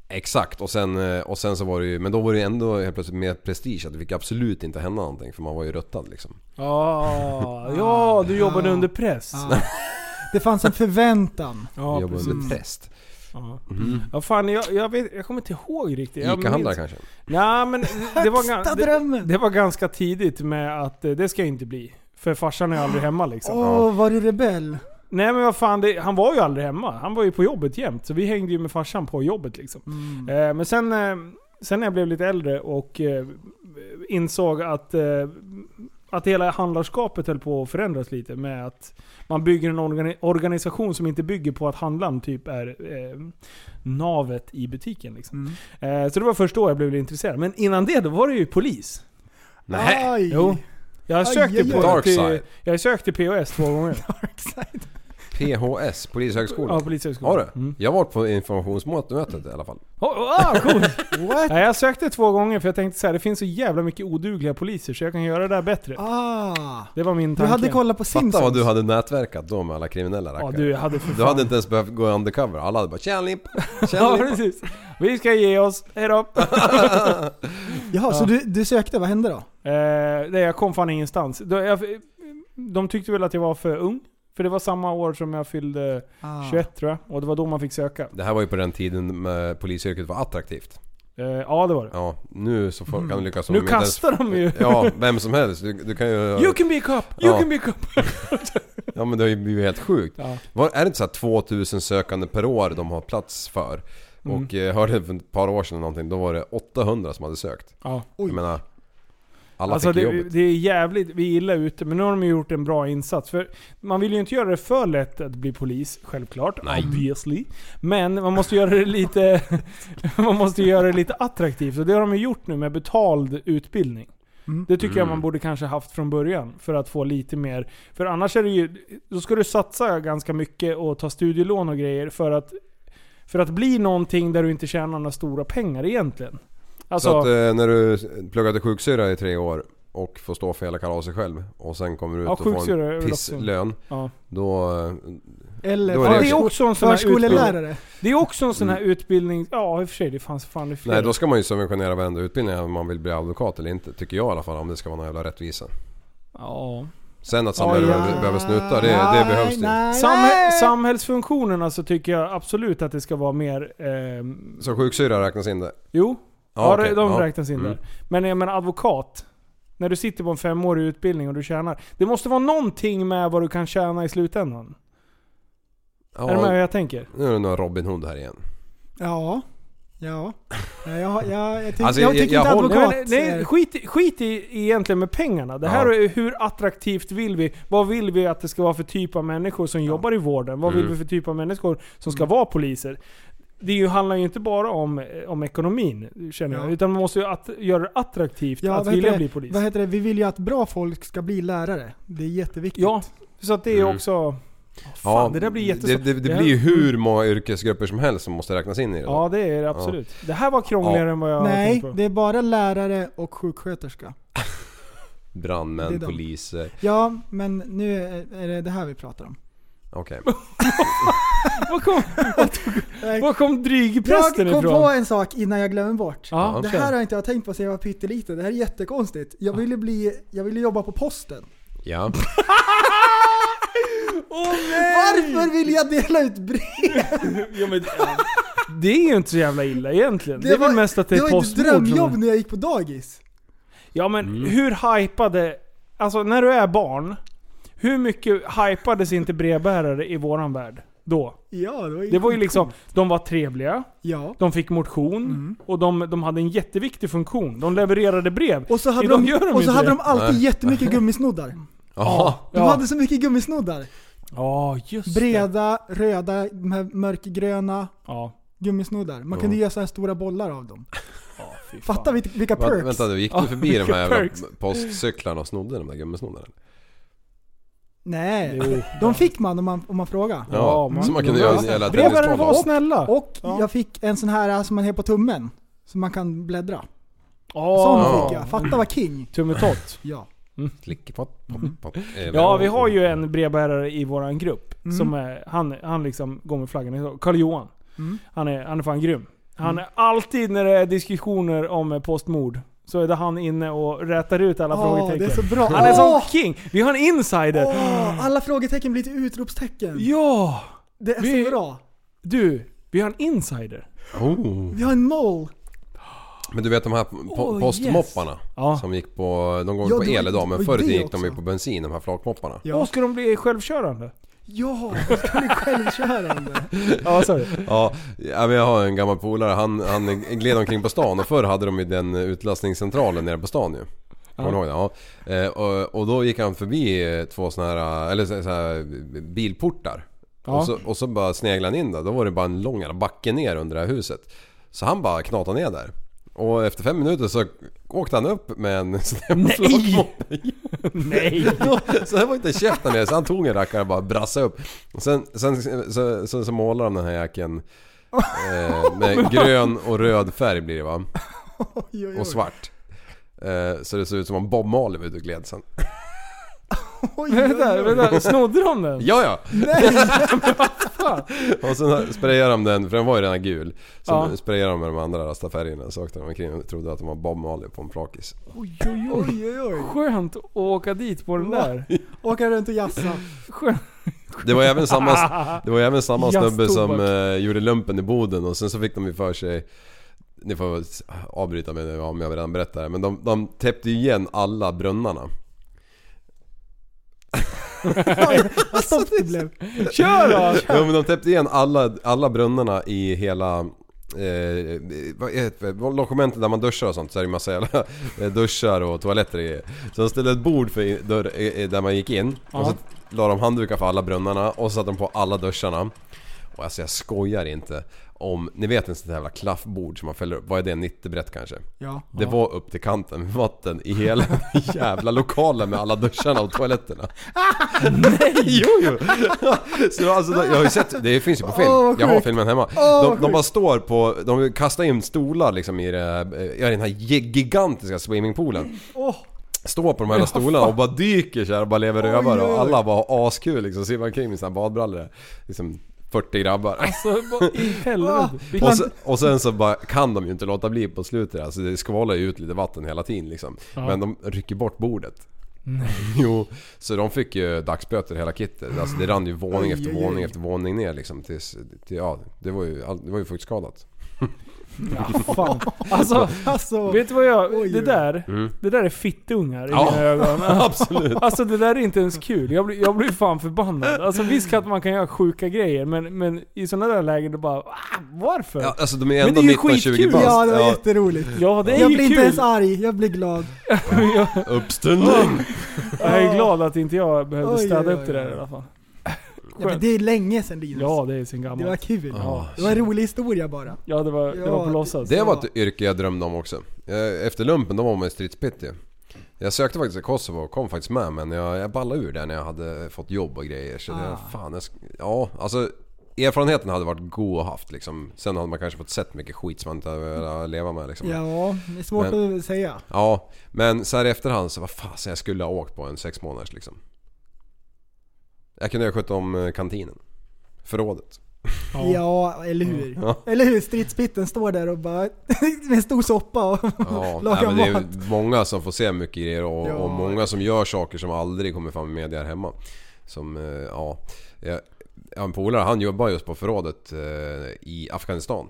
Speaker 8: Exakt, och sen, eh, och sen så var det ju, men då var det ju ändå helt plötsligt mer prestige att det fick absolut inte hända någonting för man var ju ruttad liksom.
Speaker 6: Ja, ja du jobbade under press.
Speaker 7: Ja. Det fanns en förväntan.
Speaker 8: Ja,
Speaker 6: Ja,
Speaker 8: jobbade
Speaker 6: precis.
Speaker 8: under präst.
Speaker 6: Ja.
Speaker 8: Mm.
Speaker 6: Ja, fan, jag, jag, vet, jag kommer inte ihåg riktigt. Jag
Speaker 8: Ica-handlare
Speaker 6: minns-
Speaker 8: kanske?
Speaker 6: Nej, men det var,
Speaker 7: Högsta
Speaker 6: gan- det,
Speaker 7: drömmen!
Speaker 6: det var ganska tidigt med att eh, det ska jag inte bli. För farsan är ju aldrig hemma liksom.
Speaker 7: Åh, var du rebell?
Speaker 6: Nej men vad fan, det, han var ju aldrig hemma. Han var ju på jobbet jämt. Så vi hängde ju med farsan på jobbet liksom.
Speaker 7: Mm.
Speaker 6: Eh, men sen, eh, sen när jag blev lite äldre och eh, insåg att, eh, att hela handlarskapet höll på att förändras lite med att man bygger en organi- organisation som inte bygger på att handlaren typ är eh, navet i butiken. Liksom.
Speaker 7: Mm.
Speaker 6: Eh, så det var först då jag blev intresserad. Men innan det, då var det ju polis.
Speaker 8: Nej.
Speaker 7: Aj.
Speaker 6: Jo. Jag
Speaker 7: Aj,
Speaker 6: sökte,
Speaker 7: aj,
Speaker 6: på,
Speaker 8: aj.
Speaker 6: till,
Speaker 8: Darkside.
Speaker 6: jag sökte POS
Speaker 8: [laughs]
Speaker 6: två gånger.
Speaker 8: PHS, Polishögskolan.
Speaker 6: Ja, polishögskolan.
Speaker 8: Har du?
Speaker 6: Mm.
Speaker 8: Jag har varit på informationsmötet i alla fall.
Speaker 6: Oh, ah, coolt! [laughs]
Speaker 7: What?
Speaker 6: Nej, jag sökte två gånger för jag tänkte så här, det finns så jävla mycket odugliga poliser så jag kan göra det här bättre.
Speaker 7: Ah.
Speaker 6: Det var min
Speaker 7: Du
Speaker 6: tanke.
Speaker 7: hade kollat på Simpsons.
Speaker 8: Fatta vad du hade nätverkat då med alla kriminella
Speaker 6: Ja,
Speaker 8: rackare.
Speaker 6: du jag hade för
Speaker 8: Du hade
Speaker 6: fan...
Speaker 8: inte ens behövt gå undercover. Alla hade bara 'Tjena Limpa! Tjena
Speaker 6: [laughs] Ja,
Speaker 8: Limpa!'
Speaker 6: precis. Vi ska ge oss, hejdå.
Speaker 7: Jaha, så
Speaker 6: Ja.
Speaker 7: du, du sökte, vad hände då?
Speaker 6: Eh, nej, jag kom fan ingenstans. De, jag, de tyckte väl att jag var för ung. För det var samma år som jag fyllde
Speaker 7: Ah.
Speaker 6: 21 tror jag. Och det var då man fick söka.
Speaker 8: Det här var ju på den tiden med polisyrket var attraktivt.
Speaker 6: Eh, ja, det var det.
Speaker 8: Ja, nu så får, kan du lyckas...
Speaker 6: Nu
Speaker 8: med inte ens-
Speaker 6: kastar de ju.
Speaker 8: Ja, vem som helst. Du, du kan ju...
Speaker 6: You can be a cop! You
Speaker 8: Ja.
Speaker 6: can be a cop!
Speaker 8: Ja men det har ju blivit helt sjukt.
Speaker 6: Ja.
Speaker 8: Var, är det inte så här 2000 sökande per år de har plats för?
Speaker 6: Mm.
Speaker 8: Och eh, hörde för ett par år sedan någonting, då var det 800 som hade sökt.
Speaker 6: Ja.
Speaker 8: Jag menar, alla
Speaker 6: Alltså
Speaker 8: fick ju
Speaker 6: det,
Speaker 8: jobbet.
Speaker 6: det är jävligt, vi är illa ute, men nu har de ju gjort en bra insats. För man vill ju inte göra det för lätt att bli polis, självklart.
Speaker 8: Nej.
Speaker 6: Obviously. Men man måste göra det lite, [laughs] man måste göra det lite attraktivt. Och det har de ju gjort nu med betald utbildning.
Speaker 7: Mm.
Speaker 6: Det tycker jag
Speaker 8: Mm.
Speaker 6: man borde kanske haft från början. För att få lite mer... För annars är det ju... Då ska du satsa ganska mycket och ta studielån och grejer för att... För att bli någonting där du inte tjänar några stora pengar egentligen. Alltså,
Speaker 8: Så att eh, när du pluggar till sjuksyra i tre år och får stå för hela kalaset själv och sen kommer du ut
Speaker 6: Ja,
Speaker 8: och får
Speaker 6: sjuksyra är
Speaker 8: en
Speaker 6: väl också-
Speaker 8: pisslön.
Speaker 6: ja.
Speaker 8: Då... eh,
Speaker 7: Eller
Speaker 8: Då är
Speaker 6: Ja, det är
Speaker 7: försko-
Speaker 6: också en sån här utbildning.
Speaker 7: förskolelärare?
Speaker 6: Det är också en sån här utbildning, ja i och för sig det fanns fan det
Speaker 8: Mm. Nej då ska man ju subventionera varenda utbildning om man vill bli advokat eller inte. Tycker jag i alla fall om det ska vara någon jävla rättvisa.
Speaker 6: ja.
Speaker 8: Sen att samhället
Speaker 6: ja.
Speaker 8: behöver- behöver snuta, det, det behövs ju.
Speaker 7: nej,
Speaker 6: Samhä-
Speaker 7: nej.
Speaker 6: samhällsfunktionerna så tycker jag absolut att det ska vara mer... ehm,
Speaker 8: Så sjuksyra räknas in där?
Speaker 6: jo,
Speaker 8: Ja,
Speaker 6: ja,
Speaker 8: okej.
Speaker 6: de
Speaker 8: Ja.
Speaker 6: räknas in
Speaker 8: Mm.
Speaker 6: där. Men jag menar advokat. När du sitter på en femårig utbildning och du tjänar. Det måste vara någonting med vad du kan tjäna i slutändan.
Speaker 8: Ja,
Speaker 6: Är du med vad jag tänker?
Speaker 8: Nu är det någon Robin Hood här igen.
Speaker 7: Ja. Ja. ja jag, jag, jag, tycker-
Speaker 8: Alltså,
Speaker 7: jag
Speaker 8: jag-
Speaker 7: tycker
Speaker 8: jag
Speaker 7: inte
Speaker 8: håller-
Speaker 7: advokat. eh.
Speaker 6: Nej, men, nej,
Speaker 7: är-
Speaker 6: skit, i- skit i egentligen med pengarna. Det här
Speaker 8: Ja.
Speaker 6: är hur attraktivt vill vi? Vad vill vi att det ska vara för typ av människor som jobbar i vården? Vad vill
Speaker 8: Mm.
Speaker 6: vi för typ av människor som
Speaker 7: Mm.
Speaker 6: ska vara poliser? Det är ju, handlar ju inte bara om, eh, om ekonomin, känner jag.
Speaker 7: Ja.
Speaker 6: Utan man måste ju att, göra det attraktivt
Speaker 7: Ja,
Speaker 6: att
Speaker 7: vad heter
Speaker 6: vilja
Speaker 7: det?
Speaker 6: bli polis.
Speaker 7: Vad heter det? Vi vill ju att bra folk ska bli lärare. Det är jätteviktigt.
Speaker 6: Ja, så att det är
Speaker 8: Mm.
Speaker 6: också... Fan, det där blir jättesvårt.
Speaker 8: Det, det, det blir ju hur många yrkesgrupper som helst som måste räknas in i det.
Speaker 6: Ja, det är det absolut. Det här var krångligare än vad jag
Speaker 7: Nej,
Speaker 6: tänkte på.
Speaker 7: det är bara lärare och sjuksköterska.
Speaker 8: Brandmän,
Speaker 7: det är de.
Speaker 8: poliser.
Speaker 7: Ja, men nu är är det det här vi pratar om.
Speaker 6: [laughs]
Speaker 8: Okej.
Speaker 7: [laughs]
Speaker 6: Var kom, var kom
Speaker 7: Jag
Speaker 6: drygprästen
Speaker 7: kom
Speaker 6: ifrån?
Speaker 7: på en sak innan jag glömmer bort.
Speaker 6: ja,
Speaker 7: Det
Speaker 6: kör.
Speaker 7: här har inte jag tänkt på sedan jag var pytteliten. Det här är jättekonstigt. Jag ville, bli, jag ville jobba på posten.
Speaker 8: Ja.
Speaker 7: Varför vill jag dela ut brev?
Speaker 6: Ja, men, ja. det är ju inte så jävla illa egentligen. Det, är väl mest att det är
Speaker 7: det var ett
Speaker 6: postmord. som- Mm.
Speaker 7: drömjobb när jag gick på dagis.
Speaker 6: Ja men hur hypade Alltså när du är barn, hur mycket hypades inte brevbärare i våran värld då?
Speaker 7: Ja, det var ju,
Speaker 6: Det var ju liksom, de var trevliga,
Speaker 7: Ja.
Speaker 6: de fick motion
Speaker 7: Mm.
Speaker 6: och de, de hade en jätteviktig funktion. De levererade brev.
Speaker 7: Och så hade
Speaker 6: Idag
Speaker 7: de,
Speaker 6: gör de
Speaker 7: och
Speaker 6: inte
Speaker 7: så hade
Speaker 6: det.
Speaker 7: de alltid
Speaker 8: Nej.
Speaker 6: [laughs]
Speaker 7: jättemycket gummisnoddar.
Speaker 8: Jaha.
Speaker 7: De
Speaker 6: Ja.
Speaker 7: hade så mycket gummisnoddar.
Speaker 6: Ja, just det.
Speaker 7: Breda, röda, de här mörkgröna
Speaker 6: Ja.
Speaker 7: gummisnoddar. Man kunde göra så här stora bollar av dem.
Speaker 6: fy fan.
Speaker 7: Fatta vil- vilka
Speaker 8: Va,
Speaker 7: perks.
Speaker 8: vänta du, gick
Speaker 6: Ja,
Speaker 8: du förbi de
Speaker 6: vilka
Speaker 8: här jävla
Speaker 6: perks.
Speaker 8: postcyklarna och snodde de där gummisnoddarna?
Speaker 7: Nej,
Speaker 6: Jo.
Speaker 7: de fick man om man, om man frågade.
Speaker 6: Ja,
Speaker 8: Ja,
Speaker 6: man-
Speaker 8: så man kunde
Speaker 6: ja.
Speaker 8: göra en jävla
Speaker 6: Brevbärare
Speaker 8: tennisboll
Speaker 6: var
Speaker 8: av.
Speaker 6: snälla.
Speaker 7: Och
Speaker 6: Ja.
Speaker 7: jag fick en sån här som man har på tummen. Som man kan bläddra.
Speaker 6: Ja.
Speaker 7: Sån
Speaker 8: Ja.
Speaker 7: fick jag. Fatta vad king.
Speaker 6: Tummetott.
Speaker 7: Ja.
Speaker 8: Klickepott, pop, pop. eh, Eller-
Speaker 6: Mm. Ja, vi har ju en brevbärare i våran grupp. Som är, han, han liksom går med flaggan i Karl Johan.
Speaker 7: Mm.
Speaker 6: Han, är, han är fan grym. Han är alltid när det är diskussioner om eh, postmord. Så är det han inne och rätar ut alla
Speaker 7: Åh,
Speaker 6: frågetecken.
Speaker 7: det är så bra.
Speaker 6: Han är
Speaker 7: Åh!
Speaker 6: sån king! Vi har en insider!
Speaker 7: Åh, alla frågetecken blir till utropstecken.
Speaker 6: Ja!
Speaker 7: Det är
Speaker 6: vi-
Speaker 7: så bra.
Speaker 6: Du, vi har en insider.
Speaker 8: Oh.
Speaker 7: Vi har en moll.
Speaker 8: Men du vet de här po-
Speaker 6: Oh,
Speaker 8: postmopparna
Speaker 6: Ja.
Speaker 8: som gick på... De går
Speaker 7: Ja,
Speaker 8: på
Speaker 7: det var-
Speaker 8: el idag
Speaker 7: det var
Speaker 8: men förr i tiden
Speaker 7: det
Speaker 8: gick de ju
Speaker 7: också.
Speaker 8: på bensin, de här flakmopparna.
Speaker 7: Ja.
Speaker 6: Åh, ska de bli självkörande?
Speaker 7: Ja, då ska ni
Speaker 6: [laughs]
Speaker 7: självkörande. [laughs]
Speaker 6: Ja, sorry.
Speaker 8: Ja, ja, men jag har en gammal polare, han, han gled omkring på stan och förr hade de ju den utlastningscentralen nere på stan ju. Kommer du ihåg det? Ja. Eh, och, och då gick han förbi eh, två såna här, eller så så här bilportar.
Speaker 6: Ja.
Speaker 8: Och, så, och så bara sneglade han in där, då var det bara en lång jävla backe ner under det här huset. Så han bara knatade ner där. Och efter fem minuter så åkte han upp med en [laughs] sån här
Speaker 6: Nej!
Speaker 8: flakmoppe.
Speaker 6: Nej!
Speaker 8: [laughs] Så det var inte käften ner, så han tog en rackare och bara brassade upp. Och Sen, sen så, så, så målar de den här jäkeln eh, med grön och röd färg blir det va?
Speaker 7: Oj, oj,
Speaker 8: Och
Speaker 7: oj.
Speaker 8: svart. Eh, så det ser ut som om Bob Marley var ute och gled sen.
Speaker 7: Oj,
Speaker 6: vänta,
Speaker 7: oj, oj.
Speaker 6: vänta. Snodde de den?
Speaker 8: Ja, ja! [laughs] och sen sprayade de den, för den var ju redan gul. Så
Speaker 6: Ja.
Speaker 8: sprayade de med de andra rastafärgerna så åkte de omkring och trodde att de var Bob Marley på en plakis.
Speaker 6: Oj, oj, oj.
Speaker 7: Oj, oj, oj.
Speaker 6: Skönt att åka dit på den där.
Speaker 7: Åka runt och jassa.
Speaker 6: Skönt.
Speaker 8: Det var ju även samma,
Speaker 6: [laughs]
Speaker 8: det var ju även samma snubbe som
Speaker 6: Jazztobak.
Speaker 8: eh, gjorde lumpen i Boden och sen så fick de ju för sig ni får s- avbryta mig nu om jag redan berättar det, men de, de täppte ju igen alla brunnarna.
Speaker 6: [laughs]
Speaker 7: Oj, vad stoppt det blev.
Speaker 6: Kör
Speaker 8: [laughs]
Speaker 6: då!
Speaker 8: Ja, men de täppte igen alla, alla brunnarna i hela... Eh, vad heter det? logementen där man duschar och sånt så är det ju massa jävla eh, duschar och toaletter i. Så de ställde ett bord för i- dörr, eh, eh, där man gick in och så la de handdukar för alla brunnarna och så satte de på alla duscharna. Och alltså jag skojar inte om... Ni vet en sån där jävla klaffbord som man fäller upp, vad är det? 90 brett kanske?
Speaker 7: Ja.
Speaker 8: Det var upp till kanten med vatten i hela
Speaker 7: [laughs]
Speaker 8: jävla lokalen med alla duscharna och toaletterna. Nej! [laughs] Jo, jo! Så alltså, jag har ju sett, det finns ju på film.
Speaker 7: Åh, vad
Speaker 8: jag har
Speaker 7: sjukt.
Speaker 8: filmen hemma.
Speaker 7: vad
Speaker 8: de, de
Speaker 7: sjukt.
Speaker 8: bara står på, de kastar in stolar liksom i, det, här- i den här gi- gigantiska swimmingpoolen.
Speaker 7: Åh,
Speaker 8: Står på de här stolarna och bara dyker så här och bara lever rövare
Speaker 7: oj, oj.
Speaker 8: och alla bara har askul liksom. Simmar omkring med sina badbrallor. Liksom 40 grabbar.
Speaker 6: Alltså vad i
Speaker 7: Ah.
Speaker 6: helvete.
Speaker 8: Och,
Speaker 6: Vilken...
Speaker 8: sen, och sen så bara, kan de ju inte låta bli på slutet alltså det skvalar ju ut lite vatten hela tiden liksom. Men de rycker bort bordet. [laughs] Jo, så de fick ju dagsböter hela kittet. Alltså det rann ju våning efter
Speaker 7: Aj, aj, aj.
Speaker 8: våning efter våning ner liksom tills, till, ja det var ju, all- det var ju fuktskadat.
Speaker 6: Ja, Ah, fan. Alltså,
Speaker 7: alltså.
Speaker 6: vet du vad jag...
Speaker 7: Oj,
Speaker 6: Det
Speaker 7: oj.
Speaker 6: där, det där är fittungar i
Speaker 8: Mm. Ja.
Speaker 6: mina ögon.
Speaker 8: [laughs] Absolut!
Speaker 6: Alltså det där är inte ens kul. Jag blir, jag blir fan förbannad. Alltså visst att man kan göra sjuka grejer, men, men i sådana där lägen då bara ah, varför?
Speaker 8: Ja,
Speaker 6: Ja,
Speaker 8: alltså de är
Speaker 6: Men
Speaker 8: ändå
Speaker 6: det är ju
Speaker 8: 19-20
Speaker 6: skitkul.
Speaker 8: bast.
Speaker 7: Ja, det var
Speaker 8: Ja,
Speaker 7: jätteroligt.
Speaker 6: det är
Speaker 7: Jag
Speaker 6: ju
Speaker 7: blir inte
Speaker 6: kul.
Speaker 7: ens arg, jag blir glad.
Speaker 6: jag,
Speaker 8: Uppställning!
Speaker 6: jag är glad att inte jag behövde
Speaker 7: Oj,
Speaker 6: städa
Speaker 7: oj,
Speaker 6: upp det
Speaker 7: oj.
Speaker 6: där i alla fall.
Speaker 7: Ja, men det är länge sedan Linus.
Speaker 6: Ja, det är sin
Speaker 7: det
Speaker 6: gammal.
Speaker 7: var kul.
Speaker 8: Ja.
Speaker 7: Det var en rolig historia bara.
Speaker 6: Ja, det var, det var på
Speaker 7: Ja,
Speaker 6: låtsas.
Speaker 8: Det var ett yrke jag drömde om också. Eh, Efter lumpen då var man ju stridspitt ju. Jag sökte faktiskt till Kosovo och kom faktiskt med men jag, jag ballade ur där när jag hade fått jobb och grejer. Så det, fan, jag, sk- ja, alltså, erfarenheten hade varit god att haft liksom. Sen hade man kanske fått sett mycket skit som man inte hade velat leva med liksom.
Speaker 7: Ja, det är svårt att säga.
Speaker 8: Ja, men så här i efterhand så vad fasen jag skulle ha åkt på en sex månaders liksom. Jag kunde ha skött om eh, kantinen. Förrådet.
Speaker 7: Ja, eller hur?
Speaker 8: Ja.
Speaker 7: Eller hur? Stridspitten står där och bara [laughs] med stor soppa och [laughs]
Speaker 8: Ja, nej,
Speaker 7: lagar
Speaker 8: men det är
Speaker 7: mat.
Speaker 8: ju många som får se mycket grejer och,
Speaker 7: Ja.
Speaker 8: och många som gör saker som aldrig kommer fram i media här hemma. Som, eh, ja. Jag jag har en polare, han jobbar just på förrådet eh, i Afghanistan.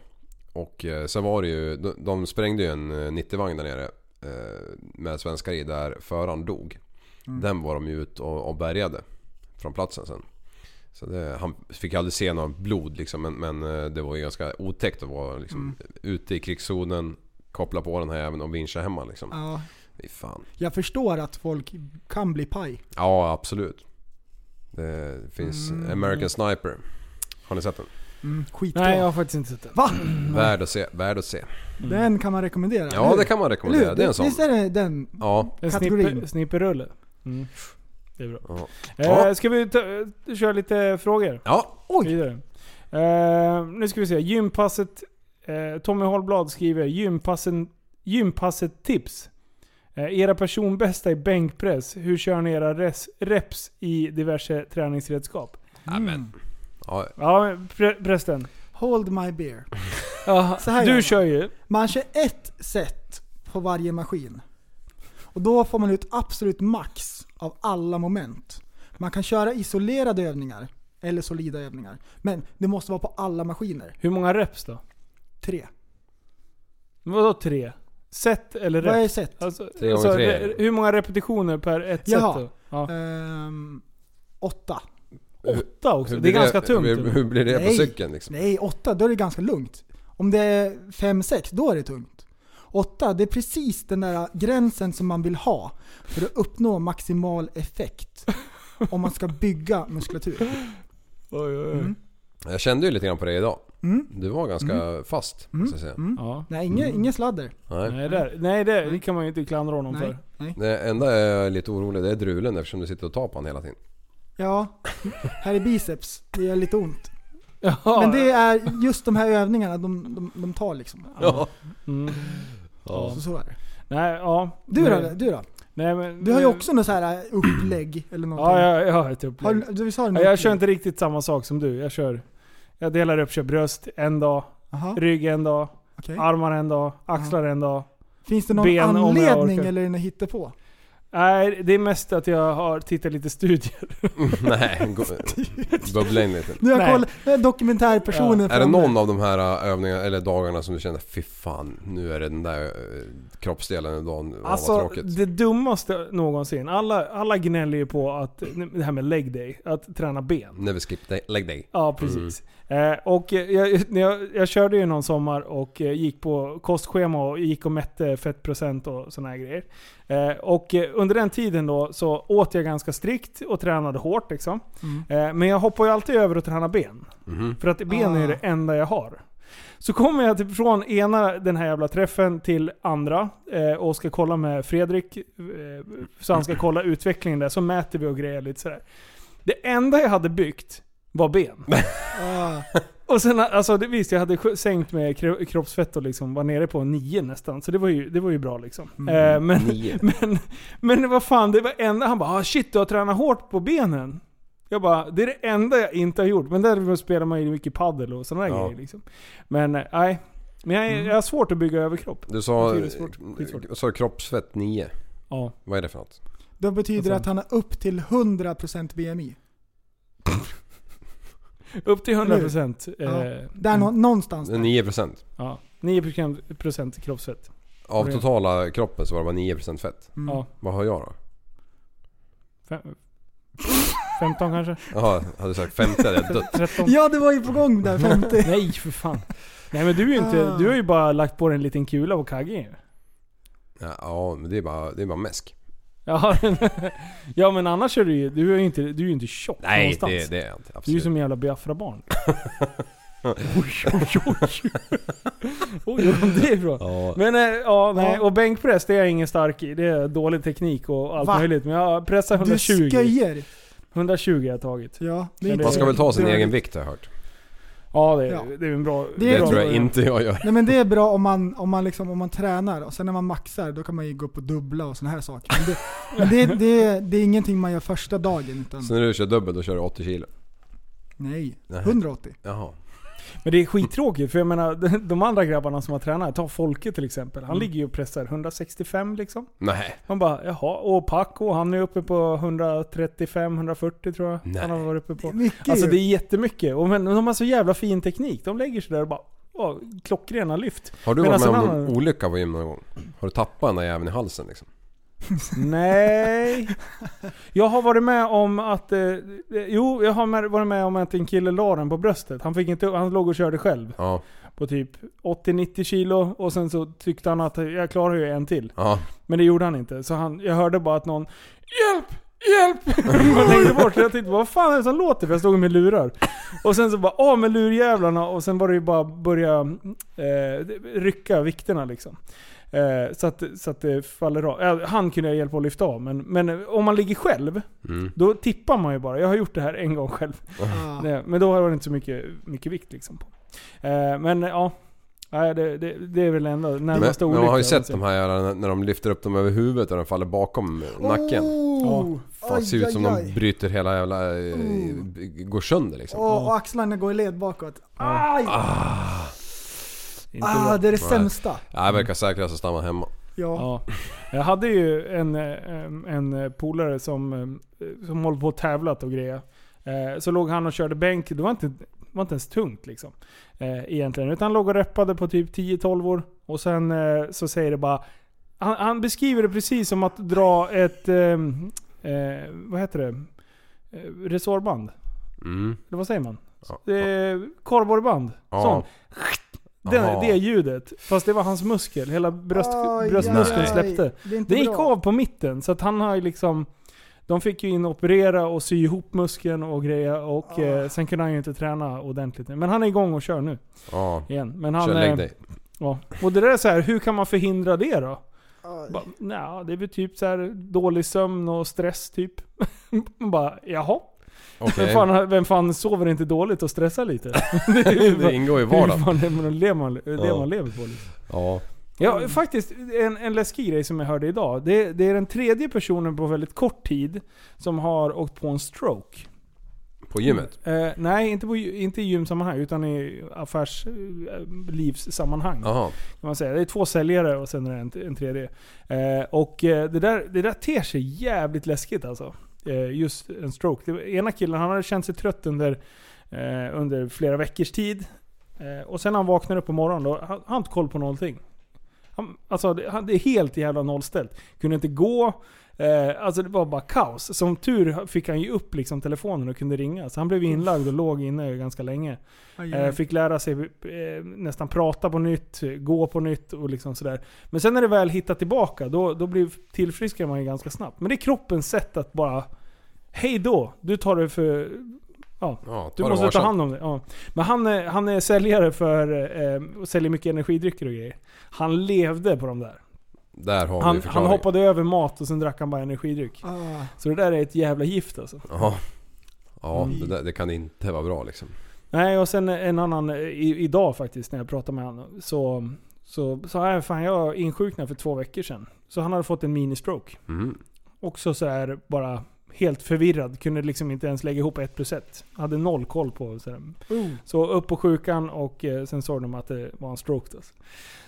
Speaker 8: Och eh, sen var det ju, de, de sprängde ju en eh, 90-vagn där nere eh, med svenskar i där föraren dog.
Speaker 6: Mm.
Speaker 8: Den var de ju ut och, och bärgade från platsen sen. Så det, han fick aldrig se något blod liksom, men, men eh, det var ju ganska otäckt att vara
Speaker 6: Mm.
Speaker 8: liksom, ute i krigszonen, koppla på den här även och vincha hemma liksom.
Speaker 7: Ja,
Speaker 8: Fy fan.
Speaker 7: jag förstår att folk kan bli paj.
Speaker 8: Ja, absolut. Det finns
Speaker 6: Mm.
Speaker 8: American Sniper. Har ni sett den?
Speaker 7: Mm, skitbra.
Speaker 6: Nej, jag har faktiskt inte sett den.
Speaker 7: Va?
Speaker 8: Värd att se, värd att se.
Speaker 7: Den kan man rekommendera.
Speaker 8: Ja, det kan man rekommendera. Det är en sån.
Speaker 7: Visst är det den?
Speaker 8: Ja.
Speaker 6: En
Speaker 7: Kategorin.
Speaker 6: snipper, snipperrulle. Mm. Det är bra.
Speaker 8: Ja.
Speaker 6: Eh, ska vi ta, eh, köra lite frågor?
Speaker 8: Ja.
Speaker 6: Vidare. Eh, nu ska vi se. Gympasset... Eh, Tommy Holblad skriver gympasset, gympasset tips. Eh, era personbästa i bänkpress. Hur kör ni era res, reps i diverse träningsredskap?
Speaker 8: Amen. Ja,
Speaker 6: Ja, pre, prästen.
Speaker 7: Mm. Hold my beer.
Speaker 6: Ja,
Speaker 7: Så här gör
Speaker 6: du
Speaker 7: man.
Speaker 6: kör ju.
Speaker 7: Man kör ett set på varje maskin. Och då får man ut absolut max av alla moment. Man kan köra isolerade övningar eller solida övningar. Men det måste vara på alla maskiner.
Speaker 6: Hur många reps då?
Speaker 7: Tre.
Speaker 6: Vadå tre? Set eller
Speaker 7: Vad är
Speaker 6: reps?
Speaker 7: set?
Speaker 6: Alltså,
Speaker 8: Tre
Speaker 6: alltså,
Speaker 8: gånger tre.
Speaker 6: re- hur många repetitioner per ett
Speaker 7: Jaha.
Speaker 6: set då? Ja.
Speaker 7: Ehm, åtta.
Speaker 6: Åtta också.
Speaker 8: hur
Speaker 6: Det är
Speaker 8: blir
Speaker 6: ganska
Speaker 8: Hur,
Speaker 6: tungt.
Speaker 8: hur blir det på
Speaker 7: Nej.
Speaker 8: cykeln liksom?
Speaker 7: Nej, åtta, då är det ganska lugnt. Om det är fem, sex, då är det tungt. Åtta, det är precis den där gränsen som man vill ha för att uppnå maximal effekt. Om man ska bygga muskulatur.
Speaker 6: Oj, oj, oj.
Speaker 7: Mm.
Speaker 8: Jag kände ju lite grann på det idag.
Speaker 7: Mm.
Speaker 8: Du var ganska fast,
Speaker 6: Mm.
Speaker 8: så att säga.
Speaker 6: Ja.
Speaker 7: Nej, ingen,
Speaker 6: Mm.
Speaker 7: ingen sladder.
Speaker 8: Nej.
Speaker 6: Nej, där, nej det, det kan man ju inte klandra honom
Speaker 7: Nej.
Speaker 6: för. [laughs]
Speaker 7: Nej.
Speaker 8: Det enda jag är lite orolig det är drulen eftersom du sitter och tar på den hela
Speaker 6: [laughs]
Speaker 8: tiden. [laughs]
Speaker 7: Ja, här är biceps. Det gör lite ont.
Speaker 6: [laughs] Ja,
Speaker 7: Men det är just de här övningarna de, de, de tar liksom. Alltså,
Speaker 8: Ja.
Speaker 6: mm.
Speaker 7: Så, så är det.
Speaker 6: Nej, ja.
Speaker 7: Du då?
Speaker 6: Nej.
Speaker 7: Du, då?
Speaker 6: Nej, men,
Speaker 7: du har ju också något så här upplägg eller någonting.
Speaker 6: Ja, jag, jag har ett
Speaker 7: Har,
Speaker 6: upplägg.
Speaker 7: du- du, visst har du
Speaker 6: Ja,
Speaker 7: något
Speaker 6: jag
Speaker 7: upplägg?
Speaker 6: kör inte riktigt samma sak som du. Jag kör... Jag delar upp, kör bröst en dag,
Speaker 7: Aha,
Speaker 6: rygg en dag,
Speaker 7: okej.
Speaker 6: armar en dag, axlar en dag.
Speaker 7: Finns det någon
Speaker 6: ben om jag
Speaker 7: anledning
Speaker 6: orkar.
Speaker 7: eller är det något hittepå?
Speaker 6: Nej, det är mest att jag har tittat lite studier.
Speaker 8: Nej, gå- bubbla in lite.
Speaker 7: Nu har jag
Speaker 6: Nej.
Speaker 7: kollat, nu är dokumentärpersonen
Speaker 8: Är det
Speaker 7: framme.
Speaker 8: någon av de här äh, övningarna eller dagarna som du känner fy fan, nu är det den där äh, kroppsdelen idag, Åh, vad
Speaker 6: Alltså
Speaker 8: tråkigt.
Speaker 6: det dummaste någonsin. Alla, alla gnäller ju på att, det här med leg day, att träna ben.
Speaker 8: Never skip day, leg day.
Speaker 6: Ja, precis. Eh, och eh, jag, när jag, jag körde ju någon sommar och eh, gick på kostschema och gick och mätte fettprocent och såna här grejer. Eh, och eh, under den tiden då så åt jag ganska strikt och tränade hårt liksom. Eh, men jag hoppar ju alltid över att träna ben.
Speaker 8: Mhm.
Speaker 6: För att ben är det enda jag har. Så kommer jag typ från ena den här jävla träffen till andra eh, och ska kolla med Fredrik. Eh, så han ska kolla utvecklingen där, så mäter vi och grejer lite sådär. Det enda jag hade byggt var ben.
Speaker 7: Ah,
Speaker 6: Och sen alltså det, visst, jag hade sj- sänkt med kro- kroppsfett och liksom var nere på nio nästan. Så det var ju, det var ju bra liksom. Eh, men, [laughs] men, men vad fan, det var enda... Han bara ah, shit du har tränat hårt på benen. Jag bara, det är det enda jag inte har gjort. Men där spelar man ju mycket paddel och sådana där
Speaker 8: Ja.
Speaker 6: grejer liksom. Men eh, nej. men jag, är- jag har svårt att bygga överkropp.
Speaker 8: Du sa, äh,
Speaker 6: Det är svårt. Skitsvårt.
Speaker 8: sa kroppsfett 9.
Speaker 6: Ja.
Speaker 8: Vad är det för något?
Speaker 7: då betyder det
Speaker 6: Vad
Speaker 7: att han har upp till 100% BMI.
Speaker 6: Upp till 100%. Eh,
Speaker 7: Ja. Där
Speaker 8: Mm.
Speaker 7: nå- någonstans.
Speaker 8: Det är
Speaker 7: Där.
Speaker 8: 9%.
Speaker 6: ja. 9% kroppsfett.
Speaker 8: Av
Speaker 6: Vad är det?
Speaker 8: totala kroppen så var det bara 9% fett.
Speaker 7: Mm.
Speaker 6: Ja.
Speaker 8: Vad har jag då?
Speaker 6: Fem, 15 kanske?
Speaker 8: Jaha, hade du sagt 50 hade jag dött.
Speaker 6: 13?
Speaker 7: ja, det var ju på gång där
Speaker 6: [laughs]
Speaker 7: Ah. 50.
Speaker 6: Nej för fan. Nej men du är ju inte, du har ju bara lagt på dig en liten kula på kaggen ju.
Speaker 8: Ja, Ja, men det är bara, det är bara mäsk.
Speaker 6: Ja, [laughs] ja men annars är du ju, du är ju inte, du är ju inte tjock någonstans.
Speaker 8: det, det är jag inte.
Speaker 6: du är ju
Speaker 8: Absolut.
Speaker 6: som en
Speaker 7: [laughs]
Speaker 6: jävla Biafra-barn. oj, oj, oj. Oj, vad kom det ifrån?
Speaker 8: Ja,
Speaker 6: Men eh, ja, nej.
Speaker 7: Ja.
Speaker 6: Och bänkpress det är jag ingen stark i. Det är dålig teknik och allt
Speaker 7: Va?
Speaker 6: möjligt. Men jag pressar
Speaker 7: Du
Speaker 6: 120.
Speaker 7: skojar.
Speaker 6: 120 har jag tagit.
Speaker 7: Ja, det
Speaker 6: Men
Speaker 7: är inte
Speaker 8: man
Speaker 7: så
Speaker 8: ska väl ta sin
Speaker 7: dåligt.
Speaker 8: egen vikt har jag hört.
Speaker 6: Ja, det,
Speaker 7: Ja.
Speaker 6: det är en bra...
Speaker 7: Det är
Speaker 8: Det
Speaker 6: bra
Speaker 8: tror jag
Speaker 6: början.
Speaker 8: inte jag gör.
Speaker 7: Nej men det är bra om man, om man, liksom, om man tränar och sen när man maxar då kan man ju gå på dubbla och såna här saker. Men det, men det, det, det är ingenting man gör första dagen utan...
Speaker 8: Så när du kör dubbel då kör du 80 kilo.
Speaker 7: Nej,
Speaker 8: Nej.
Speaker 7: 180.
Speaker 8: Jaha.
Speaker 6: Men det är skittråkigt för jag menar [laughs] de andra grabbarna som har tränat, ta Folke till exempel.
Speaker 7: Mm.
Speaker 6: Han ligger ju och pressar 165 liksom.
Speaker 8: Nej.
Speaker 6: Man bara jaha, och Paco han är uppe på 135-140 tror jag
Speaker 8: Nej.
Speaker 6: han har varit uppe
Speaker 7: Det är
Speaker 6: på.
Speaker 7: mycket
Speaker 6: Alltså
Speaker 7: ju.
Speaker 6: det är jättemycket. Och men, de har så jävla fin teknik. De lägger sig där och bara åh, klockrena lyft.
Speaker 8: Har du
Speaker 6: Men
Speaker 8: varit med
Speaker 6: alltså
Speaker 8: om
Speaker 6: en
Speaker 8: någon
Speaker 6: annan-
Speaker 8: olycka på gym någon gång? Har du tappat den där jäveln i halsen liksom?
Speaker 6: Nej. Jag har varit med om att... Eh, jo, jag har med, varit med om att en kille la den på bröstet. Han, fick inte, han låg och körde själv
Speaker 8: Ja,
Speaker 6: på typ 80-90 kilo och sen så tyckte han att jag klarar ju en till.
Speaker 8: ja.
Speaker 6: Men det gjorde han inte. Så han, jag hörde bara att någon Hjälp! Hjälp! [laughs] Man längre bort. Så Jag tänkte vad fan är det som låter? För jag stod med lurar. Och sen så bara av med lurjävlarna och sen var det ju bara börja eh, rycka vikterna liksom. Eh, så, att, så att det faller av. Eh, han kunde jag hjälpa att lyfta av. Men, men om man ligger själv,
Speaker 8: Mm.
Speaker 6: då tippar man ju bara. Jag har gjort det här en gång själv.
Speaker 7: Ja.
Speaker 6: Nej, men då var det inte så mycket, mycket vikt liksom. På. Eh, men eh, ja. Nej, det, det, det är väl det enda
Speaker 8: Men,
Speaker 6: närmaste
Speaker 8: men man har ju
Speaker 6: olyckan,
Speaker 8: sett de här jävlarna när de lyfter upp dem över huvudet och de faller bakom nacken.
Speaker 7: Oh,
Speaker 8: Fan, det ser ut som
Speaker 7: aj,
Speaker 8: de
Speaker 7: aj.
Speaker 8: bryter hela jävla... eh, Går sönder liksom.
Speaker 7: Och, och axlarna går i led bakåt. Aj!
Speaker 6: Inte
Speaker 7: Ah, det är det
Speaker 8: Ah, Nej.
Speaker 7: sämsta.
Speaker 8: Nej, verkar säkrast att stanna hemma.
Speaker 7: Ja.
Speaker 6: Ja. Jag hade ju en, eh, en polare som, eh, som håller på och tävlat och grejer. Eh, Så låg han och körde bänk. Det var inte, det var inte ens tungt liksom. eh, Egentligen. Utan han låg och reppade på typ 10-12 år. Och sen eh, så säger det bara... Han, han beskriver det precis som att dra ett... eh, Eh, vad heter det? Eh, Resårband.
Speaker 8: Mm.
Speaker 6: Eller vad säger man?
Speaker 8: Ja.
Speaker 6: Eh, korvborreband.
Speaker 8: Ja.
Speaker 6: Sån. Den,
Speaker 8: Aha.
Speaker 6: det ljudet. Fast det var hans muskel. Hela bröst,
Speaker 7: Aj,
Speaker 6: bröstmuskeln
Speaker 7: aj, aj.
Speaker 6: släppte.
Speaker 7: Det, är inte
Speaker 6: Det gick
Speaker 7: bra.
Speaker 6: av på mitten, så att han har ju liksom... De fick ju in operera och sy ihop muskeln och grejer och
Speaker 7: Ah.
Speaker 6: eh, sen kunde han ju inte träna ordentligt. Men han är igång och kör nu
Speaker 8: Ja.
Speaker 6: igen. Men han,
Speaker 8: Kör, lägg
Speaker 6: eh,
Speaker 8: dig.
Speaker 6: Ja. Och det där är så här, hur kan man förhindra det då?
Speaker 7: Aj.
Speaker 6: Bara, Nja, det är väl typ så här dålig sömn och stress typ. [laughs] Man bara, jaha? Vem
Speaker 8: Okej. [laughs]
Speaker 6: fan, vem fan sover inte dåligt och stressar lite? det
Speaker 8: Det ingår i vardagen.
Speaker 6: [laughs] Hur fan är man- det man, det
Speaker 8: Ja.
Speaker 6: man lever på liksom.
Speaker 8: Ja.
Speaker 6: Ja, faktiskt. En, en läskig grej som jag hörde idag. Det, det är den tredje personen på väldigt kort tid som har åkt på en stroke.
Speaker 8: På gymmet.
Speaker 6: Eh, nej, inte, på, gy- inte i gymsammanhang utan i eh, affärslivssammanhang.
Speaker 8: Jaha.
Speaker 6: Kan man säga. Det är två säljare och sen är det en, en tredje. Eh, och eh, det där, det där ter sig jävligt läskigt alltså. Eh, just en stroke. Det var, ena killen han hade känt sig trött under, eh, under flera veckors tid. Eh, och sen när han vaknar upp på morgonen, då, han han har inte koll på någonting. Han, alltså det, han, det är helt jävla nollställt. Kunde inte gå. Eh, alltså det var bara kaos. Som tur fick han ju upp liksom telefonen och kunde ringa. Så han blev inlagd och låg inne ganska länge.
Speaker 7: Aj,
Speaker 6: Eh,
Speaker 8: Mm.
Speaker 7: aj.
Speaker 6: fick lära sig eh, nästan prata på nytt, eh, gå på nytt och liksom sådär. Men sen när det väl hittar tillbaka, då, då blir tillfriskar man ju ganska snabbt. Men det är kroppens sätt att bara... Hej då! Du tar det för... Ja,
Speaker 8: Ja, ta
Speaker 6: du
Speaker 8: det
Speaker 6: måste ta
Speaker 8: varsamt.
Speaker 6: hand om det. Ja. Men han, är- han är säljare för... Eh, och säljer mycket energidrycker och grejer. Han levde på de där.
Speaker 8: Där har vi
Speaker 6: Han, han
Speaker 8: förklaringen.
Speaker 6: hoppade över mat och sen drack han bara energidryck.
Speaker 7: Ah.
Speaker 6: Så det där är ett jävla gift alltså.
Speaker 8: Ja. Ja,
Speaker 6: Mm.
Speaker 8: det, där, det kan inte vara bra liksom.
Speaker 6: Nej, och sen en annan, eh, i, idag faktiskt när jag pratade med honom, så så sa jag "Äh, fan jag insjuknade för två veckor sedan. Så han hade fått en mini-stroke.
Speaker 8: Mm.
Speaker 6: Också så här bara helt förvirrad. Kunde liksom inte ens lägga ihop ett plus ett. Hade noll koll på så, här.
Speaker 7: oh.
Speaker 6: så upp på sjukan och eh, sen sa de att det var en stroke. Då.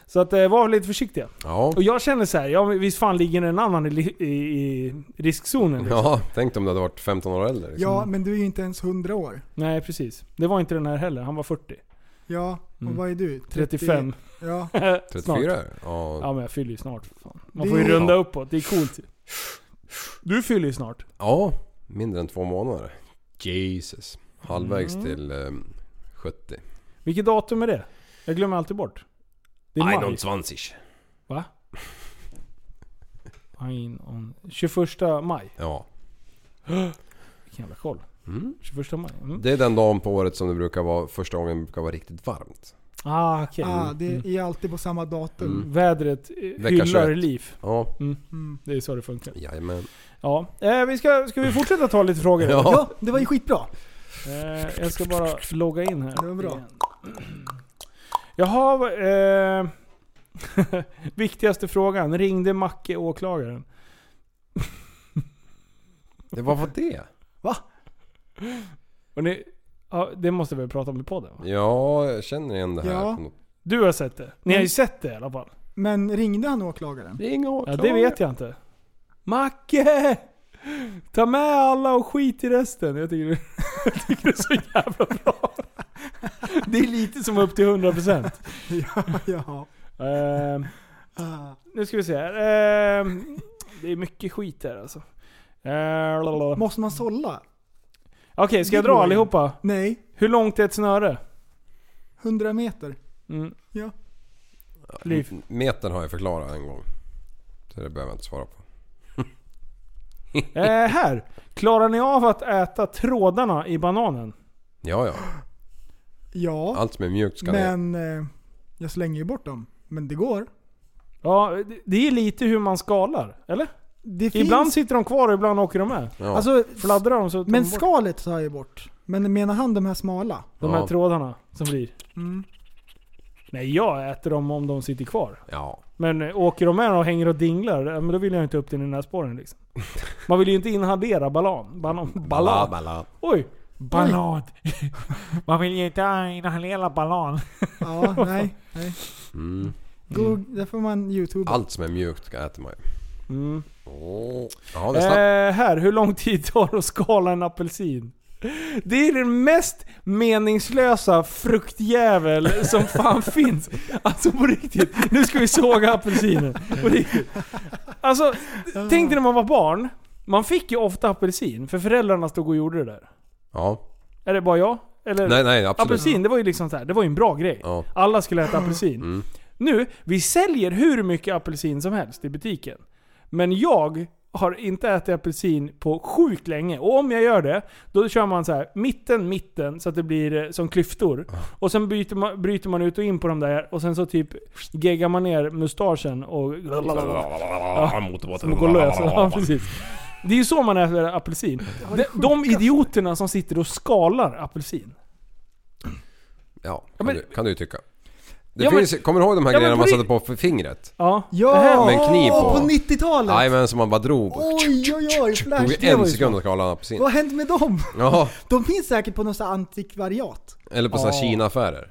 Speaker 6: Så att eh, var lite försiktiga.
Speaker 8: Ja.
Speaker 6: Och jag känner så här, ja men visst fan ligger en annan i, li- i, i riskzonen. Liksom.
Speaker 8: Ja, tänk om du hade varit 15 år äldre. Liksom.
Speaker 7: Ja, men du är ju inte ens 100 år.
Speaker 6: Nej precis. Det var inte den här heller, han var 40.
Speaker 7: Ja, och
Speaker 6: Mm.
Speaker 7: vad är du? 30?
Speaker 6: 35.
Speaker 7: Ja.
Speaker 8: 34?
Speaker 6: [laughs] Snart.
Speaker 8: Ja.
Speaker 6: Ja men jag fyller ju snart för fan. Man
Speaker 7: Det
Speaker 6: får ju
Speaker 7: är-
Speaker 6: runda uppåt, det är coolt ju. Du fyller ju snart.
Speaker 8: Ja, mindre än två månader. Jesus. Halvvägs
Speaker 6: Mm.
Speaker 8: till ehm, 70.
Speaker 6: Vilket datum är det? Jag glömmer alltid bort. Det är maj.
Speaker 8: 21.
Speaker 6: Va? Ein on- 21 maj.
Speaker 8: Ja.
Speaker 6: Vilken jävla koll.
Speaker 8: Mm.
Speaker 6: 21 maj. Mm.
Speaker 8: Det är den dagen på året som det brukar vara första gången det brukar vara riktigt varmt.
Speaker 6: Ah okej.
Speaker 7: Ah, det
Speaker 6: Mm.
Speaker 7: är alltid på samma datum.
Speaker 8: Mm.
Speaker 6: Vädret eh,
Speaker 8: Vecka
Speaker 6: hyllar
Speaker 8: 21.
Speaker 6: liv.
Speaker 8: Ja,
Speaker 7: Mm.
Speaker 6: Det är så det funkar.
Speaker 8: jajamän.
Speaker 6: Ja. Eh, vi ska, ska vi fortsätta ta lite frågor?
Speaker 8: Ja.
Speaker 7: Ja, det var ju skitbra.
Speaker 6: Eh, jag ska bara logga in här.
Speaker 7: Det var bra.
Speaker 6: igen. [clears throat] Jaha, eh, [laughs] viktigaste frågan. Ringde Macke åklagaren?
Speaker 8: Det var vad det?
Speaker 6: Och ni, ja, det måste vi prata om i podden va?
Speaker 8: Ja, jag känner igen det här.
Speaker 7: Ja.
Speaker 8: på något-
Speaker 6: Du har sett det? Ni har ju sett det i alla fall?
Speaker 7: Men ringde han åklagaren? [laughs]
Speaker 8: Ring
Speaker 6: Ja,
Speaker 8: åklagaren.
Speaker 6: det vet jag inte. Macke! Ta med alla och skit i resten. Jag tycker, det- [laughs] jag tycker det är så jävla bra. Det är lite som upp till 100%.
Speaker 7: ja, ja.
Speaker 6: Eh,
Speaker 7: Ah.
Speaker 6: nu ska vi se här. Eh, Det är mycket skit här alltså. Eh, lalala. Okej,
Speaker 7: Måste man sålla?
Speaker 6: ska jag dra allihopa?
Speaker 7: Nej,
Speaker 6: Hur långt är ett snöre?
Speaker 7: 100 meter.
Speaker 6: Mm.
Speaker 7: Ja.
Speaker 6: Liv.
Speaker 8: Metern har jag förklarat en gång. Så det behöver jag inte svara på.
Speaker 6: Eh, här. Klarar ni av att äta trådarna i bananen?
Speaker 8: Ja, ja.
Speaker 7: Ja,
Speaker 8: Allt som är mjukt ska ner.
Speaker 7: men eh, jag slänger ju bort dem. Men det går.
Speaker 6: Ja, det- det är lite hur man skalar. Eller?
Speaker 7: Det finns,
Speaker 6: Ibland sitter de kvar och ibland åker de med.
Speaker 8: Ja.
Speaker 7: alltså,
Speaker 6: Fladdrar de så tar
Speaker 7: men
Speaker 6: de bort
Speaker 7: skalet tar jag ju bort. Men menar han de här smala?
Speaker 6: de här
Speaker 8: Ja.
Speaker 6: trådarna som blir.
Speaker 7: Mm.
Speaker 6: Nej, jag äter dem om de sitter kvar.
Speaker 8: ja.
Speaker 6: Men eh, åker de med och hänger och dinglar, eh, men då vill jag inte upp till den här spåren liksom. Man vill ju inte inhalera balan. Banan. Balan.
Speaker 8: Balla.
Speaker 6: Oj! Banan. [laughs] Man vill ju inte inhalera balan.
Speaker 7: Ja, nej. nej.
Speaker 8: Mm.
Speaker 7: Goog- Där får man youtube.
Speaker 8: Allt som är mjukt ska äta man ju.
Speaker 6: Mm.
Speaker 8: Åh. Ja, det är snabbt.
Speaker 6: Eh, här, hur lång tid tar det att skala en apelsin? Det är den mest meningslösa fruktjävel som
Speaker 8: [laughs]
Speaker 6: fan finns. Alltså på riktigt. Nu ska vi såga apelsinen. På riktigt. Alltså, tänk dig när man var barn. Man fick ju ofta apelsin, för föräldrarna stod och gjorde det där.
Speaker 8: Ja.
Speaker 6: Är det bara jag? Eller?
Speaker 8: Nej, nej, absolut.
Speaker 6: apelsin, det var ju liksom så här, det var ju en bra grej.
Speaker 8: Ja.
Speaker 6: Alla skulle äta apelsin.
Speaker 8: Mm.
Speaker 6: Nu, vi säljer hur mycket apelsin som helst i butiken. Men jag har inte ätit apelsin på sjukt länge. Och om jag gör det, då kör man så här mitten, mitten, så att det blir eh, som klyftor. Och sen byter man, bryter man ut och in på de där, och sen så typ geggar man ner mustaschen och... Ja, som går lös. Ja, precis. Det är ju så man äter apelsin. De, de idioterna som sitter och skalar apelsin.
Speaker 8: Ja, kan,
Speaker 6: Ja, men-
Speaker 8: du, kan du ju tycka. Det
Speaker 6: Ja, men-
Speaker 8: finns, kommer du ihåg de här
Speaker 6: Ja,
Speaker 8: grejerna
Speaker 6: men
Speaker 8: man
Speaker 6: på
Speaker 8: satte på för fingret?
Speaker 6: Ja. det här-
Speaker 7: Ja!
Speaker 8: Med en kniv på.
Speaker 7: på 90-talet!
Speaker 8: Nej men som man bara drog på.
Speaker 7: Oj, oj, oj.
Speaker 8: Det tog
Speaker 7: Flash,
Speaker 8: ju
Speaker 7: det var
Speaker 8: en
Speaker 7: ju
Speaker 8: sekund
Speaker 7: smart.
Speaker 8: att skala en apelsin.
Speaker 7: Vad har hänt med dem?
Speaker 8: Ja,
Speaker 7: De finns säkert på någon sån här antikvariat.
Speaker 8: eller på såna här Kina-affärer.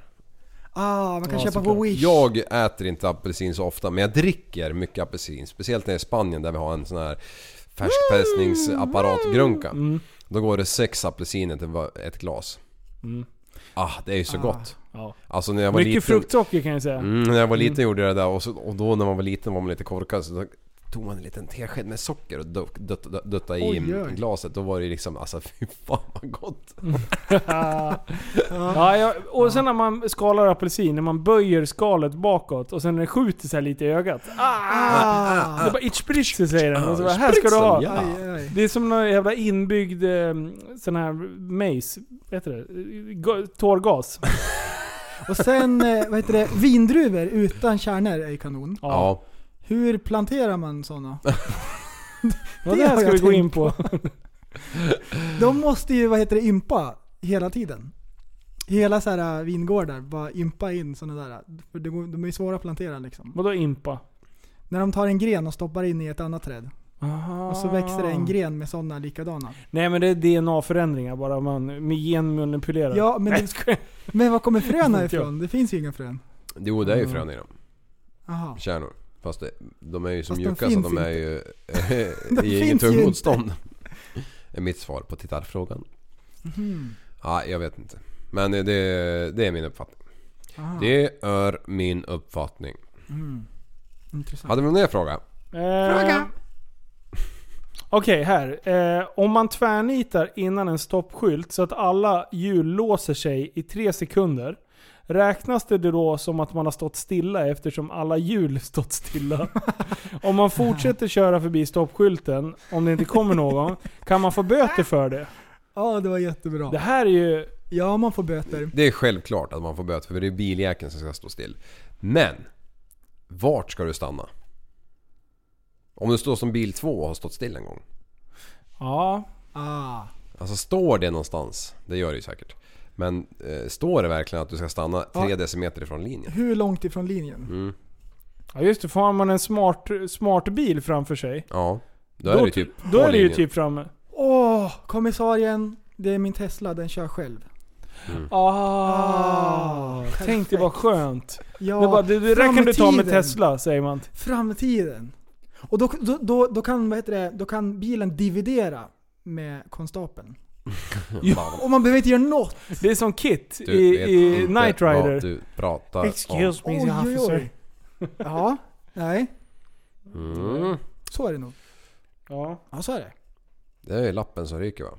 Speaker 7: Ah, man kan
Speaker 6: Ja,
Speaker 7: köpa på
Speaker 6: såklart.
Speaker 7: Wish.
Speaker 8: Jag äter inte apelsin så ofta men jag dricker mycket apelsin. Speciellt nere i Spanien där vi har en sån här färskpressningsapparatgrunka. Då går det sex apelsiner till va- ett glas. Ah, det är ju så gott.
Speaker 6: Ja.
Speaker 8: Alltså när jag var
Speaker 6: Mycket
Speaker 8: liten...
Speaker 6: fruktsocker kan jag säga.
Speaker 8: Mm, när jag var liten gjorde jag det där och, så, och då när man var liten var man lite korkad så då tog man en liten tesked med socker och dut- dut- dut- duttade i
Speaker 7: Oj, oj.
Speaker 8: glaset. Då var det ju liksom alltså [laughs] fy fan vad gott.
Speaker 6: [laughs] Ja, jag, och sen när man skalar apelsin, när man böjer skalet bakåt och sen när det skjuter sig lite i ögat.
Speaker 7: Ah,
Speaker 6: Det är bara itchpritsi säger den. Och så
Speaker 8: Ah,
Speaker 6: bara, här ska du
Speaker 8: spritsen,
Speaker 6: ha.
Speaker 8: ja.
Speaker 7: aj, aj.
Speaker 6: Det är som någon jävla inbyggd eh, sån här mace, vad heter det? Ga-
Speaker 7: [laughs]
Speaker 6: Tårgas.
Speaker 7: Och sen, eh, vad heter det, vindruvor utan kärnor är ju kanon.
Speaker 8: Ja.
Speaker 7: Hur planterar man sådana?
Speaker 6: Ja, det
Speaker 7: det
Speaker 6: här
Speaker 7: har
Speaker 6: ska
Speaker 7: jag
Speaker 6: vi gå in
Speaker 7: tänkt
Speaker 6: på.
Speaker 7: De måste ju, vad heter det, ympa hela tiden. Hela så här äh, vingårdar, bara ympa in sådana där. För det går, de är ju svåra att plantera liksom.
Speaker 6: [laughs] Vadå impa?
Speaker 7: När de tar en gren och stoppar in i ett annat träd.
Speaker 6: Aha.
Speaker 7: Och så växer det en
Speaker 6: Ah.
Speaker 7: gren med sådana likadana.
Speaker 6: Nej men det är DNA-förändringar bara man med genmanipulerar.
Speaker 7: Ja, men,
Speaker 6: Nej,
Speaker 7: det,
Speaker 6: skojar.
Speaker 7: men var kommer
Speaker 6: [laughs]
Speaker 7: fröna
Speaker 6: inte jag.
Speaker 7: ifrån? Det finns ju inga frön.
Speaker 8: Jo det är ju frön i dem.
Speaker 7: Aha.
Speaker 8: Kärnor. Fast det, de är ju så
Speaker 7: Fast de
Speaker 8: mjuka så
Speaker 7: finns
Speaker 8: de är ju...
Speaker 7: [laughs]
Speaker 8: [laughs]
Speaker 7: De
Speaker 8: i inget
Speaker 7: finns ju inte.
Speaker 8: tuggmotstånd. [laughs] är mitt svar på tittarfrågan.
Speaker 7: Mhm.
Speaker 8: Ja, jag vet inte. Men det, det är min uppfattning.
Speaker 7: Aha.
Speaker 8: Det är min uppfattning.
Speaker 7: Intressant.
Speaker 8: Hade vi någon mer fråga?
Speaker 6: Eh, Okej, här. Eh, om man tvärnitar innan en stoppskylt så att alla hjul låser sig i tre sekunder. Räknas det då som att man har stått stilla eftersom alla hjul [laughs] stått stilla? om man fortsätter köra förbi stoppskylten, om det inte kommer någon, kan man få böter för det?
Speaker 7: Ja, det var jättebra.
Speaker 6: Det här är ju...
Speaker 7: Ja, man får böter.
Speaker 8: Det är självklart att man får böter för det är biljäkeln som ska stå still. Men! Vart ska du stanna? Om du står som bil två och har stått still en gång.
Speaker 6: Ja.
Speaker 7: Ah.
Speaker 8: Alltså står det någonstans? Det gör det ju säkert. Men eh, står det verkligen att du ska stanna tre decimeter ifrån linjen? Mm.
Speaker 7: Hur långt ifrån linjen?
Speaker 6: ja, just det. Får man en smart, smart bil framför sig,
Speaker 8: Ja. Då, är
Speaker 6: Då
Speaker 8: det ju
Speaker 6: ty-
Speaker 8: typ
Speaker 6: då
Speaker 8: på
Speaker 6: är det ju
Speaker 8: linjen.
Speaker 6: typ framme.
Speaker 7: Åh, kommissarien. Det är min Tesla, den kör själv.
Speaker 6: Ah, tänk det var skönt.
Speaker 7: Ja,
Speaker 6: Det, bara, det, det där kan du ta med
Speaker 7: framtiden.
Speaker 6: Tesla, säger man.
Speaker 7: Framtiden. Och då, då, då, då, kan, vad heter det, då kan bilen dividera med konstapeln.
Speaker 8: Ja.
Speaker 7: Och man behöver inte göra
Speaker 6: [laughs]
Speaker 7: något.
Speaker 6: Det är som Kit
Speaker 8: Du
Speaker 6: i,
Speaker 8: vet
Speaker 6: i
Speaker 8: inte
Speaker 6: Knight
Speaker 8: vad
Speaker 6: Rider.
Speaker 8: du pratar
Speaker 6: Excuse
Speaker 7: Oj,
Speaker 6: me,
Speaker 7: oj,
Speaker 6: officer.
Speaker 7: oj. Ja, nej.
Speaker 8: om. Mm.
Speaker 7: Så är det nog.
Speaker 6: Ja.
Speaker 7: Ja, så är det.
Speaker 8: Det är lappen som ryker va?
Speaker 6: Har,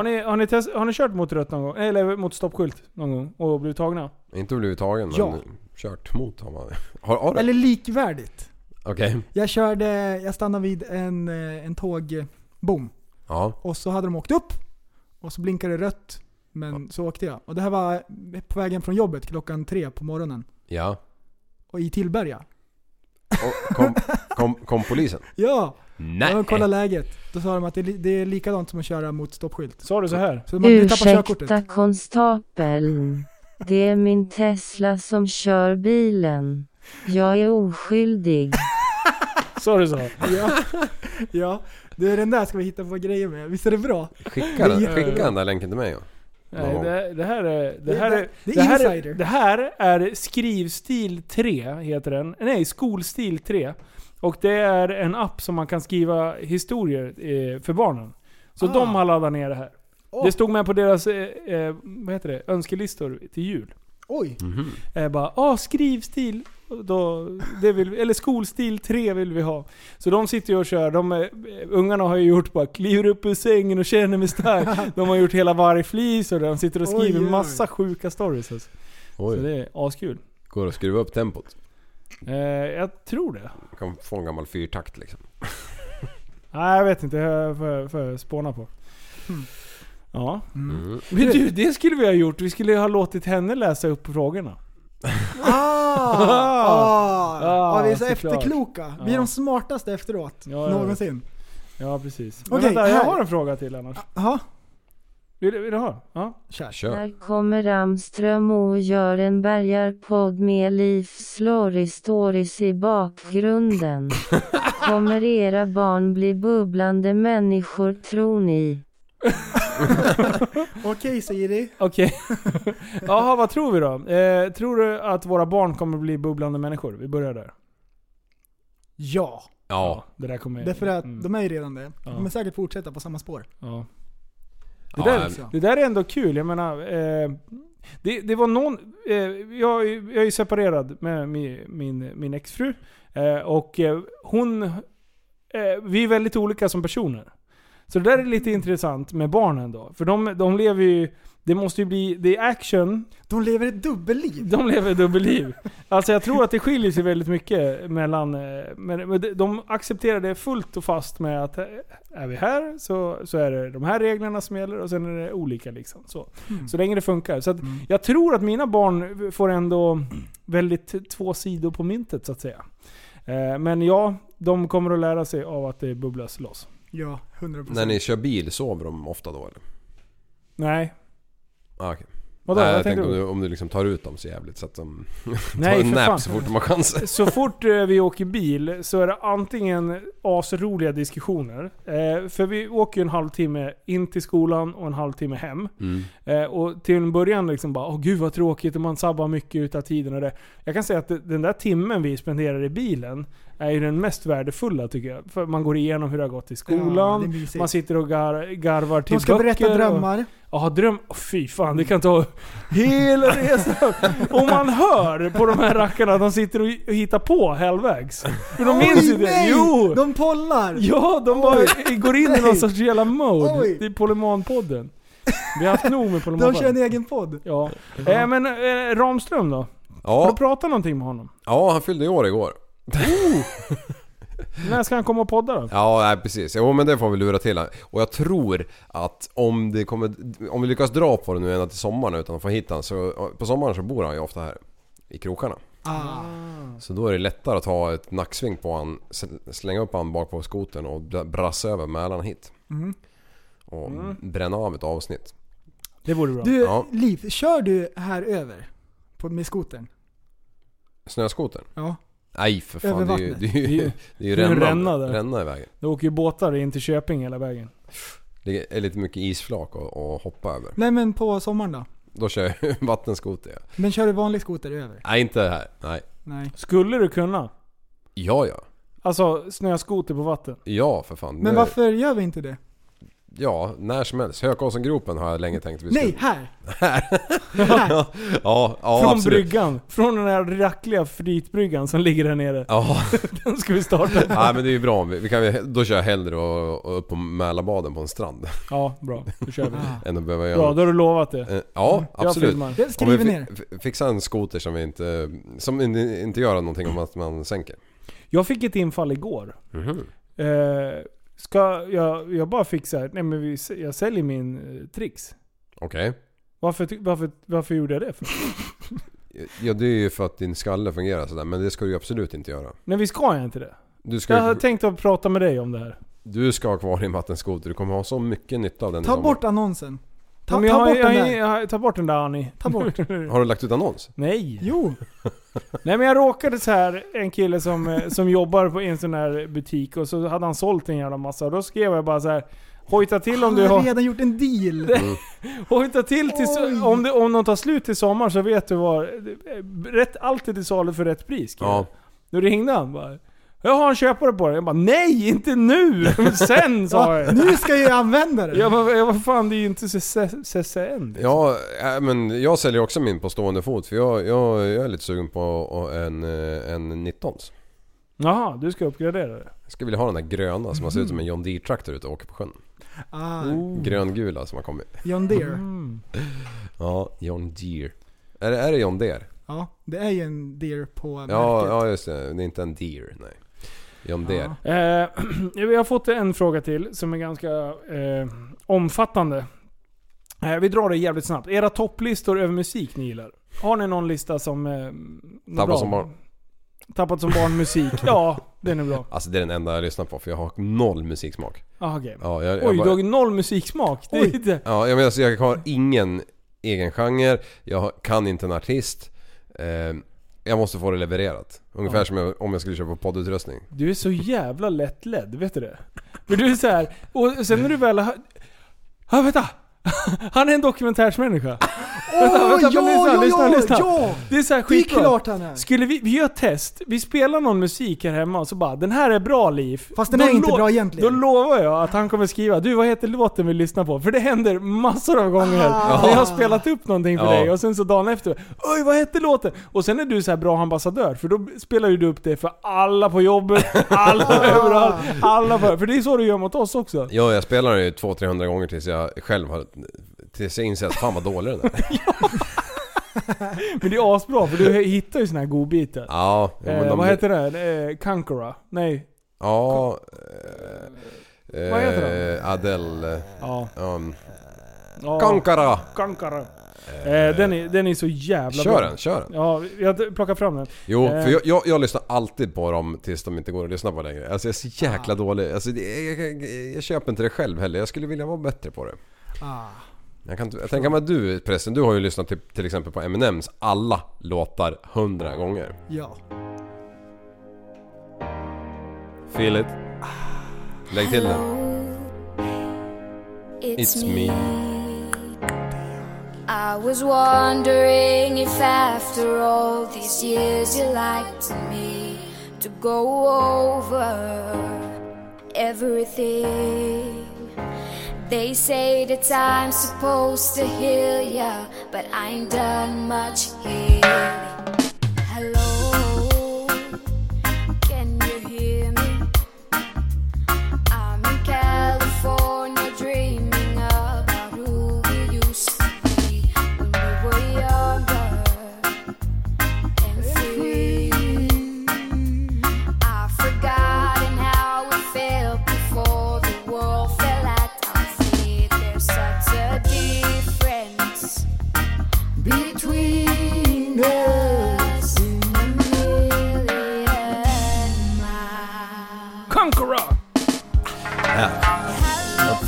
Speaker 7: Mm.
Speaker 6: ni, har, ni test, har ni kört mot rött någon gång? Eller mot stoppskylt någon gång och blivit tagna?
Speaker 8: Inte blivit tagen men
Speaker 7: Ja.
Speaker 8: kört mot har man. Har, har du?
Speaker 7: Eller likvärdigt.
Speaker 8: Okej.
Speaker 7: Jag körde, jag stannade vid en, eh, en tågbom.
Speaker 8: Ja.
Speaker 7: Och så hade de åkt upp. Och så blinkade det rött. Men så åkte jag. Och det här var på vägen från jobbet klockan tre på morgonen.
Speaker 8: Ja.
Speaker 7: Och i Tillberga.
Speaker 8: Och kom, kom, kom polisen?
Speaker 7: Ja!
Speaker 8: Nej!
Speaker 7: Och kollade läget. Då sa de att det är, li- det är likadant som att köra mot stoppskylt.
Speaker 6: Sa du så här?
Speaker 7: Så man du tappar körkortet.
Speaker 10: Ursäkta konstapeln. Det är min Tesla som kör bilen. Jag är oskyldig.
Speaker 6: Sa du så? här?
Speaker 7: Ja. ja. Du, är den där ska vi hitta på grejer med. Visst är det bra?
Speaker 8: Skicka den,
Speaker 7: Det är-
Speaker 8: skicka den där länken till mig ja.
Speaker 6: Nej, det, det här är... Det
Speaker 7: Det-
Speaker 6: här är...
Speaker 7: det- det är
Speaker 6: Det här är,
Speaker 7: insider.
Speaker 6: det här är Skrivstil 3, heter den. Nej, Skolstil 3. Och det är en app som man kan skriva historier eh, för barnen. Så
Speaker 7: Ah.
Speaker 6: de har laddat ner det här.
Speaker 7: Åh.
Speaker 6: Det stod med på deras, eh, eh, vad heter det, önskelistor till jul.
Speaker 7: Oj!
Speaker 6: Eh, bara, ah, skrivstil. Och Då, det vill vi, eller skolstil 3 vill vi ha. Så de sitter ju och kör. De, eh, ungarna har ju gjort bara kliver upp ur sängen och känner
Speaker 7: [laughs]
Speaker 6: mig stark. De har gjort hela vargflis och de sitter och skriver
Speaker 7: Oj, oj.
Speaker 6: massa sjuka stories. Alltså. Så
Speaker 8: Oj,
Speaker 6: det är askul.
Speaker 8: går att skruva upp tempot.
Speaker 6: Eh, jag tror det.
Speaker 8: Kan få en gammal fyrtakt liksom.
Speaker 6: Nej jag vet inte, jag får, får jag spåna på.
Speaker 7: Hmm.
Speaker 6: Ja.
Speaker 8: Mm.
Speaker 6: Men du, det skulle vi ha gjort. Vi skulle ha låtit henne läsa upp frågorna.
Speaker 7: [laughs] Ah! ah.
Speaker 6: Ah,
Speaker 7: ah vi är så
Speaker 6: såklart.
Speaker 7: efterkloka. Vi
Speaker 6: Ja.
Speaker 7: är de smartaste efteråt.
Speaker 6: Ja, ja, ja.
Speaker 7: någonsin.
Speaker 6: Ja precis. Men
Speaker 7: Okej,
Speaker 6: vänta, jag
Speaker 7: här.
Speaker 6: har en fråga till annars.
Speaker 7: Jaha,
Speaker 6: Vill, du- vill du ha? Ja.
Speaker 7: [laughs]
Speaker 6: [laughs]
Speaker 7: kör.
Speaker 8: Kör.
Speaker 10: När kommer Ramström och gör en bergarpodd med Liv Slory Stories i bakgrunden? Kommer era barn bli bubblande människor tror ni?
Speaker 7: Okej Siri.
Speaker 6: Okej. [laughs] Jaha, vad tror vi då? Eh, tror du att våra barn kommer bli bubblande människor? Vi börjar där.
Speaker 7: Ja.
Speaker 8: Ja.
Speaker 6: Det där kommer...
Speaker 7: Därför att
Speaker 6: Mm,
Speaker 7: de är ju redan det.
Speaker 6: Ja.
Speaker 7: De kommer säkert fortsätta på samma spår.
Speaker 6: ja.
Speaker 8: Det
Speaker 6: där-
Speaker 8: ja,
Speaker 7: Så.
Speaker 6: Det där är ändå kul. Jag menar... Eh, det, det var någon... Eh, jag, är ju- jag är ju separerad med min, min, min exfru. Eh, och eh, hon... Eh, vi är väldigt olika som personer. Så det där är lite intressant med barnen då. För de, de lever ju... Det måste ju bli... Det är action.
Speaker 7: De lever ett dubbelliv.
Speaker 6: De lever dubbelliv. Alltså jag tror att det skiljer sig väldigt mycket mellan... eh, Men men de- de accepterar det fullt och fast med att eh, är vi här så, så är det de här reglerna som gäller och sen är det olika liksom. Så,
Speaker 8: Mm.
Speaker 6: så länge det funkar. Så att jag tror att mina barn får ändå väldigt två sidor på myntet så att säga. Eh, Men ja, de kommer att lära sig av att det bubblas loss.
Speaker 7: Ja, 100%.
Speaker 8: När ni kör bil sover de ofta då eller?
Speaker 6: Nej.
Speaker 8: Ah, okej.
Speaker 6: Vadå?
Speaker 8: Nej,
Speaker 6: Vad
Speaker 8: jag
Speaker 6: tänkte
Speaker 8: tänkte om
Speaker 6: du?
Speaker 8: du, om du liksom tar ut dem så jävligt så att
Speaker 6: [laughs]
Speaker 8: de tar
Speaker 6: Nej,
Speaker 8: en
Speaker 6: för
Speaker 8: nap
Speaker 6: fan.
Speaker 8: så fort de har chansen.
Speaker 6: Så fort eh, vi åker bil så är det antingen asroliga diskussioner. Eh, för vi åker ju en halvtimme in till skolan och en halvtimme hem.
Speaker 8: Mm.
Speaker 6: Eh, och till en början liksom bara åh gud vad tråkigt och man sabbar mycket utav tiden och det. Jag kan säga att det- den där timmen vi spenderar i bilen är ju den mest värdefulla tycker jag. För man går igenom hur det har gått i
Speaker 7: Ja, det är
Speaker 6: skolan.
Speaker 7: mysigt.
Speaker 6: man sitter och gar, garvar till
Speaker 7: De ska berätta
Speaker 6: böcker och-
Speaker 7: drömmar.
Speaker 6: Ja, dröm... Åh, fy fan, det kan ta hela resan. Och man hör på de här rackarna att de sitter och hittar på halvvägs. För de minns ju
Speaker 7: Oj,
Speaker 6: det.
Speaker 7: nej!
Speaker 6: Jo!
Speaker 7: De pollar!
Speaker 6: Ja, de bara går in i någon
Speaker 7: nej.
Speaker 6: sorts jävla mode.
Speaker 7: Oj.
Speaker 6: Det är Polemanpodden. Vi har haft nog
Speaker 7: [laughs]
Speaker 6: med
Speaker 7: De kör en
Speaker 6: Polemanpodden.
Speaker 7: egen podd.
Speaker 6: Ja. Eh, men eh, Ramström då? Har du
Speaker 8: Ja,
Speaker 6: pratat någonting med honom?
Speaker 8: ja, han fyllde i år igår.
Speaker 6: När ska han komma och podda då?
Speaker 8: Ja, nej, precis. Jo men det får vi lura till han. Och jag tror att om det kommer... Om vi lyckas dra på det nu ända till sommaren utan att få hit han så... På sommaren så bor han ju ofta här. I krokarna.
Speaker 7: Ah.
Speaker 8: Så då är det lättare att ha ett nacksving på han, s- slänga upp han bak på skotern och bra- brassa över Mälaren hit.
Speaker 6: Mm.
Speaker 8: Och bränna av ett avsnitt.
Speaker 6: Det vore bra.
Speaker 7: Du,
Speaker 8: Ja.
Speaker 7: Liv, kör du här över? På, med skotern?
Speaker 8: Snöskotern?
Speaker 7: Ja.
Speaker 8: Nej för fan,
Speaker 7: Över
Speaker 8: det är ju, det är
Speaker 6: Det är
Speaker 8: ju,
Speaker 6: ju-
Speaker 8: [laughs] det är ju
Speaker 6: det är ju
Speaker 8: rännan,
Speaker 6: ränna där.
Speaker 8: ränna i vägen.
Speaker 6: Det åker ju båtar in till Köping hela vägen.
Speaker 8: Det är lite mycket isflak att, att hoppa över.
Speaker 7: Nej men på sommaren då?
Speaker 8: Då kör jag [laughs] vattenskoter ja.
Speaker 7: Men kör du vanlig skoter över?
Speaker 8: Nej inte här. Nej.
Speaker 7: Nej.
Speaker 6: Skulle du kunna?
Speaker 8: Ja ja.
Speaker 6: Alltså snöskoter på vatten?
Speaker 8: Ja för fan.
Speaker 7: Men
Speaker 8: Nu-
Speaker 7: varför gör vi inte det?
Speaker 8: ja, när som helst. Hökåsengropen har jag länge tänkt att vi
Speaker 7: Nej,
Speaker 8: skulle...
Speaker 7: här!
Speaker 8: ja, ja,
Speaker 6: Från
Speaker 8: absolut.
Speaker 6: bryggan. Från den här rackliga fritbryggan som ligger där nere.
Speaker 8: [laughs] Ja,
Speaker 6: Den ska vi starta.
Speaker 8: nej, men det är ju bra. om Vi vi kan, ju- då kör jag hellre och, och upp på Mälarbaden på en strand. [laughs]
Speaker 6: Ja, bra. Då kör vi.
Speaker 8: Än att behöva göra...
Speaker 6: Bra, då har du lovat det.
Speaker 8: Eh, Ja,
Speaker 6: Jag
Speaker 8: absolut.
Speaker 6: filmar.
Speaker 7: Det
Speaker 8: Om vi
Speaker 7: skriver
Speaker 8: fi-
Speaker 7: ner.
Speaker 8: fi- fixar en skoter som vi inte... Som in- inte gör någonting om att man sänker.
Speaker 6: Jag fick ett infall igår.
Speaker 8: Mhm.
Speaker 6: Eh, ska jag, jag bara fixar, nej men vi, s- jag säljer min eh, Trix.
Speaker 8: Okej.
Speaker 6: Varför, ty- varför, varför gjorde jag det för?
Speaker 8: Ja, det är ju för att din skalle fungerar sådär. Men det ska du ju absolut inte göra.
Speaker 6: nej vi ska ju inte det.
Speaker 8: Du ska,
Speaker 6: Jag har
Speaker 8: ju,
Speaker 6: tänkt att prata med dig om det här.
Speaker 8: du ska ha kvar din vattenskoter. Du kommer ha så mycket nytta av den i
Speaker 7: Ta
Speaker 8: sommar.
Speaker 7: bort annonsen. Ta,
Speaker 6: Men jag,
Speaker 7: ta
Speaker 6: har-
Speaker 7: bort
Speaker 6: jag,
Speaker 7: den
Speaker 6: jag,
Speaker 7: där.
Speaker 6: jag, Ta bort den där Annie.
Speaker 7: Ta bort.
Speaker 8: Har du lagt ut annons?
Speaker 6: Nej.
Speaker 7: Jo.
Speaker 6: Nej men jag råkade så här en kille som, eh, som jobbar på en sån här butik och så hade han sålt en jävla massa. Då skrev jag bara så här. Hojta till om
Speaker 7: Han
Speaker 6: du
Speaker 7: har
Speaker 6: har...
Speaker 7: redan gjort en deal.
Speaker 6: [laughs] Hojta till tills,
Speaker 7: Oj.
Speaker 6: om, det, om de tar slut till sommar så vet du vad... Rätt, allt är till salu för rätt pris. skrev jag.
Speaker 8: Ja.
Speaker 6: Då ringde han bara. Jag har en köpare på det. Jag bara nej, inte nu! [laughs] Sen sa
Speaker 7: Ja,
Speaker 6: jag.
Speaker 7: nu ska jag använda
Speaker 6: [laughs]
Speaker 7: det.
Speaker 6: Jag bara, jag bara fan det är ju inte CCN.
Speaker 8: Ja, äh, men jag säljer också min på stående fot. För jag, jag, jag är lite sugen på och en, eh, en 19
Speaker 6: Jaha, du ska uppgradera det.
Speaker 8: Jag skulle vilja ha den där gröna som har ser ut som en John Deere-traktor ute och åker på sjön.
Speaker 7: Ah,
Speaker 8: Gröngula som har kommit.
Speaker 7: John Deere.
Speaker 6: Mm.
Speaker 8: Ja, John Deere. Är det, är det John Deere?
Speaker 7: Ja, det är ju en Deere på märket.
Speaker 8: Ja, ja, just det. Det är inte en Deere, nej. John Deere.
Speaker 6: Eh, [clears throat] vi har fått en fråga till som är ganska eh, omfattande. Eh, vi drar det jävligt snabbt. Era topplistor över musik ni gillar. Har ni någon lista som... Eh, något
Speaker 8: Tappat
Speaker 6: bra?
Speaker 8: som barn.
Speaker 6: Tappat som
Speaker 8: [laughs]
Speaker 6: barn musik. Ja, den är bra.
Speaker 8: Alltså det är den enda jag lyssnar på för jag har noll musiksmak.
Speaker 6: Ah, okej.
Speaker 8: Ja, jag, jag
Speaker 6: Oj,
Speaker 8: bara-
Speaker 6: du har noll musiksmak. Det är inte...
Speaker 8: Ja, jag menar så jag har ingen egen genre, jag kan inte en artist. Eh, jag måste få det levererat. Ungefär som jag, om jag skulle köpa poddutrustning.
Speaker 6: Du är så jävla lättledd, vet du det? För du är så här, och sen när du väl har... Ja, vänta! [laughs] Han är en dokumentärsmänniska.
Speaker 7: Åh,
Speaker 6: vänta,
Speaker 7: ja,
Speaker 6: lyssna,
Speaker 7: ja,
Speaker 6: lyssna,
Speaker 7: ja,
Speaker 6: lyssna.
Speaker 7: ja!
Speaker 6: Det är så här
Speaker 7: Det är
Speaker 6: skitbra.
Speaker 7: klart han är.
Speaker 6: Skulle vi, vi gör ett test, vi spelar någon musik här hemma och så bara den här är bra Liv.
Speaker 7: Fast den
Speaker 6: Då
Speaker 7: är inte
Speaker 6: lo-
Speaker 7: bra
Speaker 6: Då
Speaker 7: egentligen.
Speaker 6: lovar jag att han kommer skriva du vad heter låten vi lyssnar på? För det händer massor av gånger.
Speaker 7: Ah.
Speaker 6: när Jag har spelat upp någonting för
Speaker 8: Ja.
Speaker 6: dig och sen så dagen efter, oj vad hette låten? Och sen är du så här bra ambassadör för då spelar ju du upp det för alla på jobbet, alla
Speaker 8: [laughs]
Speaker 6: överallt, alla för, för det är så du gör mot oss också.
Speaker 8: Ja, jag spelar den ju 200-300 gånger tills jag själv har... Tills jag inser att fan vad dålig den
Speaker 6: [laughs]
Speaker 8: är.
Speaker 6: Men det är asbra för du hittar ju såna här godbitar.
Speaker 8: Ja, jo, men
Speaker 6: eh,
Speaker 8: de-
Speaker 6: vad heter det? Eh, Kankura? Nej.
Speaker 8: Ja... Eh,
Speaker 6: Vad heter
Speaker 8: eh, Adele...
Speaker 6: Ja.
Speaker 8: Um,
Speaker 6: ja.
Speaker 8: Kankara!
Speaker 6: Kankara. Eh, den, är, den är så jävla bra.
Speaker 8: Kör den, kör den.
Speaker 6: Ja, jag plockar fram den.
Speaker 8: Jo,
Speaker 6: Eh.
Speaker 8: för jag, jag, jag lyssnar alltid på dem tills de inte går att lyssna på längre. Alltså jag är så jäkla dålig. Alltså det, jag, jag, jag köper inte det själv heller. Jag skulle vilja vara bättre på det.
Speaker 7: Ah.
Speaker 8: Jag kan inte- jag tänker mig att du pressen, du har ju lyssnat till, till exempel på Eminems alla låtar hundra gånger.
Speaker 7: Ja.
Speaker 8: Feel it. Lägg till den. It's me.
Speaker 11: I was wondering if after all these years you liked me to go over everything. They say that I'm supposed to heal ya, but I ain't done much healing. Hello, can you hear me? I'm in California dreaming about who we used to be when we were younger and free. I've forgotten how it felt before the world fell at our feet. There's such a difference between us and a million miles.
Speaker 6: Kankara!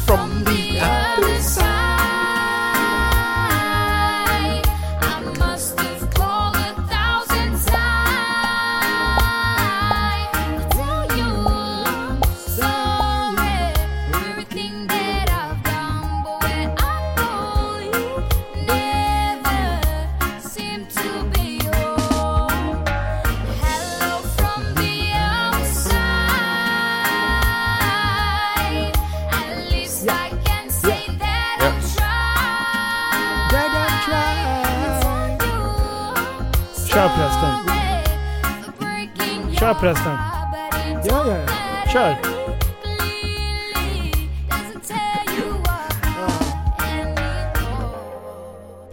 Speaker 11: From the other side, I must have called a thousand times to tell you I'm sorry for everything that I've done, but when I call you, never seem to be
Speaker 6: Kör prästen. Kör prästen.
Speaker 7: Ja, ja, ja.
Speaker 6: Kör.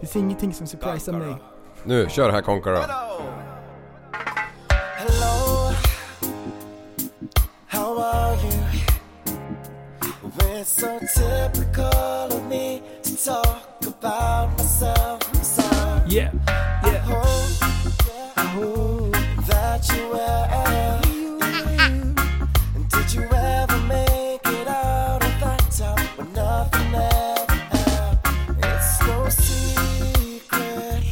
Speaker 7: Det finns ingenting som surprisar mig.
Speaker 8: Nu, kör här Conqueror.
Speaker 12: Hello, how are you? Well, it's so typical of me to talk about myself. I'm sorry.
Speaker 6: Yeah,
Speaker 12: I hope, I hope that you will. And did you ever make it out of that town when nothing ever happened? It's no secret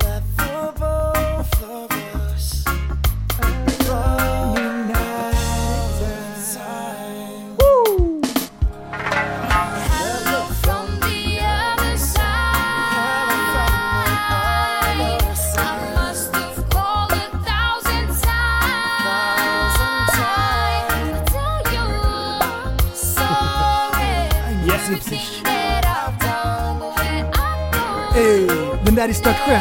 Speaker 12: that for both of us, running out of time. Hello from the other side. I must have called a thousand times. I tell you, sorry. Everything that I've done, the way I've gone.
Speaker 7: Ey, den där i störtsjön.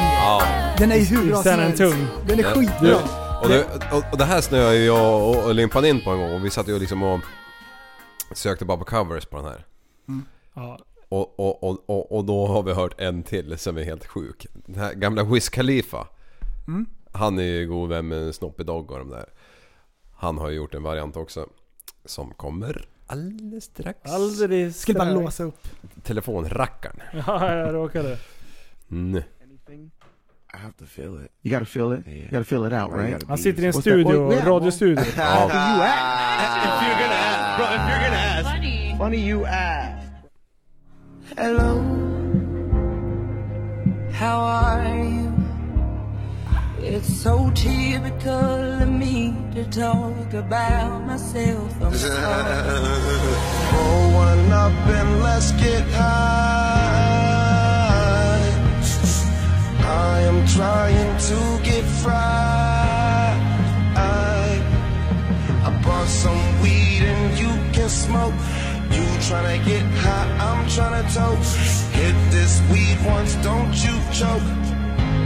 Speaker 7: Den är ju hur bra
Speaker 6: Sen
Speaker 7: som
Speaker 6: en
Speaker 7: helst.
Speaker 6: tung.
Speaker 7: Den är
Speaker 8: Ja.
Speaker 7: skitbra.
Speaker 8: Och det, och, och det här snöade ju jag och, och Limpan in på en gång och vi satt ju liksom och sökte bara på covers på den här.
Speaker 6: Ja.
Speaker 8: Och, och, och, och, och då har vi hört en till som är helt sjuk. Den här gamla Wiz Khalifa. Han är ju god vän med Snoppy Dogg och de där. Han har ju gjort en variant också. Som kommer alldeles strax.
Speaker 6: Alldeles
Speaker 7: Skulle bara
Speaker 6: strax.
Speaker 7: låsa upp.
Speaker 8: Telefonrackaren.
Speaker 6: [laughs] Ja, jag råkade.
Speaker 8: Mm.
Speaker 13: You gotta feel it. You gotta feel it out, right?
Speaker 6: Han sitter i en studio, radiostudio.
Speaker 13: you ask. If you're gonna ask, bro, if you're gonna ask. Funny. you ask.
Speaker 12: Hello, how are you? It's so typical of me to talk about myself. I'm sorry. Pour one up and let's get high. I am trying to get fried. I bought some weed and you can smoke. You tryna get high, I'm tryna tote. Hit this weed once, don't you choke.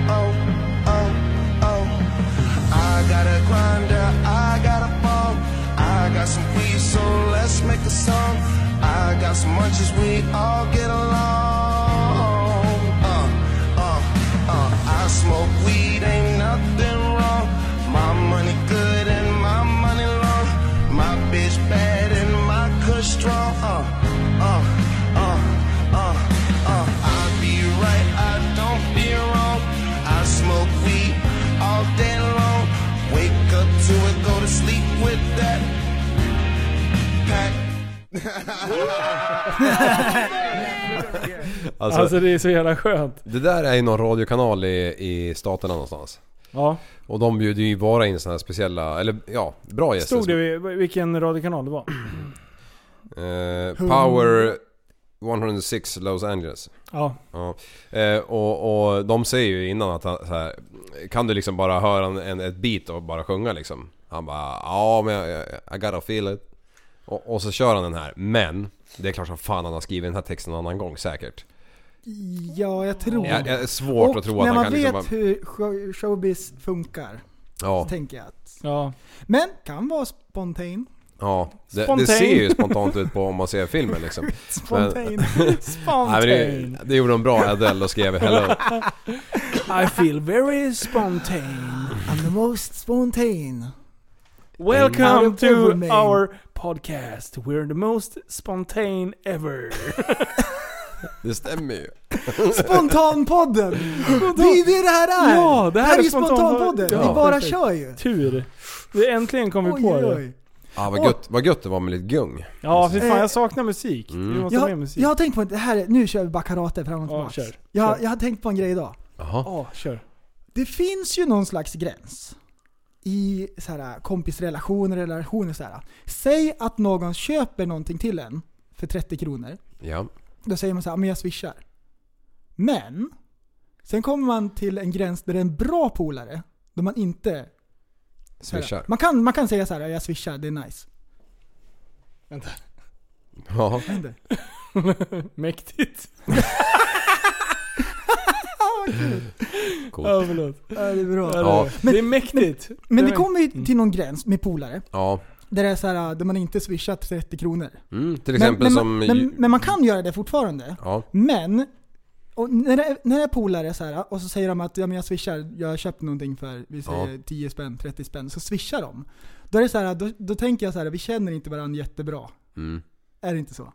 Speaker 12: Oh, oh, oh. I got a grinder, I got a ball. I got some weed, so let's make a song. I got some munches, we all get along. Uh, uh, uh. I smoke weed, ain't nothing wrong. My money good and my money long. My bitch bad and my cush strong. Uh, uh, uh, uh, uh. I be right, I don't be wrong. I smoke weed all day long. Wake up to it, go to sleep with that pack.
Speaker 6: Alltså, det är så jävla skönt.
Speaker 8: Det där är ju någon radiokanal i, i staterna någonstans.
Speaker 6: Ja.
Speaker 8: Och de bjuder ju bara in såna här speciella, eller ja, bra gäster.
Speaker 6: Stod det vid- vilken radiokanal det var?
Speaker 8: Eh, Power 106 Los Angeles.
Speaker 6: [clears throat] Ja.
Speaker 8: Eh, och, och de säger ju innan att han, så här, kan du liksom bara höra en, en, ett beat och bara sjunga liksom? Han bara ja men jag, jag, I gotta feel it. Och, och så kör han den här. Men det är klart som fan han har skrivit den här texten en annan gång säkert.
Speaker 7: Ja, jag tror
Speaker 8: Jag, jag är svårt
Speaker 7: Och
Speaker 8: att tro att
Speaker 7: när
Speaker 8: han
Speaker 7: man
Speaker 8: kan
Speaker 7: vet
Speaker 8: liksom bara...
Speaker 7: hur show- showbiz funkar.
Speaker 8: Ja.
Speaker 7: Så tänker jag att...
Speaker 6: Ja.
Speaker 7: Men kan vara spontan.
Speaker 8: Ja, det, det
Speaker 7: Spontan.
Speaker 8: ser ju spontant ut på om man ser filmen
Speaker 6: [laughs]
Speaker 8: liksom.
Speaker 7: Spontan.
Speaker 8: [laughs] Nej, men det, det gjorde de bra, Adele, och skrev
Speaker 6: [laughs]
Speaker 8: Hello.
Speaker 6: I feel very spontane.
Speaker 7: I'm the most spontane.
Speaker 6: Welcome
Speaker 7: Out of
Speaker 6: to
Speaker 7: everything.
Speaker 6: our podcast. We're the most spontane ever.
Speaker 8: Det stämmer ju.
Speaker 7: Spontanpodden! Det är det det här är!
Speaker 6: Ja, det här är
Speaker 7: ju
Speaker 6: spontanpodden.
Speaker 7: spontanpodden.
Speaker 8: Ja,
Speaker 7: Vi bara
Speaker 6: perfekt.
Speaker 7: kör ju.
Speaker 6: Tur. Vi äntligen kom vi på det.
Speaker 8: Ah, vad, gött, vad gött det var med lite gung.
Speaker 6: Ja, fy fan
Speaker 7: Eh,
Speaker 6: jag saknar musik. Vi måste ha mer
Speaker 7: Jag,
Speaker 6: musik.
Speaker 7: jag har tänkt på det här, nu kör vi bara karate fram och
Speaker 6: Ja,
Speaker 7: tillbaka.
Speaker 6: kör.
Speaker 7: jag,
Speaker 6: Kör.
Speaker 7: jag har tänkt på en grej idag.
Speaker 8: Jaha.
Speaker 6: Ja, kör. [laughs]
Speaker 7: Det finns ju någon slags gräns i så här, kompisrelationer, relationer så här. Säg att någon köper någonting till en för 30 kronor.
Speaker 8: Ja.
Speaker 7: Då säger man så här, men jag swishar. Men, sen kommer man till en gräns där det är en bra polare, då man inte... så här,
Speaker 8: Swishar.
Speaker 7: Man kan, man kan säga så här, jag swishar, det är nice.
Speaker 8: Ja.
Speaker 6: Mäktigt.
Speaker 8: Coolt.
Speaker 6: Ja, förlåt. Ja,
Speaker 7: det är bra.
Speaker 8: Ja. Mm.
Speaker 6: det är mäktigt.
Speaker 7: Men, men
Speaker 6: Det
Speaker 7: det
Speaker 6: är-
Speaker 7: kommer ju till någon gräns med polare.
Speaker 8: Ja.
Speaker 7: Där, det är så här, där man inte swishar 30 kronor.
Speaker 8: Mm, till
Speaker 7: Men-
Speaker 8: exempel
Speaker 7: men,
Speaker 8: som...
Speaker 7: Men, men, men man kan göra det fortfarande.
Speaker 8: ja.
Speaker 7: Men, och när det, när det är polare så här, och så säger de att ja, men jag swishar, jag har köpt någonting för vi säger
Speaker 8: Ja.
Speaker 7: 10 spänn, 30 spänn, så swishar de. Då, är det så här, då, då tänker jag så här, vi känner inte varandra jättebra.
Speaker 8: Mm.
Speaker 7: Är det inte så?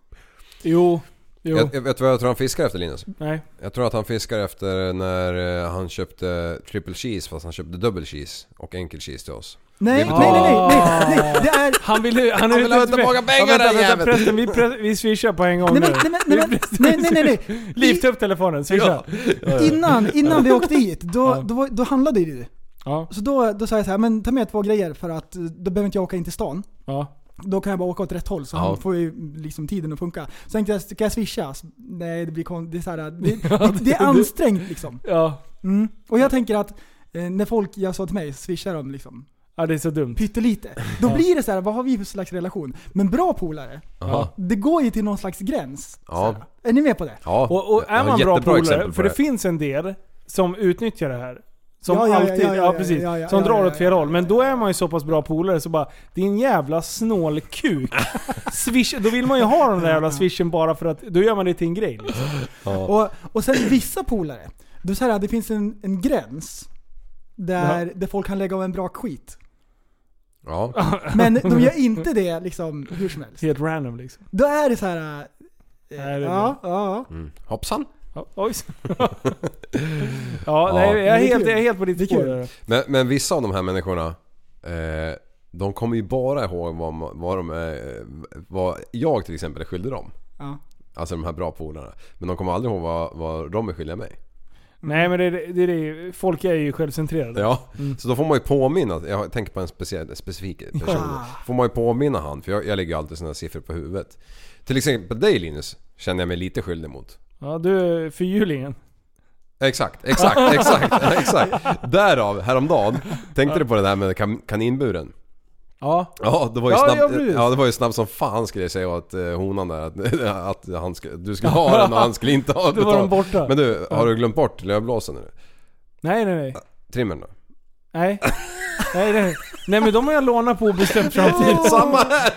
Speaker 6: Jo. Jo.
Speaker 8: Jag, jag vet vad jag tror han fiskar efter Linus?
Speaker 6: Nej.
Speaker 8: Jag tror att han fiskar efter när eh, han köpte triple cheese fast han köpte double cheese och enkel cheese till oss.
Speaker 7: Nej,
Speaker 8: Det är-
Speaker 7: nej, nej, nej, nej, nej, det är...
Speaker 6: Han vill, han är
Speaker 8: vill ha tillbaka pengarna,
Speaker 6: Vänta, vänta,
Speaker 8: jäveln.
Speaker 6: Prästen, vi, pre- vi swishar på en gång
Speaker 7: Nej men,
Speaker 6: nu.
Speaker 7: nej, men, nej, men, nej, nej, nej,
Speaker 6: [laughs]
Speaker 7: nej.
Speaker 6: Liv, ta upp telefonen. Swisha.
Speaker 7: Innan, innan vi åkte hit, då, då, var- då handlade ju du.
Speaker 6: Ja.
Speaker 7: Så då, då sa jag så här, men ta med två grejer för att eh, då behöver inte jag åka in till stan.
Speaker 6: Ja.
Speaker 7: Då kan jag bara åka åt rätt håll så
Speaker 6: Ja.
Speaker 7: han får ju liksom tiden att funka. Sen tänkte jag, ska jag swisha? Så, Nej, det blir kon- det är, så här, eh,
Speaker 6: [laughs]
Speaker 7: det, det, det är ansträngt liksom.
Speaker 6: Ja.
Speaker 7: Mm. Och jag tänker att eh, när folk jag sa till mig, swishar de liksom
Speaker 6: Ja, det är så dumt.
Speaker 7: pyttelite. Då
Speaker 6: Ja.
Speaker 7: blir det så här, vad har vi för slags relation? Men bra polare,
Speaker 6: Aha.
Speaker 7: det går ju till någon slags gräns.
Speaker 8: Ja.
Speaker 7: Är ni med på det?
Speaker 8: Ja.
Speaker 6: Och, och
Speaker 8: Jag
Speaker 6: är
Speaker 8: har
Speaker 6: man bra
Speaker 8: jättebra exempel
Speaker 6: polare,
Speaker 8: på
Speaker 6: för det
Speaker 8: det.
Speaker 6: finns en del som utnyttjar det här. Som
Speaker 7: Ja, ja, ja,
Speaker 6: alltid,
Speaker 7: ja,
Speaker 6: ja,
Speaker 7: ja, ja,
Speaker 6: precis.
Speaker 7: ja, ja,
Speaker 6: som
Speaker 7: ja,
Speaker 6: drar
Speaker 7: ja,
Speaker 6: åt fel håll. Men då är man ju så pass bra polare så bara, din jävla snålkuk.
Speaker 7: [laughs]
Speaker 6: Swish, då vill man ju ha den där jävla swishen bara för att, då gör man det till en grej liksom.
Speaker 7: Och, och sen vissa polare, du säger att det finns en, en gräns där,
Speaker 6: Ja.
Speaker 7: där folk kan lägga av en bra skit.
Speaker 8: Ja.
Speaker 6: [laughs]
Speaker 7: Men de gör inte det liksom hur som helst.
Speaker 6: Helt random liksom.
Speaker 7: Då är det så här. eh,
Speaker 6: Nej, det är
Speaker 7: ja, ja.
Speaker 8: Mm. Hoppsan.
Speaker 6: Ja,
Speaker 8: [laughs]
Speaker 6: Oj. ja, nej, jag, är
Speaker 7: Det är
Speaker 6: helt,
Speaker 7: kul.
Speaker 6: jag är helt på
Speaker 7: Det är
Speaker 6: ditt
Speaker 7: kul.
Speaker 6: spår. där.
Speaker 8: Men, men vissa av de här människorna, eh, de kommer ju bara ihåg vad, ma- vad, de, är- vad jag till exempel är skyldig dem.
Speaker 7: Ja.
Speaker 8: Alltså de här bra polarna. Men de kommer aldrig ihåg vad, vad de är skyldiga mig.
Speaker 6: Nej men det, det, det, det, folk är ju självcentrerade.
Speaker 8: Ja, så då får man ju påminna. Jag tänker på en speciell, specifik person.
Speaker 6: Ja.
Speaker 8: Får man ju påminna han, för jag, jag lägger ju alltid sådana siffror på huvudet. Till exempel dig Linus, känner jag mig lite skyldig mot.
Speaker 6: Ja, du är fyrhjulingen.
Speaker 8: Exakt, exakt, exakt, exakt. Därav, häromdagen, tänkte du på det där med kan, kaninburen?
Speaker 6: Ja.
Speaker 8: Ja, det var ju
Speaker 6: Ja, ja,
Speaker 8: snabbt,
Speaker 6: precis.
Speaker 8: ja, det var ju snabbt som fan skulle jag säga åt eh, honan där att, [laughs] att han skulle, du skulle ha den och han skulle inte
Speaker 6: [laughs]
Speaker 8: ha
Speaker 6: Då var de borta.
Speaker 8: Men du,
Speaker 6: Ja.
Speaker 8: har du glömt bort lövblåsen nu?
Speaker 6: Nej nej nej.
Speaker 8: Trimmern då?
Speaker 6: Nej. nej, nej. nej men de har jag lånat på obestämd framtid.
Speaker 8: [laughs] Samma här!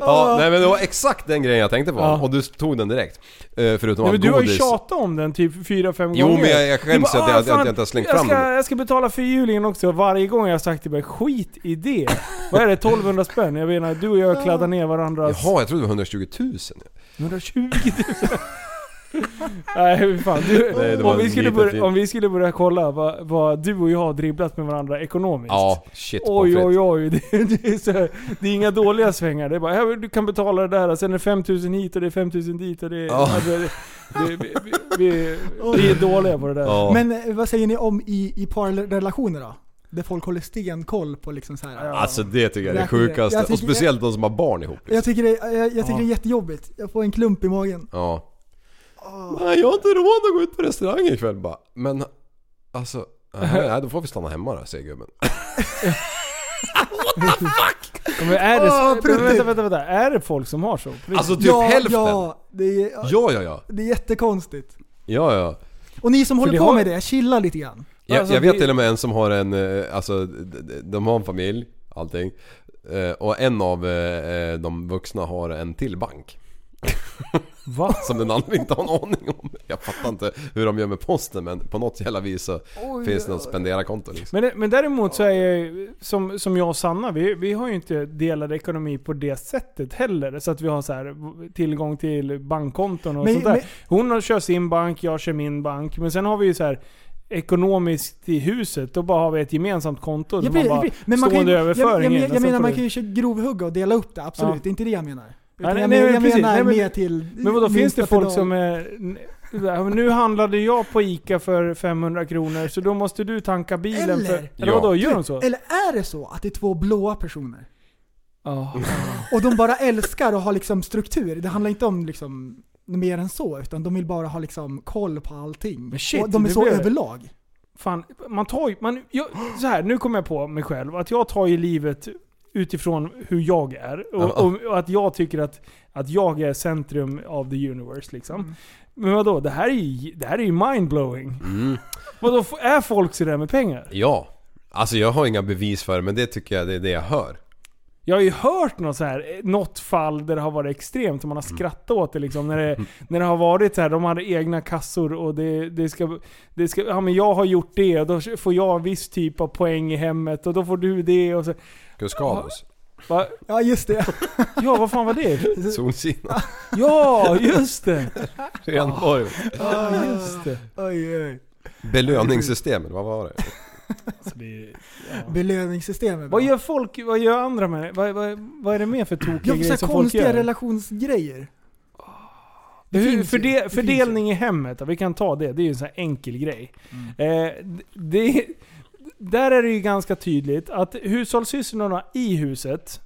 Speaker 8: Ja, nej men det var exakt den grejen jag tänkte på.
Speaker 6: Ja.
Speaker 8: Och du tog den direkt. Eh, Förutom
Speaker 6: Nej, men
Speaker 8: att
Speaker 6: du har ju
Speaker 8: godis-
Speaker 6: tjatat om den typ 4-5 gånger.
Speaker 8: Jo, men jag- jag skäms
Speaker 6: Du
Speaker 8: att jag-
Speaker 6: "Ah,
Speaker 8: att jag
Speaker 6: fan,
Speaker 8: inte har slängt
Speaker 6: jag
Speaker 8: fram
Speaker 6: ska,
Speaker 8: den."
Speaker 6: Jag ska betala fyrhjulingen också. Varje gång jag har sagt till mig, skit i det. Vad är det? 1200 spänn? Jag menar, du och jag kladdar ner varandras...
Speaker 8: Jaha, jag trodde det var 120 000.
Speaker 6: 120 000. [laughs] Nej hur fan. Du,
Speaker 8: Nej, det var
Speaker 6: om, vi
Speaker 8: en
Speaker 6: skulle
Speaker 8: liten fin.
Speaker 6: börja, om vi skulle börja kolla vad, vad du och jag har dribblat med varandra ekonomiskt.
Speaker 8: Ja, shit
Speaker 6: Oj
Speaker 8: pommes
Speaker 6: oj
Speaker 8: frites.
Speaker 6: oj, [laughs] det, det, är så här, det är inga dåliga svängar. Det är bara, här, du kan betala det där, och sen är det 5000 hit och det är 5000 dit och det är...
Speaker 8: Ja.
Speaker 6: Alltså, det, det, vi, vi, vi, vi är dåliga på det där.
Speaker 8: Ja.
Speaker 7: Men eh, vad säger ni om i, i parrelationer då? Där folk håller stenkoll på liksom så här.
Speaker 8: Alltså det tycker jag är det
Speaker 7: Verkligen.
Speaker 8: sjukaste.
Speaker 7: Jag tycker-
Speaker 8: och speciellt de som har barn ihop. liksom.
Speaker 7: Jag tycker, det, jag, jag tycker
Speaker 8: Ja.
Speaker 7: det är jättejobbigt. Jag får en klump i magen.
Speaker 8: Ja. Nej, jag har inte råd att gå ut på restaurang ikväll bara. Men alltså, nej, nej, då får vi stanna hemma då, säger gubben.
Speaker 6: Ja, Men är det,
Speaker 7: Åh,
Speaker 6: men vänta,
Speaker 7: pruttigt.
Speaker 6: vänta, vänta. Är det folk som har så? På riktigt?
Speaker 8: Alltså typ
Speaker 7: ja,
Speaker 8: hälften. Ja,
Speaker 7: Ja, det är,
Speaker 8: ja, ja. Ja,
Speaker 7: det är jättekonstigt.
Speaker 8: ja. ja.
Speaker 7: Och ni som håller
Speaker 6: det
Speaker 7: på
Speaker 6: har-
Speaker 7: med det, chilla lite grann.
Speaker 8: Jag,
Speaker 6: Alltså,
Speaker 8: jag vet
Speaker 6: det-
Speaker 8: till och med en som har en, eh, alltså d- d- de har en familj, allting. Eh, Och en av eh, eh, de vuxna har en till bank.
Speaker 6: Va?
Speaker 8: Som den andra inte har en aning om. Jag fattar inte hur de gör med posten men på något jävla vis så finns det något spenderarkonto liksom.
Speaker 6: Men, men däremot så är jag ju- som, som jag och Sanna, vi, vi har ju inte delad ekonomi på det sättet heller. Så att vi har så här, tillgång till bankkonton och
Speaker 7: Men-
Speaker 6: sånt där.
Speaker 7: men-
Speaker 6: Hon har- kör sin bank, jag kör min bank. Men sen har vi ju så här ekonomiskt i huset, då bara har vi ett gemensamt konto. där
Speaker 7: Jag blir-
Speaker 6: man bara
Speaker 7: jag blir- men man kan ju-
Speaker 6: stående
Speaker 7: jag- jag-
Speaker 6: överföring.
Speaker 7: jag-
Speaker 6: in, och
Speaker 7: Jag
Speaker 6: sen
Speaker 7: menar
Speaker 6: får
Speaker 7: man
Speaker 6: du-
Speaker 7: kan ju köra grovhugga och dela upp det, absolut.
Speaker 6: Ja.
Speaker 7: Det är inte det jag menar.
Speaker 6: Nej,
Speaker 7: Utan jag
Speaker 6: nej,
Speaker 7: menar,
Speaker 6: men
Speaker 7: jag
Speaker 6: precis.
Speaker 7: menar
Speaker 6: Nej, men-
Speaker 7: mer till
Speaker 6: Men vadå, finns det
Speaker 7: minsta
Speaker 6: folk
Speaker 7: pedal.
Speaker 6: som är... Ja, men Nu handlade jag på ICA för 500 kronor, så då måste du tanka bilen
Speaker 7: Eller-
Speaker 6: för... Eller
Speaker 8: Ja.
Speaker 6: vadå, gör de så?
Speaker 7: Typ. Eller är det så att det är två blåa personer?
Speaker 6: Ja.
Speaker 7: Och de
Speaker 6: [laughs]
Speaker 7: bara älskar att ha liksom struktur. Det handlar inte om liksom mer än så, utan de vill bara ha liksom koll på allting.
Speaker 6: Men shit,
Speaker 7: och de är
Speaker 6: det
Speaker 7: så
Speaker 6: blev-
Speaker 7: överlag.
Speaker 6: Fan, man tar ju... Man, jag, så här, nu kommer jag på mig själv. Att jag tar ju livet utifrån hur jag är. Och, och, och att jag tycker att, att jag är centrum av the universe liksom. Men vadå? Det här är ju, det här är ju mindblowing.
Speaker 8: Mm.
Speaker 6: Vadå, f- är folk sådär med pengar?
Speaker 8: Ja. Alltså jag har inga bevis för det men det tycker jag det är det jag hör.
Speaker 6: Jag har ju hört något, så här, något fall där det har varit extremt, och man har skrattat åt det liksom. När det, när det har varit så här, de hade egna kassor och det, det ska... Det ska ja, men jag har gjort det och då får jag en viss typ av poäng i hemmet och då får du det och så...
Speaker 8: Cuscados.
Speaker 6: Va?
Speaker 7: Ja, just det.
Speaker 6: [laughs] ja, vad fan var det?
Speaker 8: Solsina.
Speaker 6: Ja, just det!
Speaker 8: Renborg.
Speaker 6: Ja, just det.
Speaker 7: Ah, Oj, oj.
Speaker 8: Belöningssystemet, vad var det?
Speaker 7: Belöningssystemet.
Speaker 6: Vad gör folk, vad gör andra med vad, vad, vad är det mer för tokiga
Speaker 7: Jag
Speaker 6: grejer
Speaker 7: har
Speaker 6: som folk gör?
Speaker 7: konstiga relationsgrejer.
Speaker 6: Det Hur,
Speaker 7: finns ju.
Speaker 6: förde,
Speaker 7: Det
Speaker 6: fördelning i hemmet, då, vi kan ta det. Det är ju en sån här enkel grej. Eh, d- det, där är det ju ganska tydligt att hushållssysslorna i huset,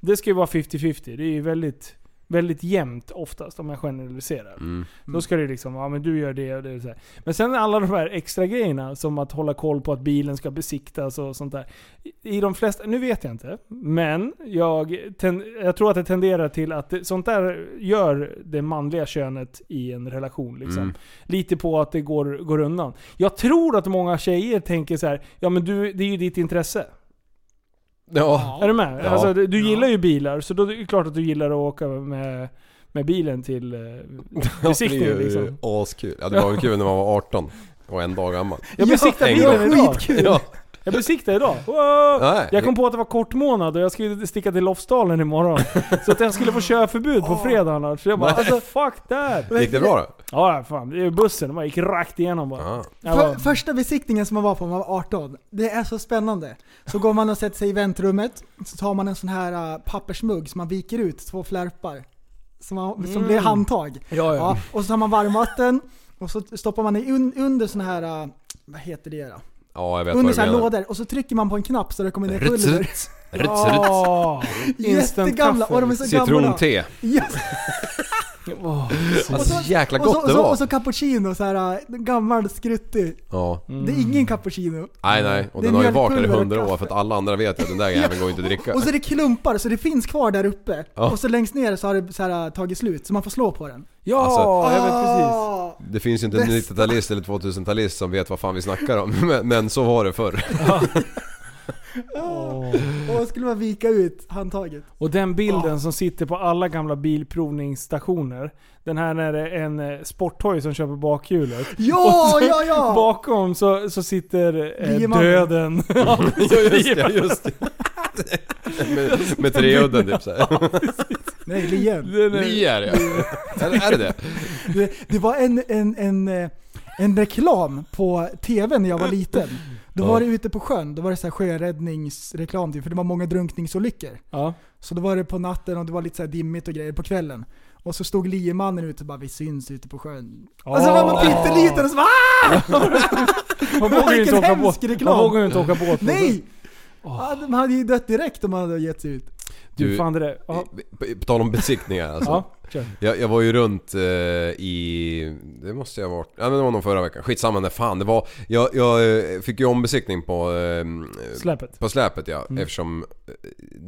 Speaker 6: det ska ju vara 50-50. Det är ju väldigt, väldigt jämnt oftast om jag generaliserar.
Speaker 8: Mm.
Speaker 6: Då ska det liksom, ja men du gör det och det. och Så här. Men sen alla de här extra grejerna som att hålla koll på att bilen ska besiktas och sånt där. I- I de flesta, nu vet jag inte, men jag, ten, jag tror att det tenderar till att det, sånt där gör det manliga könet i en relation. Liksom.
Speaker 8: Mm.
Speaker 6: Lite på att det går, går undan. Jag tror att många tjejer tänker så här, ja men du, det är ju ditt intresse.
Speaker 8: Ja.
Speaker 6: Är du med?
Speaker 8: Ja.
Speaker 6: Alltså, du du gillar ju bilar, så då är det klart att du gillar att åka med, med bilen till eh,
Speaker 8: det är
Speaker 6: besiktningen
Speaker 8: ju
Speaker 6: liksom.
Speaker 8: askul. Ja det var väl kul när man var 18 och en dag gammal.
Speaker 6: Jag besiktade
Speaker 8: En
Speaker 6: bilen
Speaker 8: gång.
Speaker 6: idag.
Speaker 8: Ja.
Speaker 6: Jag besiktade idag. Wow.
Speaker 8: Nej.
Speaker 6: Jag kom på att det var kort månad och jag skulle sticka till
Speaker 8: [laughs]
Speaker 6: Lofsdalen imorgon. Så att jag skulle få körförbud på fredag annars. Så jag bara
Speaker 8: Nej.
Speaker 6: alltså fuck that.
Speaker 8: Gick det bra då?
Speaker 6: Ja fan, det är bussen. Man gick rakt igenom bara. Jag
Speaker 7: För,
Speaker 6: bara
Speaker 7: första besiktningen som man var på när man var 18, det är så spännande. Så går man och sätter sig i väntrummet, så tar man en sån här äh, pappersmugg som man viker ut, två flärpar. Som, man, som
Speaker 6: Mm.
Speaker 7: blir handtag.
Speaker 6: ja.
Speaker 7: och så tar man varmvatten och så stoppar man i un, under sån här, äh, vad heter det då?
Speaker 8: Ja jag vet
Speaker 7: Under
Speaker 8: vad du
Speaker 7: sån här
Speaker 8: menar.
Speaker 7: lådor och så trycker man på en knapp så det kommer ner
Speaker 8: Ruts,
Speaker 7: pulver.
Speaker 8: ruts. Ruts, ruts.
Speaker 6: Åh, "Ah, instant
Speaker 7: Jättegamla
Speaker 6: kaffe.
Speaker 7: och de är så gamla.
Speaker 8: Citronte.
Speaker 7: Yes.
Speaker 6: [laughs] Åh.
Speaker 8: Alltså jäkla
Speaker 7: och, så,
Speaker 8: gott
Speaker 7: och,
Speaker 8: det
Speaker 7: så,
Speaker 8: var.
Speaker 7: och så cappuccino, så här, äh, gammal skruttig.
Speaker 8: Ja.
Speaker 7: Det
Speaker 6: Mm.
Speaker 7: är ingen cappuccino.
Speaker 8: Nej nej, och
Speaker 7: Det är
Speaker 8: den har ju varit där i
Speaker 7: mjölkpulver och
Speaker 8: 100 år för att alla andra vet ju att den där jäveln går ju inte att dricka.
Speaker 7: Och så är det klumpar, så det finns kvar där uppe.
Speaker 8: Ja.
Speaker 7: Och så längst ner så har det så här, äh, tagit slut, så man får slå på den.
Speaker 6: Alltså, Ja, jag vet precis.
Speaker 7: Ah,
Speaker 8: Det finns ju inte en
Speaker 7: Bästa.
Speaker 8: 90-talist eller 2000-talist som vet vad fan vi snackar om. [laughs] Men, men så var det
Speaker 7: [laughs]
Speaker 8: förr.
Speaker 7: Och skulle man vika ut handtaget.
Speaker 6: Och den bilden som sitter på alla gamla bilprovningsstationer. Den här när det är en eh, sporthoj som kör på bakhjulet.
Speaker 7: Ja,
Speaker 6: Och så
Speaker 7: ja, [laughs] ja!
Speaker 6: Bakom så, så sitter eh,
Speaker 7: Liemannen.
Speaker 8: [laughs]
Speaker 6: döden.
Speaker 8: ja just det, just det. Med, med treudden typ såhär.
Speaker 7: Nej, lien.
Speaker 6: Den är-
Speaker 8: Lier
Speaker 7: [laughs]
Speaker 8: ja. Eller är det det?
Speaker 7: Det, det var en, en, en, eh, en reklam på TV när jag var liten. Då
Speaker 8: Ja.
Speaker 7: var det ute på sjön, då var det så här sjöräddningsreklam typ, för det var många drunkningsolyckor.
Speaker 6: Ja.
Speaker 7: Så då var det på natten och det var lite så här dimmigt och grejer på kvällen. Och så stod liemannen ute och bara 'Vi syns ute på sjön' Och så var man pytteliten och så bara
Speaker 6: Man vågar ju inte
Speaker 7: Vilken
Speaker 6: åka
Speaker 7: hemsk
Speaker 6: båt.
Speaker 7: reklam.
Speaker 6: Man vågar ju inte åka båt.
Speaker 7: Nej! Ja, de hade ju dött direkt om man hade gett sig ut.
Speaker 6: Du fan det där. Ja.
Speaker 8: På, på tal om besiktningar alltså.
Speaker 6: Ja, kör.
Speaker 8: Jag, jag var ju runt eh, i... Det måste jag ha varit... Ja, men det var nog förra veckan. Skitsamma när fan det var. Jag, jag eh, fick ju ombesiktning på... Eh,
Speaker 6: Släpet.
Speaker 8: På släpet ja.
Speaker 6: Mm.
Speaker 8: Eftersom eh,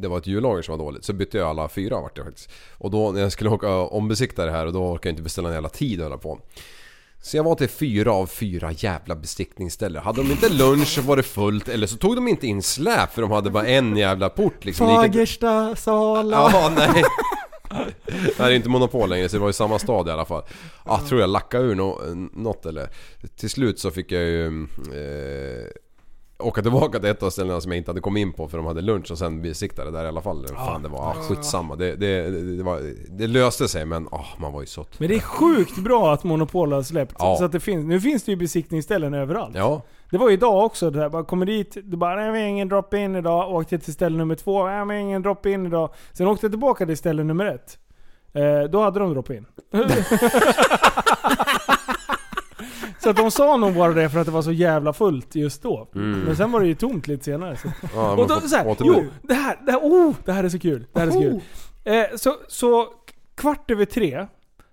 Speaker 8: det var ett hjullager som var dåligt. Så bytte jag alla fyra vart jag faktiskt. Och då när jag skulle åka och ombesikta det här och då orkade jag inte beställa en jävla tid och hålla på. Så jag var till fyra av fyra jävla besiktningsställen. Hade de inte lunch så var det fullt eller så tog de inte in släp för de hade bara en jävla port liksom. Det gick inte-
Speaker 7: Fagersta, Sala.
Speaker 8: Ja,
Speaker 6: [laughs]
Speaker 8: nej. Nej, det är inte monopol längre så det var ju samma stad i alla fall. Ah, tror jag lackade ur nå- något eller? Till slut så fick jag ju... Eh, åka tillbaka till ett av ställena som jag inte hade kommit in på för de hade lunch och sen besiktade där i alla fall. Fan det var ah, skitsamma. Det, det, det, det, var, det löste sig men ah, man var ju så...
Speaker 6: Men det är sjukt bra att Monopol har släppt.
Speaker 8: Ja.
Speaker 6: Så att det finns. Nu finns det ju besiktningsställen överallt.
Speaker 8: Ja.
Speaker 6: Det var ju idag också det här. Bara kommer dit, det bara nej vi har ingen drop-in idag. Åkte till ställe nummer två, nej vi har ingen drop-in idag. Sen åkte jag tillbaka till ställe nummer ett. Eh, då hade de
Speaker 8: [laughs]
Speaker 6: drop-in. så att de sa nog bara det för att det var så jävla fullt just då.
Speaker 8: Mm.
Speaker 6: Men sen var det ju tomt lite senare. Så.
Speaker 8: Ja,
Speaker 6: Och då,
Speaker 8: man får
Speaker 6: så här,
Speaker 8: återbud.
Speaker 6: jo, det här, det här, oh, det här är så kul. Det här är så kul. Eh, så, så kvart över tre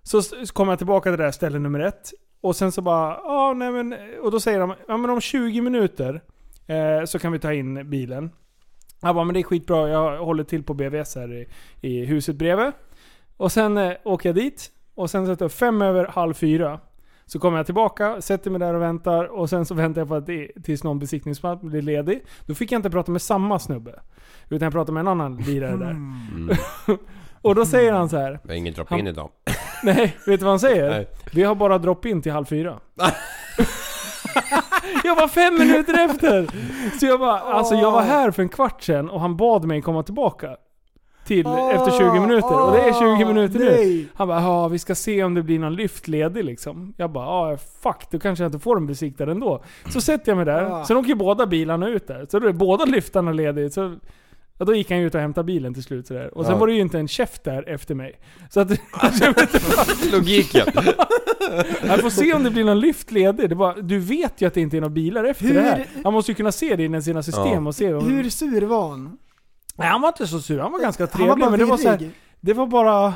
Speaker 6: så, s- så kommer jag tillbaka till det där stället nummer ett. Och sen så bara, ja nej men, och då säger de, ja men om 20 minuter eh, så kan vi ta in bilen. Jag bara, men det är skitbra, jag håller till på BVS här i, i huset bredvid. Och sen eh, åker jag dit. och sen sätter jag fem över halv fyra. Så kommer jag tillbaka, sätter mig där och väntar och sen så väntar jag på att det, tills någon besiktningsplats blir ledig. Då fick jag inte prata med samma snubbe. Utan jag pratade med en annan lirare där.
Speaker 8: Mm.
Speaker 6: [laughs] och då säger han så här.
Speaker 8: Det är ingen drop-in
Speaker 6: Han-
Speaker 8: idag.
Speaker 6: Nej, vet du vad han säger?
Speaker 8: Nej.
Speaker 6: Vi har bara drop-in till halv fyra. jag var fem minuter efter! Så jag bara, alltså jag var här för en kvart sedan och han bad mig komma tillbaka. Till efter 20 minuter. Och det är 20 minuter nu. Han bara, ja vi ska se om det blir någon lyft ledig liksom. Jag bara, ja fuck, då kanske jag inte får den besiktad ändå. Så sätter jag mig där,
Speaker 7: Ah.
Speaker 6: sen åker båda bilarna ut där. Så då är båda lyftarna lediga. Så Ja, då gick han ju ut och hämtade bilen till slut sådär. Och sen
Speaker 8: Ja.
Speaker 6: var det ju inte en chef där efter mig. Så att... jag vet inte.
Speaker 8: Logiken.
Speaker 6: jag får se om det blir någon lyft ledig. Det bara, du vet ju att det inte är några bilar efter
Speaker 7: Hur-
Speaker 6: det här. Han måste ju kunna se det i sina system
Speaker 7: Ja.
Speaker 6: och se om...
Speaker 7: Hur sur var han?
Speaker 6: Nej, han var inte så sur. Han var ganska
Speaker 7: Han var
Speaker 6: trevlig.
Speaker 7: bara
Speaker 6: men det var
Speaker 7: virrig.
Speaker 6: såhär, Det var bara...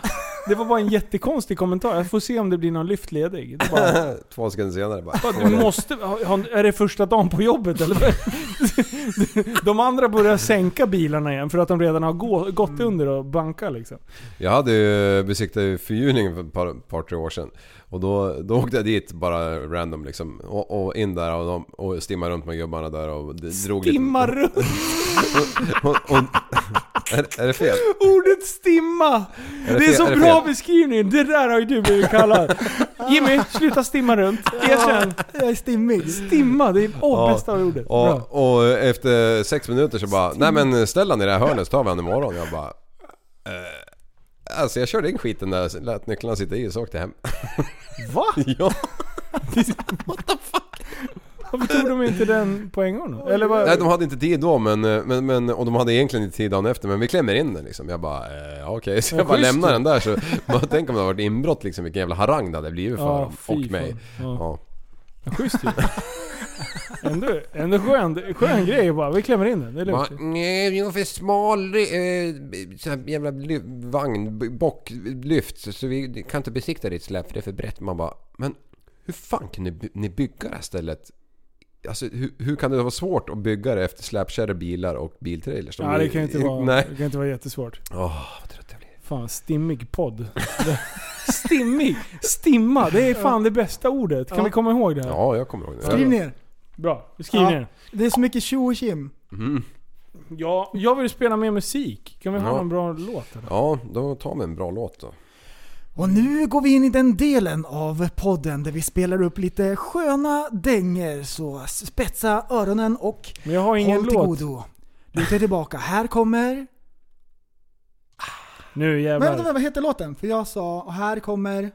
Speaker 6: Det var bara en jättekonstig kommentar. Jag får se om det blir någon lyft ledig. Det bara,
Speaker 8: [laughs] Två sekunder senare bara...
Speaker 6: Fan, Du måste, ha- ha- är det första dagen på jobbet eller? vad? [laughs] De andra börjar sänka bilarna igen för att de redan har gå, gått under och banka liksom.
Speaker 8: Jag hade ju besiktat fyrhjulingen för ett par, par tre år sedan. Och då, då åkte jag dit bara random liksom. Och, och in där och, de, och stimmade runt med gubbarna där och d- drog lite...
Speaker 6: Stimma runt!
Speaker 8: [laughs] och, och, är, är det fel?
Speaker 6: Ordet stimma!
Speaker 8: Är
Speaker 6: Det
Speaker 8: det
Speaker 6: är,
Speaker 8: fel-
Speaker 6: så
Speaker 8: är det
Speaker 6: bra
Speaker 8: fel?
Speaker 6: beskrivning, det där har ju du blivit kallad. Jimmy, sluta stimma runt. Erkänn.
Speaker 7: Jag är stimmig.
Speaker 6: Stimma, det är åh,
Speaker 8: Ja.
Speaker 6: bästa ordet. Bra.
Speaker 8: Och, och efter sex minuter så bara Nej men ställ han i det här hörnet så tar vi han imorgon. Jag bara... Eh, alltså jag körde in skiten där, lät nycklarna sitta i och så åkte jag hem. [laughs]
Speaker 6: Va?
Speaker 8: ja.
Speaker 6: Varför tog de inte den på en gång då? Eller vad?
Speaker 8: Nej de hade inte tid då men, eh, men, men, och de hade egentligen inte tid dagen efter men vi klämmer in den liksom. Jag bara eh, ja, okej så
Speaker 6: Ja,
Speaker 8: jag bara
Speaker 6: schysst.
Speaker 8: lämnar den där så bara, tänk om det hade varit inbrott liksom vilken jävla harang det hade blivit för
Speaker 6: Ja,
Speaker 8: dem
Speaker 6: fy
Speaker 8: och mig.
Speaker 6: fan. Ja.
Speaker 8: Ja.
Speaker 6: Schysst ju. Ändå, ändå skön, skön grej bara. Vi klämmer in den, det är
Speaker 8: Va?
Speaker 6: lugnt.
Speaker 8: Nej, vi har för smal eh, så här jävla ly- vagn, b- bocklyft så- så vi kan inte besikta ditt släp för det är för brett. Man bara, men hur fan kan ni, by- ni bygga det här stället? Alltså hur, hur kan det vara svårt att bygga det efter släpkärror, bilar och biltrailers? De
Speaker 6: Ja,
Speaker 8: är-
Speaker 6: det kan ju inte vara,
Speaker 8: [laughs] Nej.
Speaker 6: det kan inte vara jättesvårt.
Speaker 8: Åh,
Speaker 6: Fan, stimmig podd. stimmig! Stimma, det är fan det bästa ordet. Kan
Speaker 7: Ja.
Speaker 6: vi komma ihåg det? här?
Speaker 8: Ja, jag kommer ihåg det.
Speaker 7: Skriv ner.
Speaker 6: Bra, skriv
Speaker 7: Ja,
Speaker 6: ner.
Speaker 7: Det är så mycket tjo och tjim.
Speaker 8: Mm.
Speaker 6: Ja, jag vill spela mer musik. Kan vi ha
Speaker 8: Ja.
Speaker 6: någon bra låt? Eller?
Speaker 8: Ja, då tar vi en bra låt då.
Speaker 7: Och nu går vi in i den delen av podden där vi spelar upp lite sköna dänger. Så spetsa öronen och
Speaker 6: Men jag har ingen
Speaker 7: håll till
Speaker 6: låt.
Speaker 7: godo. Luta er tillbaka. Här kommer...
Speaker 6: Nu
Speaker 7: Men vänta,
Speaker 6: jävlar.
Speaker 7: vänta, vad heter låten? För jag sa, och här kommer...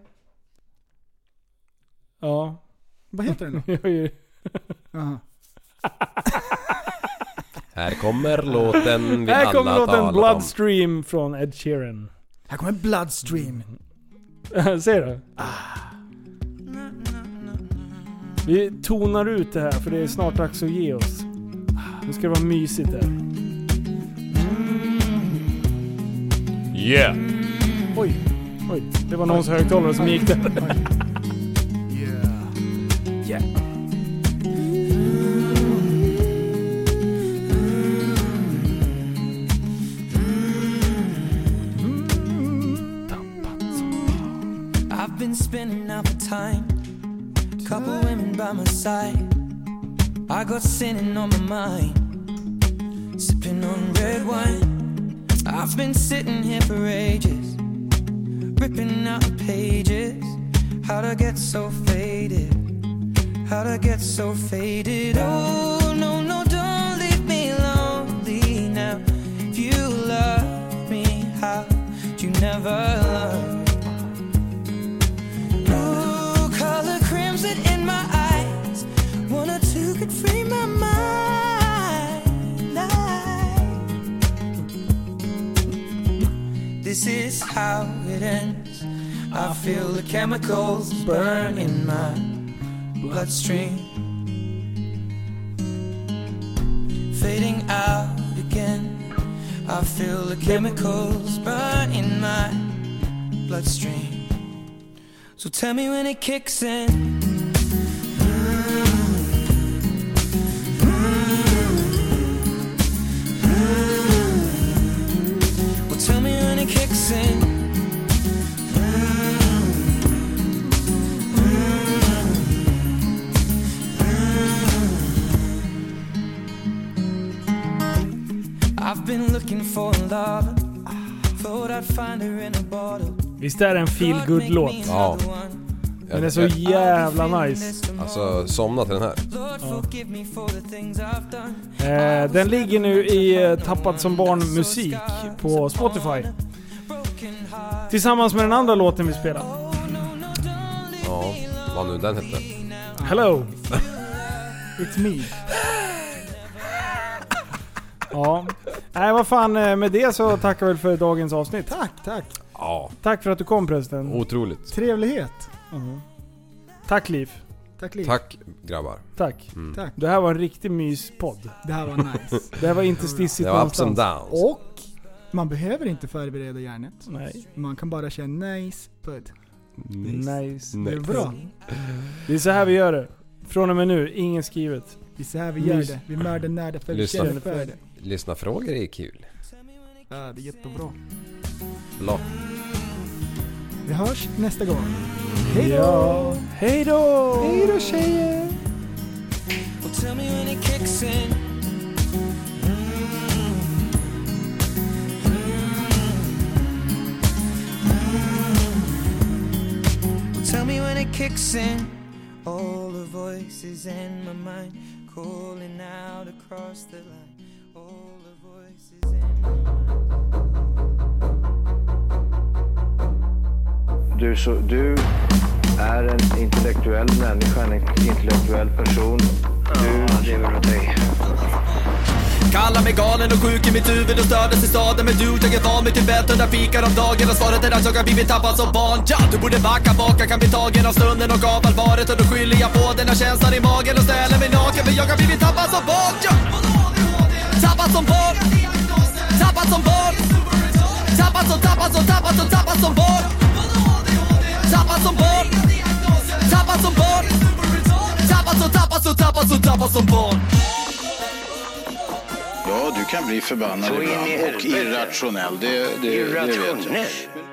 Speaker 6: Ja. [laughs]
Speaker 7: Vad heter den?
Speaker 6: Jag är ju-
Speaker 7: Jaha.
Speaker 8: Här kommer låten vi
Speaker 6: Här kommer
Speaker 8: alla
Speaker 6: låten
Speaker 8: talat om.
Speaker 6: Bloodstream från Ed Sheeran. [laughs]
Speaker 7: Här kommer Bloodstream.
Speaker 6: Mm. Säg då. Vi tonar ut det här för det är snart dags att ge oss. Nu ska det vara mysigt här.
Speaker 14: Yeah.
Speaker 6: Oj, oj. Det var någons högtalare som gick där. Yeah.
Speaker 15: I've been spending out my time. Couple women by my side. I got sinning on my mind. Sipping on red wine. I've been sitting here for ages. Ripping out the pages. How'd I get so faded? How'd I get so faded? Oh, no, no, don't leave me lonely now. If you love me, how'd you never love Blue color crimson in my eyes. One or two could free my mind. I- This is how it ends. I feel the chemicals burn in my bloodstream. Fading out again. I feel the chemicals burn in my bloodstream. So tell me when it kicks in. Well, tell me when it kicks in. been looking for love. Thought I'd find her in a bottle.
Speaker 6: Visst är det en feel good låt
Speaker 8: Ja.
Speaker 6: Den är så jävla nice.
Speaker 8: Alltså somna till den här.
Speaker 6: Eh, den ligger nu i eh, Tappad som barn musik på Spotify. Tillsammans med den andra låten vi spelade.
Speaker 8: Ja, vad nu den hette.
Speaker 6: Hello!
Speaker 7: It's me.
Speaker 6: Ja. Nej, vad fan. eh, Med det så tackar vi väl för dagens avsnitt.
Speaker 7: Tack, tack.
Speaker 8: Ja.
Speaker 6: Tack för att du kom prästen.
Speaker 8: Otroligt.
Speaker 7: Trevlighet.
Speaker 6: Tack Liv.
Speaker 7: Tack Liv.
Speaker 8: Tack grabbar.
Speaker 6: Tack.
Speaker 8: Mm.
Speaker 7: Tack.
Speaker 6: Det här var en riktig myspodd.
Speaker 7: Det här var nice.
Speaker 6: Det här var inte stissigt
Speaker 8: Det var ups and
Speaker 6: någonstans.
Speaker 8: downs.
Speaker 7: Och man behöver inte förbereda hjärnet.
Speaker 6: Nej.
Speaker 7: Man kan bara känna nice, bud.
Speaker 6: Nice.
Speaker 7: Det är bra.
Speaker 6: Det är så här vi gör det. Från och med nu, ingen skrivet.
Speaker 7: Det är så här vi gör
Speaker 6: Mys.
Speaker 7: det. Vi mördar när det för vi
Speaker 8: Lyssna.
Speaker 7: känner för det.
Speaker 8: Lyssna frågor är kul.
Speaker 7: Ja, det är jättebra.
Speaker 8: Lock.
Speaker 7: Vi hörs nästa gång. Hej då!
Speaker 6: Ja. Hej då!
Speaker 7: Hej då tjejer!
Speaker 15: Well, tell me when it kicks in. Well, tell me when it kicks in. All the voices in my mind calling out across the line. All the voices in my mind.
Speaker 1: Du, är så, du är en intellektuell människa, en intellektuell person. Du lever åt dig.
Speaker 2: Kallar mig galen och sjuk i mitt huvud och stördes i staden Men du, jag är van vid Tibet och där fikar om dagen Och svaret är att jag har blivit tappad som barn ja, Du borde backa bak, jag kan bli tagen av stunden och av allvaret Och då skyller jag på den här känslan i magen och ställer mig naken För jag har blivit tappad som barn ja. Tappad som barn Tappad som barn Tappad som, tappad som, tappad som, tappad som barn Tappad som barn Tappad som barn Tappad som, tappad som, tappad som, tappad som barn
Speaker 3: Ja, du kan bli förbannad
Speaker 2: Så in i
Speaker 3: ibland och
Speaker 2: helvete.
Speaker 3: irrationell. Det, det, det vet jag.
Speaker 2: Irrationell.